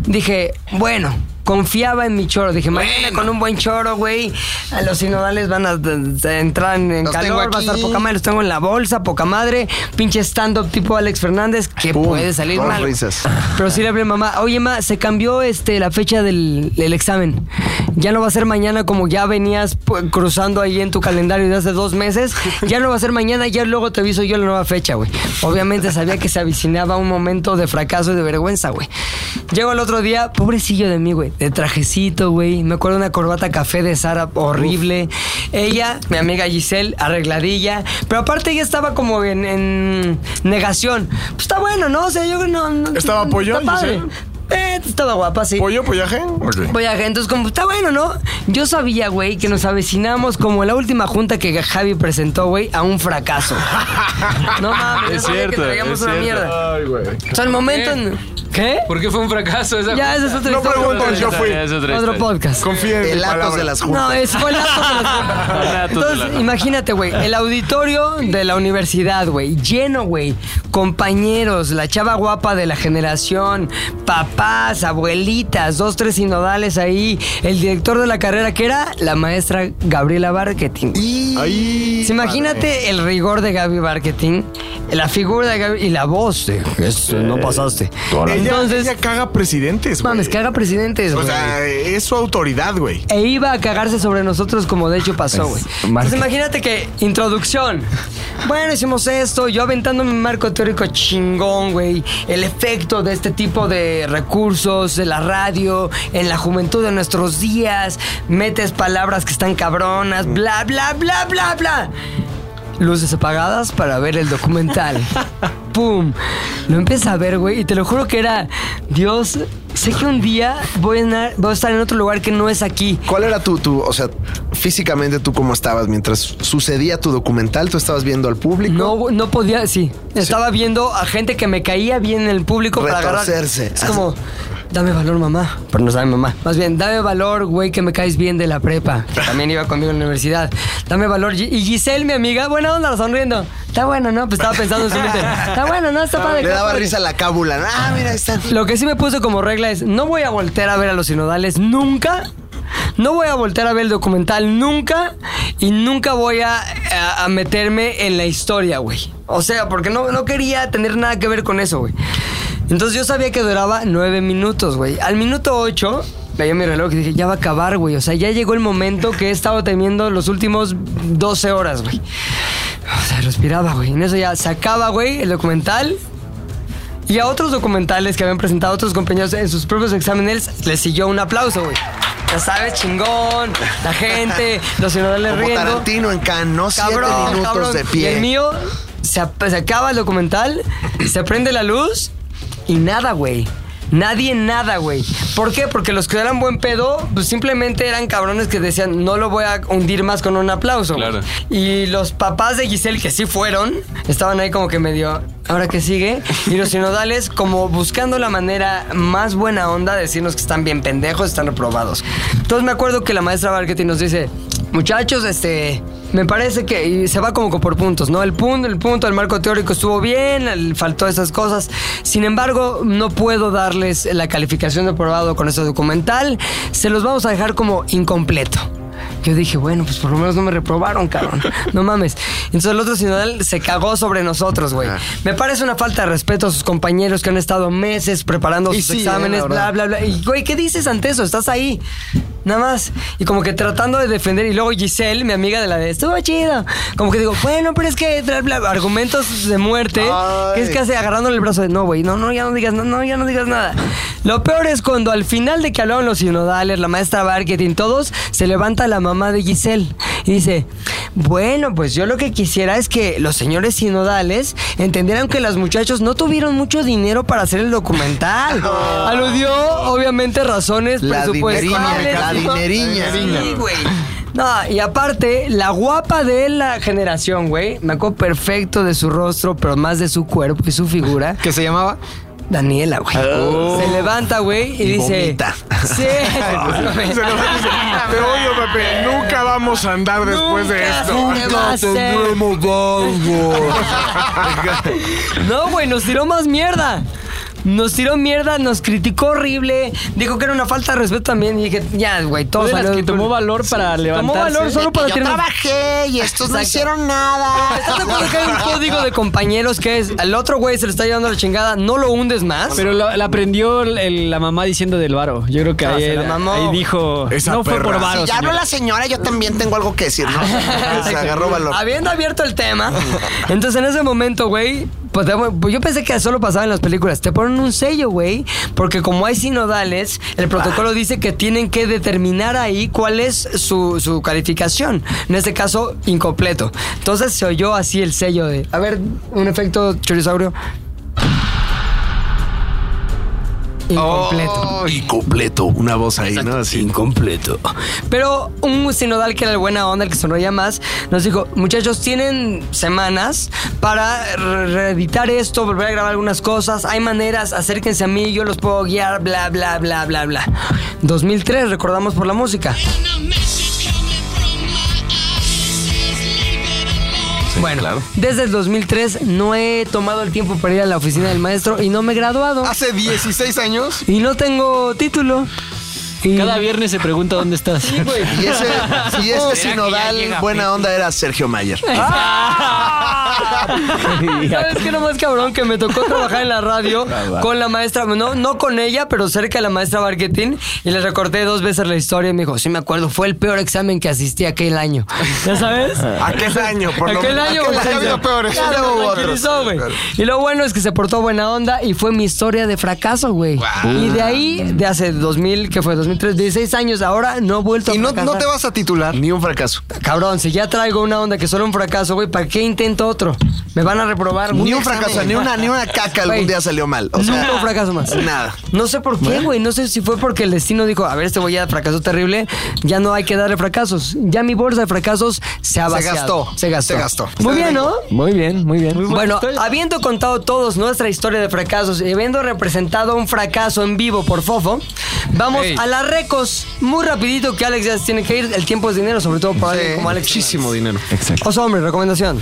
Speaker 2: Dije, bueno. Confiaba en mi choro. Dije, mañana con un buen choro, güey. A los sinodales van a eh, entrar en, en
Speaker 18: Los tengo
Speaker 2: calor, va a estar
Speaker 18: aquí.
Speaker 2: poca madre. Los tengo en la bolsa, poca madre. Pinche stand-up tipo Alex Fernández. Que puede salir
Speaker 3: Todas
Speaker 2: mal.
Speaker 3: risas.
Speaker 2: Pero sí le hablé a mamá, oye ma, se cambió este la fecha del, del examen. Ya no va a ser mañana como ya venías pu- cruzando ahí en tu calendario desde hace dos meses. Ya no va a ser mañana, ya luego te aviso yo la nueva fecha, güey. Obviamente sabía que se avicinaba un momento de fracaso y de vergüenza, güey. Llego el otro día, pobrecillo de mí, güey, de trajecito, güey. Me acuerdo de una corbata café de Sara horrible. Ella, mi amiga Giselle, arregladilla. Pero aparte ella estaba como en, en negación. Pues está bueno, ¿no? O sea, yo no. no-
Speaker 5: ¿Estaba pollo,
Speaker 2: Está padre.
Speaker 5: Giselle?
Speaker 2: Eh, estaba guapa, sí.
Speaker 5: ¿Pollo, pollaje? Ok.
Speaker 2: Voyaje, entonces como está bueno, ¿no? Yo sabía, güey, que nos avecinamos como la última junta que Javi presentó, güey, a un fracaso. No mames, yo sabía que traíamos una mierda.
Speaker 5: Ay, güey.
Speaker 2: O sea, el momento en-
Speaker 9: ¿Eh? ¿Qué?
Speaker 2: ¿Qué?
Speaker 9: ¿Por qué fue un fracaso esa
Speaker 2: Ya, esa es otra historia.
Speaker 9: Es otra
Speaker 2: Otro
Speaker 9: historia.
Speaker 2: podcast.
Speaker 3: El Atos de las Juntas.
Speaker 2: No, es fue el Atos de las Juntas. Entonces, imagínate, güey, el auditorio de la universidad, güey, lleno, güey, compañeros, la chava guapa de la generación, papás, abuelitas, dos, tres sinodales ahí, el director de la carrera que era la maestra Gabriela Barquetín.
Speaker 3: Y...
Speaker 2: Imagínate
Speaker 3: padre.
Speaker 2: el rigor de Gaby Barquetín, la figura de Gaby y la voz de... "Eso no pasaste.
Speaker 5: Ella, Entonces, ella caga presidentes, güey.
Speaker 2: Mames, caga presidentes,
Speaker 5: O
Speaker 2: güey.
Speaker 5: sea, es su autoridad, güey.
Speaker 2: E iba a cagarse sobre nosotros como de hecho pasó, güey. Entonces imagínate que introducción. Bueno, hicimos esto, yo aventando mi marco teórico chingón, güey. El efecto de este tipo de recursos en la radio, en la juventud de nuestros días. Metes palabras que están cabronas, bla, bla, bla, bla, bla. Luces apagadas para ver el documental. ¡Pum! Lo empieza a ver, güey, y te lo juro que era, Dios, sé que un día voy a, na- voy a estar en otro lugar que no es aquí.
Speaker 3: ¿Cuál era tu, tu, o sea, físicamente tú cómo estabas mientras sucedía tu documental? ¿Tú estabas viendo al público?
Speaker 2: No, no podía, sí. Estaba viendo a gente que me caía bien en el público para agarrar.
Speaker 3: Retorcerse.
Speaker 2: Es como, dame valor, mamá. Pero no sabe mamá. Más bien, dame valor, güey, que me caes bien de la prepa. que también iba conmigo en la universidad. Dame valor. Gi- Y Giselle, mi amiga, buena onda, sonriendo. Está bueno, ¿no? Pues estaba pensando en su mente. Está bueno, ¿no? Está padre.
Speaker 3: Le daba risa la cábula. Ah, mira, está.
Speaker 2: Lo que sí me puso como regla es, no voy a voltear a ver a los sinodales nunca. No voy a voltear a ver el documental nunca. Y nunca voy a, a- a meterme en la historia, güey. O sea, porque no, no quería tener nada que ver con eso, güey. Entonces yo sabía que duraba nueve minutos, güey. Al minuto ocho... Veía mi reloj y dije, ya va a acabar, güey. O sea, ya llegó el momento que he estado temiendo los últimos 12 horas, güey. O sea, respiraba, güey. En eso ya se acaba, güey, el documental. Y a otros documentales que habían presentado otros compañeros en sus propios exámenes, les siguió un aplauso, güey. Ya sabes, chingón, la gente, los sinodales
Speaker 3: Como
Speaker 2: riendo.
Speaker 3: Tarantino en Cannes, ¿no? Siete minutos de pie.
Speaker 2: Y el mío, se, ap- se acaba el documental, se prende la luz y nada, güey. Nadie nada, güey. ¿Por qué? Porque los que eran buen pedo, pues simplemente eran cabrones que decían, no lo voy a hundir más con un aplauso. güey". Y los papás de Giselle, que sí fueron, estaban ahí como que medio, ahora que sigue. Y los sinodales, como buscando la manera más buena onda de decirnos que están bien pendejos, están reprobados. Entonces me acuerdo que la maestra Barquetti nos dice, muchachos, este, me parece que y se va como que por puntos, ¿no? El punto, el punto, el marco teórico estuvo bien, el- faltó esas cosas. Sin embargo, no puedo darles la calificación de aprobado con este documental. Se los vamos a dejar como incompleto. Yo dije, bueno, pues por lo menos no me reprobaron, cabrón. No mames. Entonces el otro sinodal se cagó sobre nosotros,
Speaker 3: Ah.
Speaker 2: güey. Me parece una falta de respeto a sus compañeros que han estado meses preparando
Speaker 3: Y
Speaker 2: sus
Speaker 3: sí, eh,
Speaker 2: exámenes,
Speaker 3: la verdad.
Speaker 2: bla, bla, bla. Y, güey, ¿qué dices ante eso? Estás ahí. Nada más. Y como que tratando de defender. Y luego Giselle, mi amiga de la de estuvo chido. Como que digo, bueno, pero es que bla, bla, argumentos de muerte. Que es casi agarrándole el brazo de no, güey. No, no, ya no digas, no, no, ya no digas nada. Lo peor es cuando al final de que hablaron los sinodales, la maestra marketing, todos, se levanta la mamá de Giselle y dice. Bueno, pues yo lo que quisiera es que los señores sinodales entendieran que los muchachos no tuvieron mucho dinero para hacer el documental. Aludió, obviamente, razones
Speaker 3: La
Speaker 2: presupuestales.
Speaker 3: dineriña, la
Speaker 2: ¿no?
Speaker 3: dineriña.
Speaker 2: Sí, güey. No, y aparte, la guapa de la generación, güey, me acuerdo perfecto de su rostro, pero más de su cuerpo y su figura. ¿Qué se llamaba? Daniela, güey.
Speaker 3: Oh.
Speaker 2: Se levanta, güey, y,
Speaker 3: Y
Speaker 2: dice...
Speaker 3: vomita.
Speaker 2: Sí.
Speaker 5: Se lo va a decir, Te odio, Pepe. Nunca vamos a andar Ah, después de
Speaker 2: Nunca
Speaker 5: esto.
Speaker 2: se te va a hacer. No, güey, nos tiró más mierda. Nos tiró mierda, nos criticó horrible, dijo que era una falta de respeto también y dije, ya, güey, todo
Speaker 8: Fue de las
Speaker 2: salió-
Speaker 8: que tomó valor para
Speaker 2: Tomó
Speaker 8: levantarse.
Speaker 2: valor solo para
Speaker 3: Yo
Speaker 2: tener-
Speaker 3: trabajé y estos no
Speaker 2: Exacto.
Speaker 3: hicieron nada.
Speaker 2: ¿Estás de acuerdo que hay un código de compañeros que es al otro güey se le está llevando la chingada, no lo hundes más?
Speaker 8: Pero la, la aprendió el- el- la mamá diciendo del varo. Yo creo que
Speaker 2: Ah,
Speaker 8: ahí,
Speaker 2: se la mamó.
Speaker 8: ahí dijo,
Speaker 5: Esa
Speaker 8: no fue por
Speaker 5: perra.
Speaker 8: varo,
Speaker 3: Si ya habló
Speaker 8: señora".
Speaker 3: la señora, yo también tengo algo que decir, ¿no? Se agarró valor.
Speaker 2: Habiendo abierto el tema, entonces en ese momento, güey, pues, te- pues, yo pensé que solo pasaba en las películas. Te ponen un sello, güey, porque como hay sinodales, el protocolo dice que tienen que determinar ahí cuál es su, su calificación. En este caso, incompleto. Entonces se oyó así el sello de, a ver, un efecto chorizaurio. Incompleto.
Speaker 3: Incompleto. Una voz ahí, ¿no? Así. Incompleto.
Speaker 2: Pero un sinodal que era el buena onda, el que sonreía más, nos dijo, muchachos, tienen semanas para re- reeditar esto, volver a grabar algunas cosas, hay maneras, acérquense a mí, yo los puedo guiar, bla, bla, bla, bla, bla. 2003, recordamos por la música. bueno, desde el 2003 no he tomado el tiempo para ir a la oficina del maestro y no me he graduado.
Speaker 18: Hace 16 años.
Speaker 2: Y no tengo título.
Speaker 17: Cada viernes se pregunta dónde estás.
Speaker 3: Y ese, si
Speaker 17: ¿Será
Speaker 3: este
Speaker 2: Oh,
Speaker 17: que ya
Speaker 3: sinodal
Speaker 17: llega
Speaker 3: buena onda era Sergio Mayer.
Speaker 2: ¿Sabes qué lo más cabrón? Que me tocó trabajar en la radio con la maestra, no, no con ella, pero cerca de la maestra Barquetín. Y le recorté dos veces la historia y me dijo, sí me acuerdo, fue el peor examen que asistí aquel año. ¿Ya sabes?
Speaker 7: Ah,
Speaker 3: Aquel año, por lo
Speaker 2: Aquel
Speaker 3: menos.
Speaker 2: año,
Speaker 3: Aquel
Speaker 2: güey.
Speaker 3: año ha habido peores.
Speaker 2: Claro,
Speaker 3: Ya hubo
Speaker 2: me
Speaker 3: otros.
Speaker 2: tranquilizó, güey. Y lo bueno es que se portó buena onda y fue mi historia de fracaso, güey. Y de ahí, de hace 2000, que fue 2003, 16 años ahora, no he vuelto a
Speaker 18: no-
Speaker 2: fracasar.
Speaker 18: no te vas a titular.
Speaker 3: Ni un fracaso.
Speaker 2: Cabrón, si ya traigo una onda que solo un fracaso, güey, ¿para qué intento otro? Me van a reprobar.
Speaker 3: Ni
Speaker 2: güey.
Speaker 3: un fracaso, ni una, ni una caca algún
Speaker 2: Güey,
Speaker 3: día salió mal. O sea,
Speaker 2: nunca un fracaso más.
Speaker 3: Nada.
Speaker 2: No sé por qué, güey. No sé si fue porque el destino dijo, a ver, este güey ya fracasó terrible, ya no hay que darle fracasos. Ya mi bolsa de fracasos se ha
Speaker 18: Se
Speaker 2: vaciado.
Speaker 18: gastó,
Speaker 2: Se gastó.
Speaker 18: se gastó.
Speaker 2: Muy bien, ¿no?
Speaker 6: Muy bien, muy bien.
Speaker 5: Pues
Speaker 2: Bueno, habiendo contado todos nuestra historia de fracasos y habiendo representado un fracaso en vivo por Fofo, vamos
Speaker 3: Ey.
Speaker 2: a las recos. Muy rapidito que Alex ya se tiene que ir. El tiempo es dinero, sobre todo para alguien como Alex.
Speaker 3: Muchísimo Este dinero.
Speaker 6: Exacto.
Speaker 2: Oso, hombre, recomendación.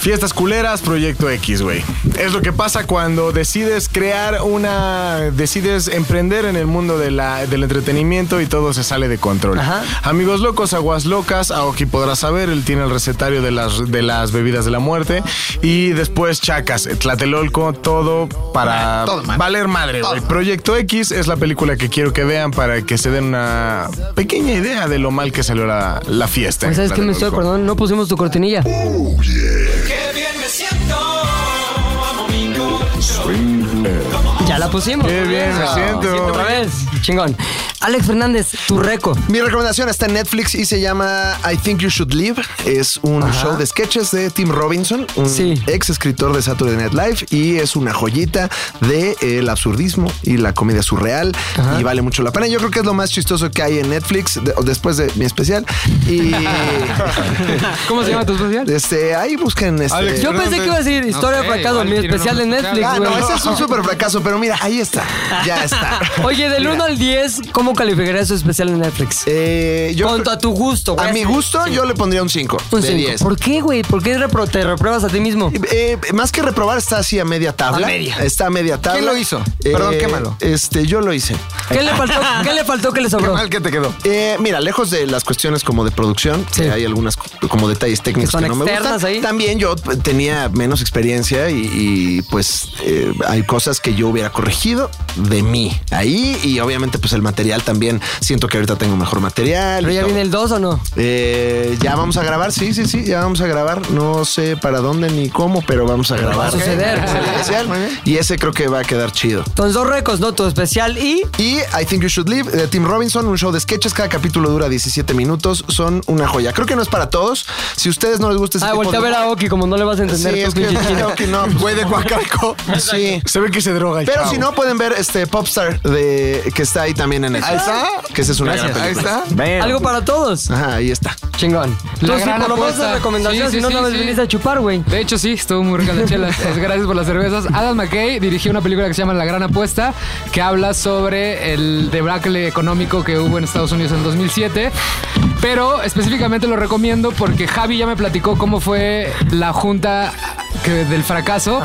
Speaker 5: Fiestas culeras, proyecto X, güey. Es lo que pasa cuando decides crear una. decides emprender en el mundo de la- del entretenimiento y todo se sale de control. Amigos locos, aguas locas, Aoki podrá saber, él tiene el recetario de las, de las bebidas de la muerte. Y después Chacas, Tlatelolco, todo para
Speaker 3: Todo mal.
Speaker 5: valer madre, güey. Proyecto X es la película que quiero que vean para que se den una pequeña idea de lo mal que salió la, la fiesta.
Speaker 2: Pues,
Speaker 5: en
Speaker 2: ¿Sabes qué me estoy
Speaker 5: Tlatelolco.
Speaker 2: acordando? No pusimos tu cortinilla.
Speaker 23: Qué bien me siento. Vamos, Mingo.
Speaker 2: Ya la pusimos.
Speaker 5: Qué bien, me siento.
Speaker 2: Otra vez. Chingón. Alex Fernández, tu reco.
Speaker 3: Mi recomendación está en Netflix y se llama I Think You Should Live. Es un show de sketches de Tim Robinson, un ex escritor de Saturday Night Live, y es una joyita del de, eh, el absurdismo y la comedia surreal. Y vale mucho la pena. Yo creo que es lo más chistoso que hay en Netflix de- después de mi especial. Y.
Speaker 9: ¿Cómo se llama tu especial?
Speaker 3: Este, ahí busquen este.
Speaker 2: Alex Yo pensé que iba a decir historia de fracaso, mi especial de Netflix,
Speaker 3: Ah, no,
Speaker 2: güey.
Speaker 3: ese es un súper fracaso, pero mira, ahí está. Ya está.
Speaker 2: Oye, del 1 al 10, ¿cómo calificarías su especial en Netflix? Conto a tu gusto, güey.
Speaker 3: Eh, A mi gusto, yo le pondría un 5.
Speaker 2: Un
Speaker 3: de
Speaker 2: cinco.
Speaker 3: 10.
Speaker 2: ¿Por qué, güey? ¿Por qué repro- te repruebas a ti mismo?
Speaker 3: Eh, más que reprobar, está así a media tabla.
Speaker 2: A media.
Speaker 3: Está a media tabla. Eh,
Speaker 18: ¿Quién lo hizo? Perdón, quémalo.
Speaker 3: Este, yo lo hice.
Speaker 2: ¿Qué le faltó? ¿Qué le faltó que le sobró?
Speaker 18: mal que te quedó.
Speaker 3: Eh, mira, lejos de las cuestiones como de producción, que hay algunas co- como detalles técnicos que,
Speaker 2: son
Speaker 3: no me
Speaker 2: externas
Speaker 3: gustan. También yo eh, tenía menos experiencia y, y, pues eh, hay cosas que yo hubiera corregido de mí ahí y obviamente pues el material también siento que ahorita tengo mejor material.
Speaker 2: ¿Pero
Speaker 3: y
Speaker 2: ya
Speaker 3: todo.
Speaker 2: viene el 2 o no?
Speaker 3: Eh, ya vamos a grabar, sí, sí, sí, ya vamos a grabar. No sé para dónde ni cómo, pero vamos a grabar.
Speaker 2: Va a suceder.
Speaker 3: Especial. Y ese creo que va a quedar chido.
Speaker 2: Entonces, dos recos, ¿no? Tu especial y.
Speaker 3: Y I Think You Should Live de Tim Robinson, un show de sketches. Cada capítulo dura 17 minutos. Son una joya. Creo que no es para todos. Si a ustedes no les gusta ese
Speaker 2: Ah,
Speaker 3: tipo
Speaker 2: voltea a
Speaker 3: de-
Speaker 2: ver a Oki, como no le vas a entender.
Speaker 3: Sí,
Speaker 2: tú,
Speaker 3: es que
Speaker 2: pinche chino.
Speaker 3: creo que
Speaker 5: pues,
Speaker 3: no. Güey de Guacalco. Sí.
Speaker 5: Se ve que se droga. el
Speaker 3: Pero
Speaker 5: chavo.
Speaker 3: si no, pueden ver este Popstar de, que está ahí también en el.
Speaker 18: Ahí está.
Speaker 3: Que esa es una gran
Speaker 18: Gracias. Ahí
Speaker 3: película.
Speaker 18: está. Ven.
Speaker 2: Algo para todos.
Speaker 3: Ajá, ahí está.
Speaker 2: Chingón. Tú
Speaker 9: La
Speaker 2: sí,
Speaker 9: gran
Speaker 2: por lo menos
Speaker 9: apuesta.
Speaker 2: la recomendación,
Speaker 9: Sí, sí,
Speaker 2: si no,
Speaker 9: sí,
Speaker 2: no me
Speaker 9: sí.
Speaker 2: viniste a chupar, güey.
Speaker 9: De hecho, sí, estuvo muy rica la chela. Pues, Gracias por las cervezas. Adam McKay dirigió una película que se llama La Gran Apuesta, que habla sobre el debacle económico que hubo en Estados Unidos en 2007. Pero específicamente lo recomiendo porque Javi ya me platicó cómo fue la junta que- del fracaso,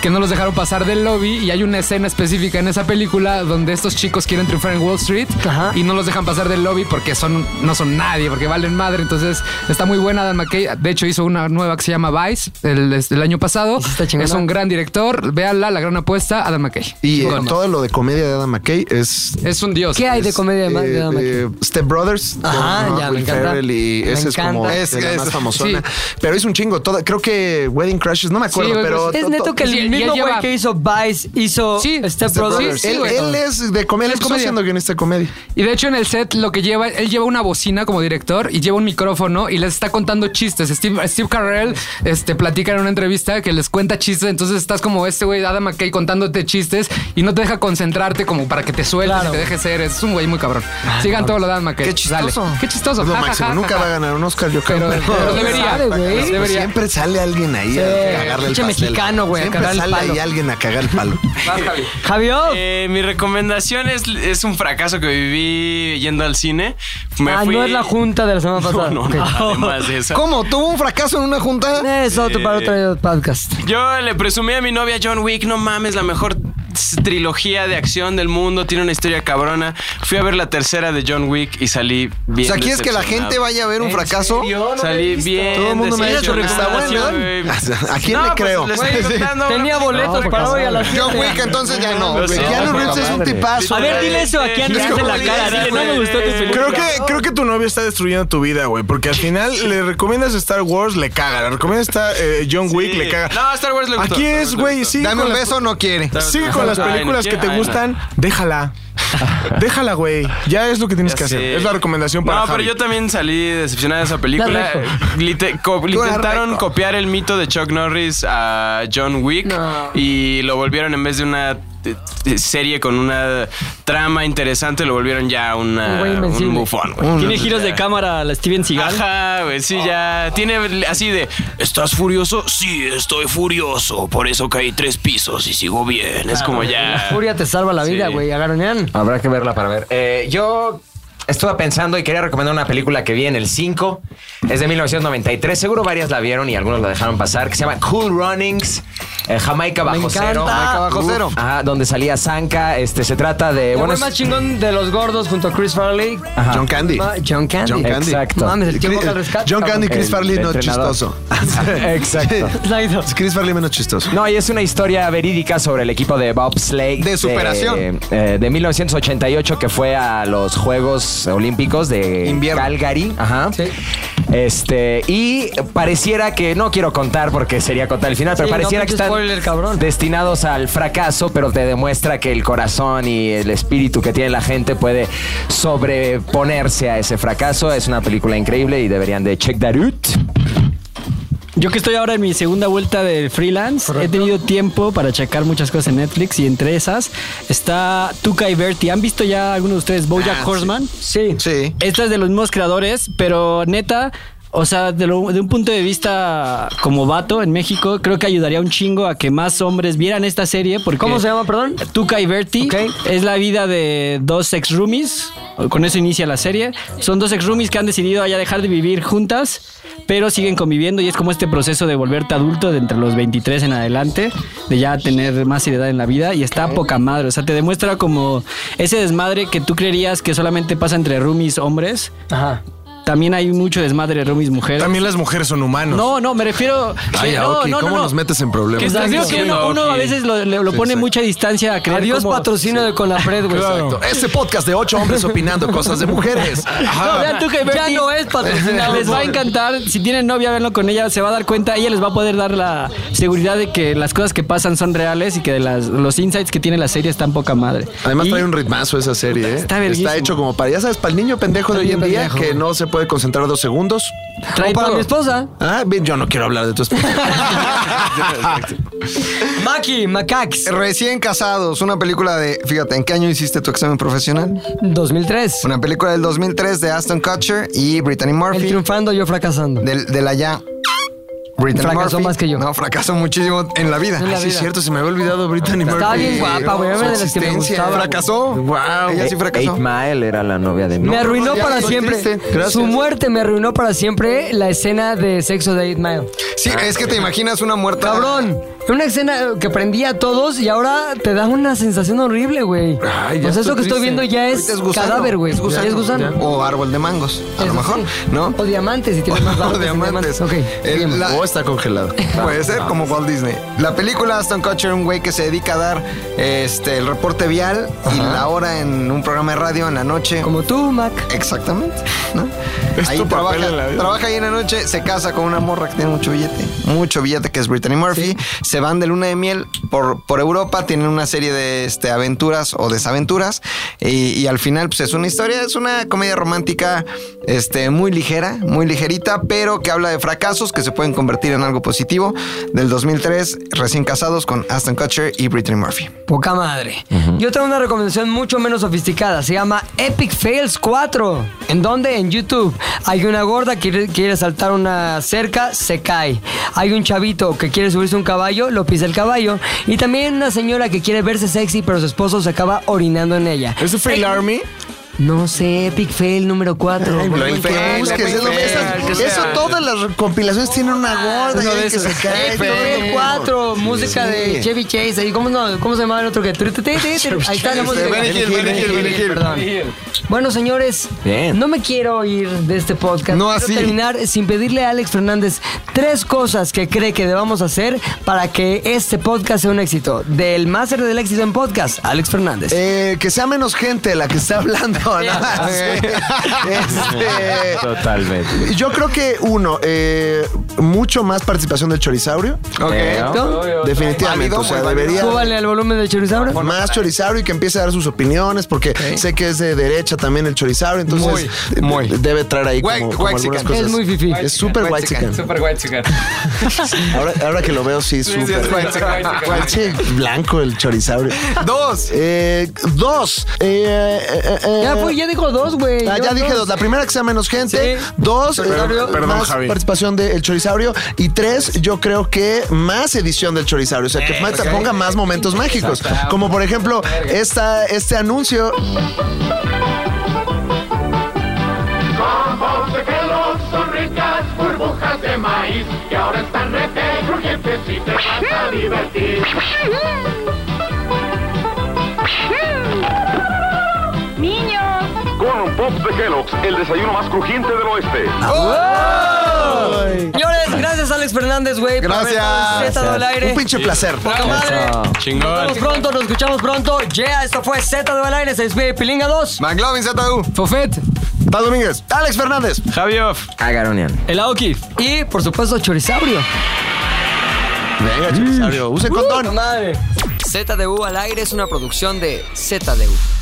Speaker 9: que no los dejaron pasar del lobby y hay una escena específica en esa película donde estos chicos quieren triunfar en Wall Street y no los dejan pasar del lobby porque son no son nadie, porque valen madre. Entonces está muy buena Adam McKay. De hecho hizo una nueva que se llama Vice el, el año pasado.
Speaker 2: chingona.
Speaker 9: Es un gran director. Véanla, la gran apuesta, Adam McKay.
Speaker 3: Y eh,
Speaker 9: Chingón.
Speaker 3: todo lo de comedia de Adam McKay es
Speaker 9: es un dios.
Speaker 2: ¿Qué hay de comedia de,
Speaker 3: Eh,
Speaker 2: de Adam McKay?
Speaker 3: eh, Step Brothers.
Speaker 2: Ajá,
Speaker 3: con
Speaker 2: ya, me
Speaker 3: Will
Speaker 2: encanta.
Speaker 3: Ferrell y
Speaker 2: Me
Speaker 3: ese es como
Speaker 2: encanta.
Speaker 3: de
Speaker 2: Es-
Speaker 3: la
Speaker 2: es-
Speaker 3: más famosona. Pero hizo un chingo. Toda, creo que Wedding Crashes, no me me acuerdo, pero.
Speaker 2: Es neto que el mismo güey que hizo Vice hizo Step Brothers.
Speaker 3: él, él es de comedia. Él está haciendo guionista de comedia.
Speaker 9: Y de hecho en el set lo que lleva, él lleva una bocina como director y lleva un micrófono y les está contando chistes. Steve, Steve Carell este, platica en una entrevista que les cuenta chistes, entonces estás como este güey de Adam McKay contándote chistes y no te deja concentrarte como para que te sueltes y te deje ser. Es un güey muy cabrón. Sigan todo lo de Adam McKay.
Speaker 3: Ah, pues, Qué chistoso.
Speaker 9: Dale. Qué chistoso.
Speaker 3: Es lo
Speaker 9: Ja, ja,
Speaker 3: máximo.
Speaker 9: ja,
Speaker 3: Nunca
Speaker 9: ja,
Speaker 3: va a
Speaker 9: ja.
Speaker 3: ganar un Oscar, yo creo.
Speaker 9: Pero- pero debería,
Speaker 3: Sabe,
Speaker 9: güey.
Speaker 3: pues,
Speaker 9: Debería.
Speaker 3: Siempre sale alguien ahí a
Speaker 10: Sí.
Speaker 3: cagarle el
Speaker 10: Pinche
Speaker 3: pastel.
Speaker 10: mexicano, güey, a
Speaker 3: Siempre
Speaker 10: cagar el
Speaker 3: sale
Speaker 10: palo.
Speaker 3: ahí alguien a cagar el palo.
Speaker 2: Javier.
Speaker 10: Eh, mi recomendación es, es un fracaso que viví yendo al cine. Me
Speaker 2: ah,
Speaker 10: fui-
Speaker 2: no es la junta de la semana pasada.
Speaker 10: no, no, además de esa.
Speaker 2: ¿Cómo?
Speaker 18: ¿Tuvo un fracaso en una junta?
Speaker 2: Es otro para otro podcast.
Speaker 10: Yo le presumí a mi novia John Wick, no mames, la mejor s- trilogía de acción del mundo, tiene una historia cabrona. Fui a ver la tercera de John Wick y salí bien.
Speaker 18: O sea, ¿quieres que la
Speaker 10: decepcionado.
Speaker 18: gente vaya a
Speaker 2: ¿Eh?
Speaker 18: ver un fracaso?
Speaker 10: Salí bien.
Speaker 18: Todo el mundo me ha dicho que está
Speaker 10: decepcionado,
Speaker 18: bueno.
Speaker 10: güey.
Speaker 18: ¿A quién
Speaker 10: No,
Speaker 18: le
Speaker 10: pues,
Speaker 18: creo?
Speaker 10: le estoy contando
Speaker 2: Tenía
Speaker 10: una-
Speaker 2: boletos
Speaker 10: No,
Speaker 2: para hoy a las
Speaker 18: John
Speaker 2: siete.
Speaker 18: Wick, entonces ya no.
Speaker 10: Lo
Speaker 18: güey.
Speaker 10: siento,
Speaker 18: Keanu
Speaker 10: poca
Speaker 18: Reeves
Speaker 7: Este
Speaker 18: es un
Speaker 10: madre.
Speaker 18: tipazo.
Speaker 2: A ver, dile eso a Keanu Reeves en la cara. Dile, no me gustó tus
Speaker 5: Creo
Speaker 2: películas.
Speaker 5: que, creo que tu novia está destruyendo tu vida, güey. Porque al final le recomiendas Star Wars, le caga. Le recomiendas esta, eh, John Wick, le caga.
Speaker 10: No, Star Wars le gustó,
Speaker 5: Aquí
Speaker 10: Star Wars
Speaker 5: es,
Speaker 10: le
Speaker 5: güey,
Speaker 10: gustó.
Speaker 5: sigue
Speaker 10: Dame
Speaker 5: con
Speaker 10: un
Speaker 5: las-
Speaker 10: beso, no quiere.
Speaker 5: Sigue con las
Speaker 10: Ay, no
Speaker 5: películas que
Speaker 10: quiere, ay,
Speaker 5: te
Speaker 10: no.
Speaker 5: gustan, déjala. Déjala, güey. Ya es lo que tienes que hacer.
Speaker 10: sé.
Speaker 5: Es la recomendación para
Speaker 10: No, pero
Speaker 5: Javi.
Speaker 10: yo también salí decepcionada de esa película.
Speaker 5: Está rico.
Speaker 10: Lite- co-
Speaker 5: Está
Speaker 10: intentaron
Speaker 5: rico.
Speaker 10: copiar el mito de Chuck Norris a John Wick y lo volvieron en vez de una eh, serie con una trama interesante, lo volvieron ya una,
Speaker 8: Un güey invencible.
Speaker 10: Ah, un bufón. güey.
Speaker 8: Tiene
Speaker 10: Entonces,
Speaker 8: giros
Speaker 10: ya.
Speaker 8: de cámara a la Steven Seagal.
Speaker 10: Ajá, güey, sí, ya. Tiene así de. ¿Estás furioso? Sí, estoy furioso. Por eso caí tres pisos y sigo bien. Es como
Speaker 2: La
Speaker 10: ya.
Speaker 2: furia te salva la vida, güey. Agaronean.
Speaker 6: Habrá que verla para ver. Eh, yo estuve pensando y quería recomendar una película que vi en el 5. Es de 1993. Seguro varias la vieron y algunos la dejaron pasar. Que se llama Cool Runnings. eh, Jamaica
Speaker 2: Me
Speaker 6: bajo
Speaker 2: encanta.
Speaker 6: cero.
Speaker 2: Jamaica bajo
Speaker 6: Uf.
Speaker 2: cero.
Speaker 6: Ajá, donde salía Zanka. Este, se trata de...
Speaker 2: El
Speaker 6: bueno,
Speaker 2: güey
Speaker 6: es-
Speaker 2: más chingón de los gordos junto a Chris Farley.
Speaker 6: Ajá. John
Speaker 3: Candy.
Speaker 2: Ma- John Candy.
Speaker 6: John Candy. Exacto.
Speaker 2: Mames, el tiempo que al rescate.
Speaker 3: John Candy, Chris
Speaker 6: El
Speaker 3: Farley, no
Speaker 6: entrenador.
Speaker 3: chistoso.
Speaker 6: Exacto.
Speaker 3: Chris Farley menos chistoso.
Speaker 6: No, y es una historia verídica sobre el equipo de Bob Slade.
Speaker 3: De superación.
Speaker 6: eh, de 1988 que fue a los Juegos Olímpicos de Calgary. Ajá. Este, y pareciera que, no quiero contar porque sería contar el final, pero
Speaker 2: Sí, no
Speaker 6: pareciera que
Speaker 2: pinches
Speaker 6: están destinados al fracaso, pero te demuestra que el corazón y el espíritu que tiene la gente puede sobreponerse a ese fracaso. Es una película increíble y deberían de check that out.
Speaker 8: Yo que estoy ahora en mi segunda vuelta de freelance, he tenido tiempo para checar muchas cosas en Netflix y entre esas está Tuca y Bertie. ¿Han visto ya alguno de ustedes Bojack
Speaker 2: Ah,
Speaker 8: Horseman?
Speaker 2: Sí.
Speaker 3: Sí.
Speaker 8: Esta es de los mismos creadores, pero neta, o sea, de, lo- de un punto de vista como vato en México, creo que ayudaría un chingo a que más hombres vieran esta serie porque...
Speaker 2: ¿Cómo se llama, perdón?
Speaker 8: Tuca y Bertie es la vida de dos ex roomies. Con eso inicia la serie. Son dos ex roomies que han decidido ya dejar de vivir juntas, pero siguen conviviendo y es como este proceso de volverte adulto de entre los 23 en adelante, de ya tener más seriedad en la vida y está poca madre. O sea, te demuestra como ese desmadre que tú creerías que solamente pasa entre roomies hombres.
Speaker 2: Ajá.
Speaker 8: También hay mucho desmadre de roomies mujeres.
Speaker 5: También las mujeres son humanos.
Speaker 8: No, no, me refiero.
Speaker 3: Ay,
Speaker 8: no,
Speaker 3: Aoki,
Speaker 8: no, no,
Speaker 3: ¿cómo
Speaker 8: no.
Speaker 3: nos metes en problemas?
Speaker 8: O sea, creo que uno, uno a veces lo, le- lo
Speaker 3: Sí,
Speaker 8: pone
Speaker 3: exacto.
Speaker 8: mucha distancia a creer
Speaker 2: Adiós
Speaker 8: como-
Speaker 2: patrocinio de Conapred, güey.
Speaker 3: Exacto. Este podcast de ocho hombres opinando cosas de mujeres.
Speaker 8: No, vean tú que
Speaker 2: Ya
Speaker 8: Bertie
Speaker 2: no es patrocinado.
Speaker 8: Les va a encantar. Si tienen novia, véanlo con ella. Se va a dar cuenta. Ella les va a poder dar la seguridad de que las cosas que pasan son reales y que de las, los insights que tiene la serie están poca madre.
Speaker 3: Además trae un ritmazo esa serie, ¿eh?
Speaker 8: Está
Speaker 3: Está,
Speaker 8: verguísima.
Speaker 3: hecho como para, ya sabes, para el niño pendejo de hoy en
Speaker 8: bien
Speaker 3: día
Speaker 8: pendejo.
Speaker 3: que no se puede concentrar dos segundos.
Speaker 8: Trae
Speaker 3: O para
Speaker 8: todo.
Speaker 3: mi esposa. Ah, bien, yo no quiero hablar de tu esposa.
Speaker 2: Maki, Macax.
Speaker 18: Recién casados, una película de, fíjate, ¿en qué año hiciste tu examen profesional?
Speaker 2: 2003.
Speaker 18: Una película del 2003 de Aston Kutcher y Brittany
Speaker 2: El
Speaker 18: Murphy.
Speaker 2: triunfando, yo fracasando.
Speaker 18: Del, de la ya. Brittany
Speaker 2: Fracasó
Speaker 18: Murphy.
Speaker 2: más que yo.
Speaker 18: No, fracasó muchísimo en la vida.
Speaker 2: En la
Speaker 3: Ah,
Speaker 18: Ay, sí,
Speaker 2: vida.
Speaker 18: es cierto,
Speaker 3: se me había olvidado Brittany
Speaker 18: Murphy.
Speaker 2: Estaba bien guapa, güey, era de las que me
Speaker 18: Existencia.
Speaker 2: gustaba, güey.
Speaker 18: Fracasó.
Speaker 3: Wow.
Speaker 18: Ella sí fracasó.
Speaker 6: Eight Mile era la novia de
Speaker 2: Ah, Me
Speaker 6: Murphy.
Speaker 2: arruinó para siempre. Su muerte me arruinó para siempre la escena de sexo de 8 Mile.
Speaker 18: Sí, es que te imaginas una muerta. Cabrón.
Speaker 2: Una escena que prendía a todos y ahora te da una sensación horrible, güey.
Speaker 3: Ay, ya
Speaker 2: Pues eso que
Speaker 3: triste.
Speaker 2: estoy viendo ya es,
Speaker 3: Ahorita gusano,
Speaker 2: cadáver, güey.
Speaker 3: Es gusano.
Speaker 2: Ya es gusano.
Speaker 3: O árbol de mangos, a lo mejor, ¿no?
Speaker 2: O diamantes, si tienes más
Speaker 3: O
Speaker 2: barbas,
Speaker 3: diamantes. El- la- O está congelado. Ah.
Speaker 18: Puede ser como Walt Disney. La película Aston Kutcher, un güey que se dedica a dar este, el reporte vial y la hora en un programa de radio en la noche.
Speaker 2: Como tú, Mac.
Speaker 18: Exactamente. ¿no?
Speaker 3: Es
Speaker 18: ahí
Speaker 3: tu papel
Speaker 18: trabaja,
Speaker 3: en la vida.
Speaker 18: trabaja ahí en la noche, se casa con una morra que tiene mucho billete. Mucho billete, que es Brittany Murphy. Se van de luna de miel por, por Europa, tienen una serie de este, aventuras o desaventuras. Y, y al final, pues es una historia, es una comedia romántica este, muy ligera, muy ligerita, pero que habla de fracasos que se pueden convertir en algo positivo. Del 2003, recién casados con Aston Kutcher y Brittany Murphy.
Speaker 2: Poca madre. Yo tengo una recomendación mucho menos sofisticada. Se llama Epic Fails 4. ¿En dónde? En YouTube. Hay una gorda que quiere- quiere saltar una cerca, se cae. Hay un chavito que quiere subirse a un caballo, lo pisa el caballo. Y también una señora que quiere verse sexy, pero su esposo se acaba orinando en ella.
Speaker 5: ¿Es Fail Army?
Speaker 2: No sé, Epic Fail número 4.
Speaker 3: Que busques, es lo que- esas-
Speaker 2: que
Speaker 3: Eso,
Speaker 2: sea.
Speaker 3: todas las compilaciones tienen
Speaker 2: Ah,
Speaker 3: una gorda
Speaker 2: Uno
Speaker 3: y
Speaker 2: de
Speaker 3: que
Speaker 2: esos.
Speaker 3: se cae.
Speaker 2: Epic Fail 4, música de Chevy Chase. Ahí, ¿cómo, no? ¿Cómo se llama el otro que? Tru, tru, tru, tru, tru. Ahí está la música.
Speaker 3: Benny Hill, Benny Hill, Benny Hill.
Speaker 2: Perdón. Bueno, señores,
Speaker 3: Bien.
Speaker 2: no me quiero ir de este podcast.
Speaker 3: No
Speaker 2: Quiero
Speaker 3: así.
Speaker 2: terminar sin pedirle a Alex Fernández tres cosas que cree que debamos hacer para que este podcast sea un éxito. Del máster del éxito en podcast, Alex Fernández.
Speaker 3: Eh, que sea menos gente la que está hablando, nada más. Este,
Speaker 6: Totalmente.
Speaker 3: Yo creo que uno, eh, mucho más participación del chorizaurio.
Speaker 2: Correcto.
Speaker 3: Definitivamente. o sea, debería.
Speaker 2: Súbale al volumen de Chorizabra.
Speaker 3: Más chorizaurio y que empiece a dar sus opiniones, porque sé que es de derecha también el chorizaurio, entonces de- de- debe traer ahí
Speaker 18: White-
Speaker 3: como, como
Speaker 18: white
Speaker 3: algunas
Speaker 18: chicken.
Speaker 3: cosas.
Speaker 18: Es muy
Speaker 2: fifí.
Speaker 3: Es súper white chicken.
Speaker 9: Super white chicken.
Speaker 3: Ahora, ahora que lo veo, sí,
Speaker 9: Sí, sí,
Speaker 3: súper.
Speaker 9: es white chicken, white chicken.
Speaker 3: White chicken. Blanco el chorizaurio.
Speaker 18: Dos.
Speaker 3: Eh, dos. Eh, eh, eh,
Speaker 2: Ya, fue, ya dijo dos, güey.
Speaker 3: Ah,
Speaker 2: Yo
Speaker 3: ya dije dos. La primera que sea menos
Speaker 2: Sí.
Speaker 3: gente. Dos, eh,
Speaker 5: Perdón, perdón,
Speaker 3: más
Speaker 5: Javi.
Speaker 3: participación del chorizaurio. Y tres, yo creo que más edición del chorizaurio. O sea,
Speaker 2: Eh,
Speaker 3: que Mata
Speaker 5: ok.
Speaker 3: ponga más momentos mágicos. Como por ejemplo, esta, este anuncio.
Speaker 4: Combos de Kellogg son ricas burbujas de maíz que ahora están rete crujientes y te vas a divertir.
Speaker 11: Niños. Corn Pops de Kellogg's, el desayuno más crujiente del oeste.
Speaker 2: Señores, gracias Alex Fernández, güey. por haber estado en Z del aire.
Speaker 3: Un pinche placer.
Speaker 2: Poca madre. Nos
Speaker 10: Chingón.
Speaker 2: vemos pronto, nos escuchamos pronto. Yeah, esto fue Z de aire, se despide Pilinga 2.
Speaker 18: McLovin ZU.
Speaker 2: Fofet.
Speaker 3: Paz Domínguez. Alex Fernández.
Speaker 10: Javioff.
Speaker 6: Agaronian.
Speaker 2: El Aoki. Y, por supuesto, Chorizaurio. Uh,
Speaker 3: Venga, chorizaurio. Use condón.
Speaker 2: Madre. ZDU al aire es una producción de ZDU.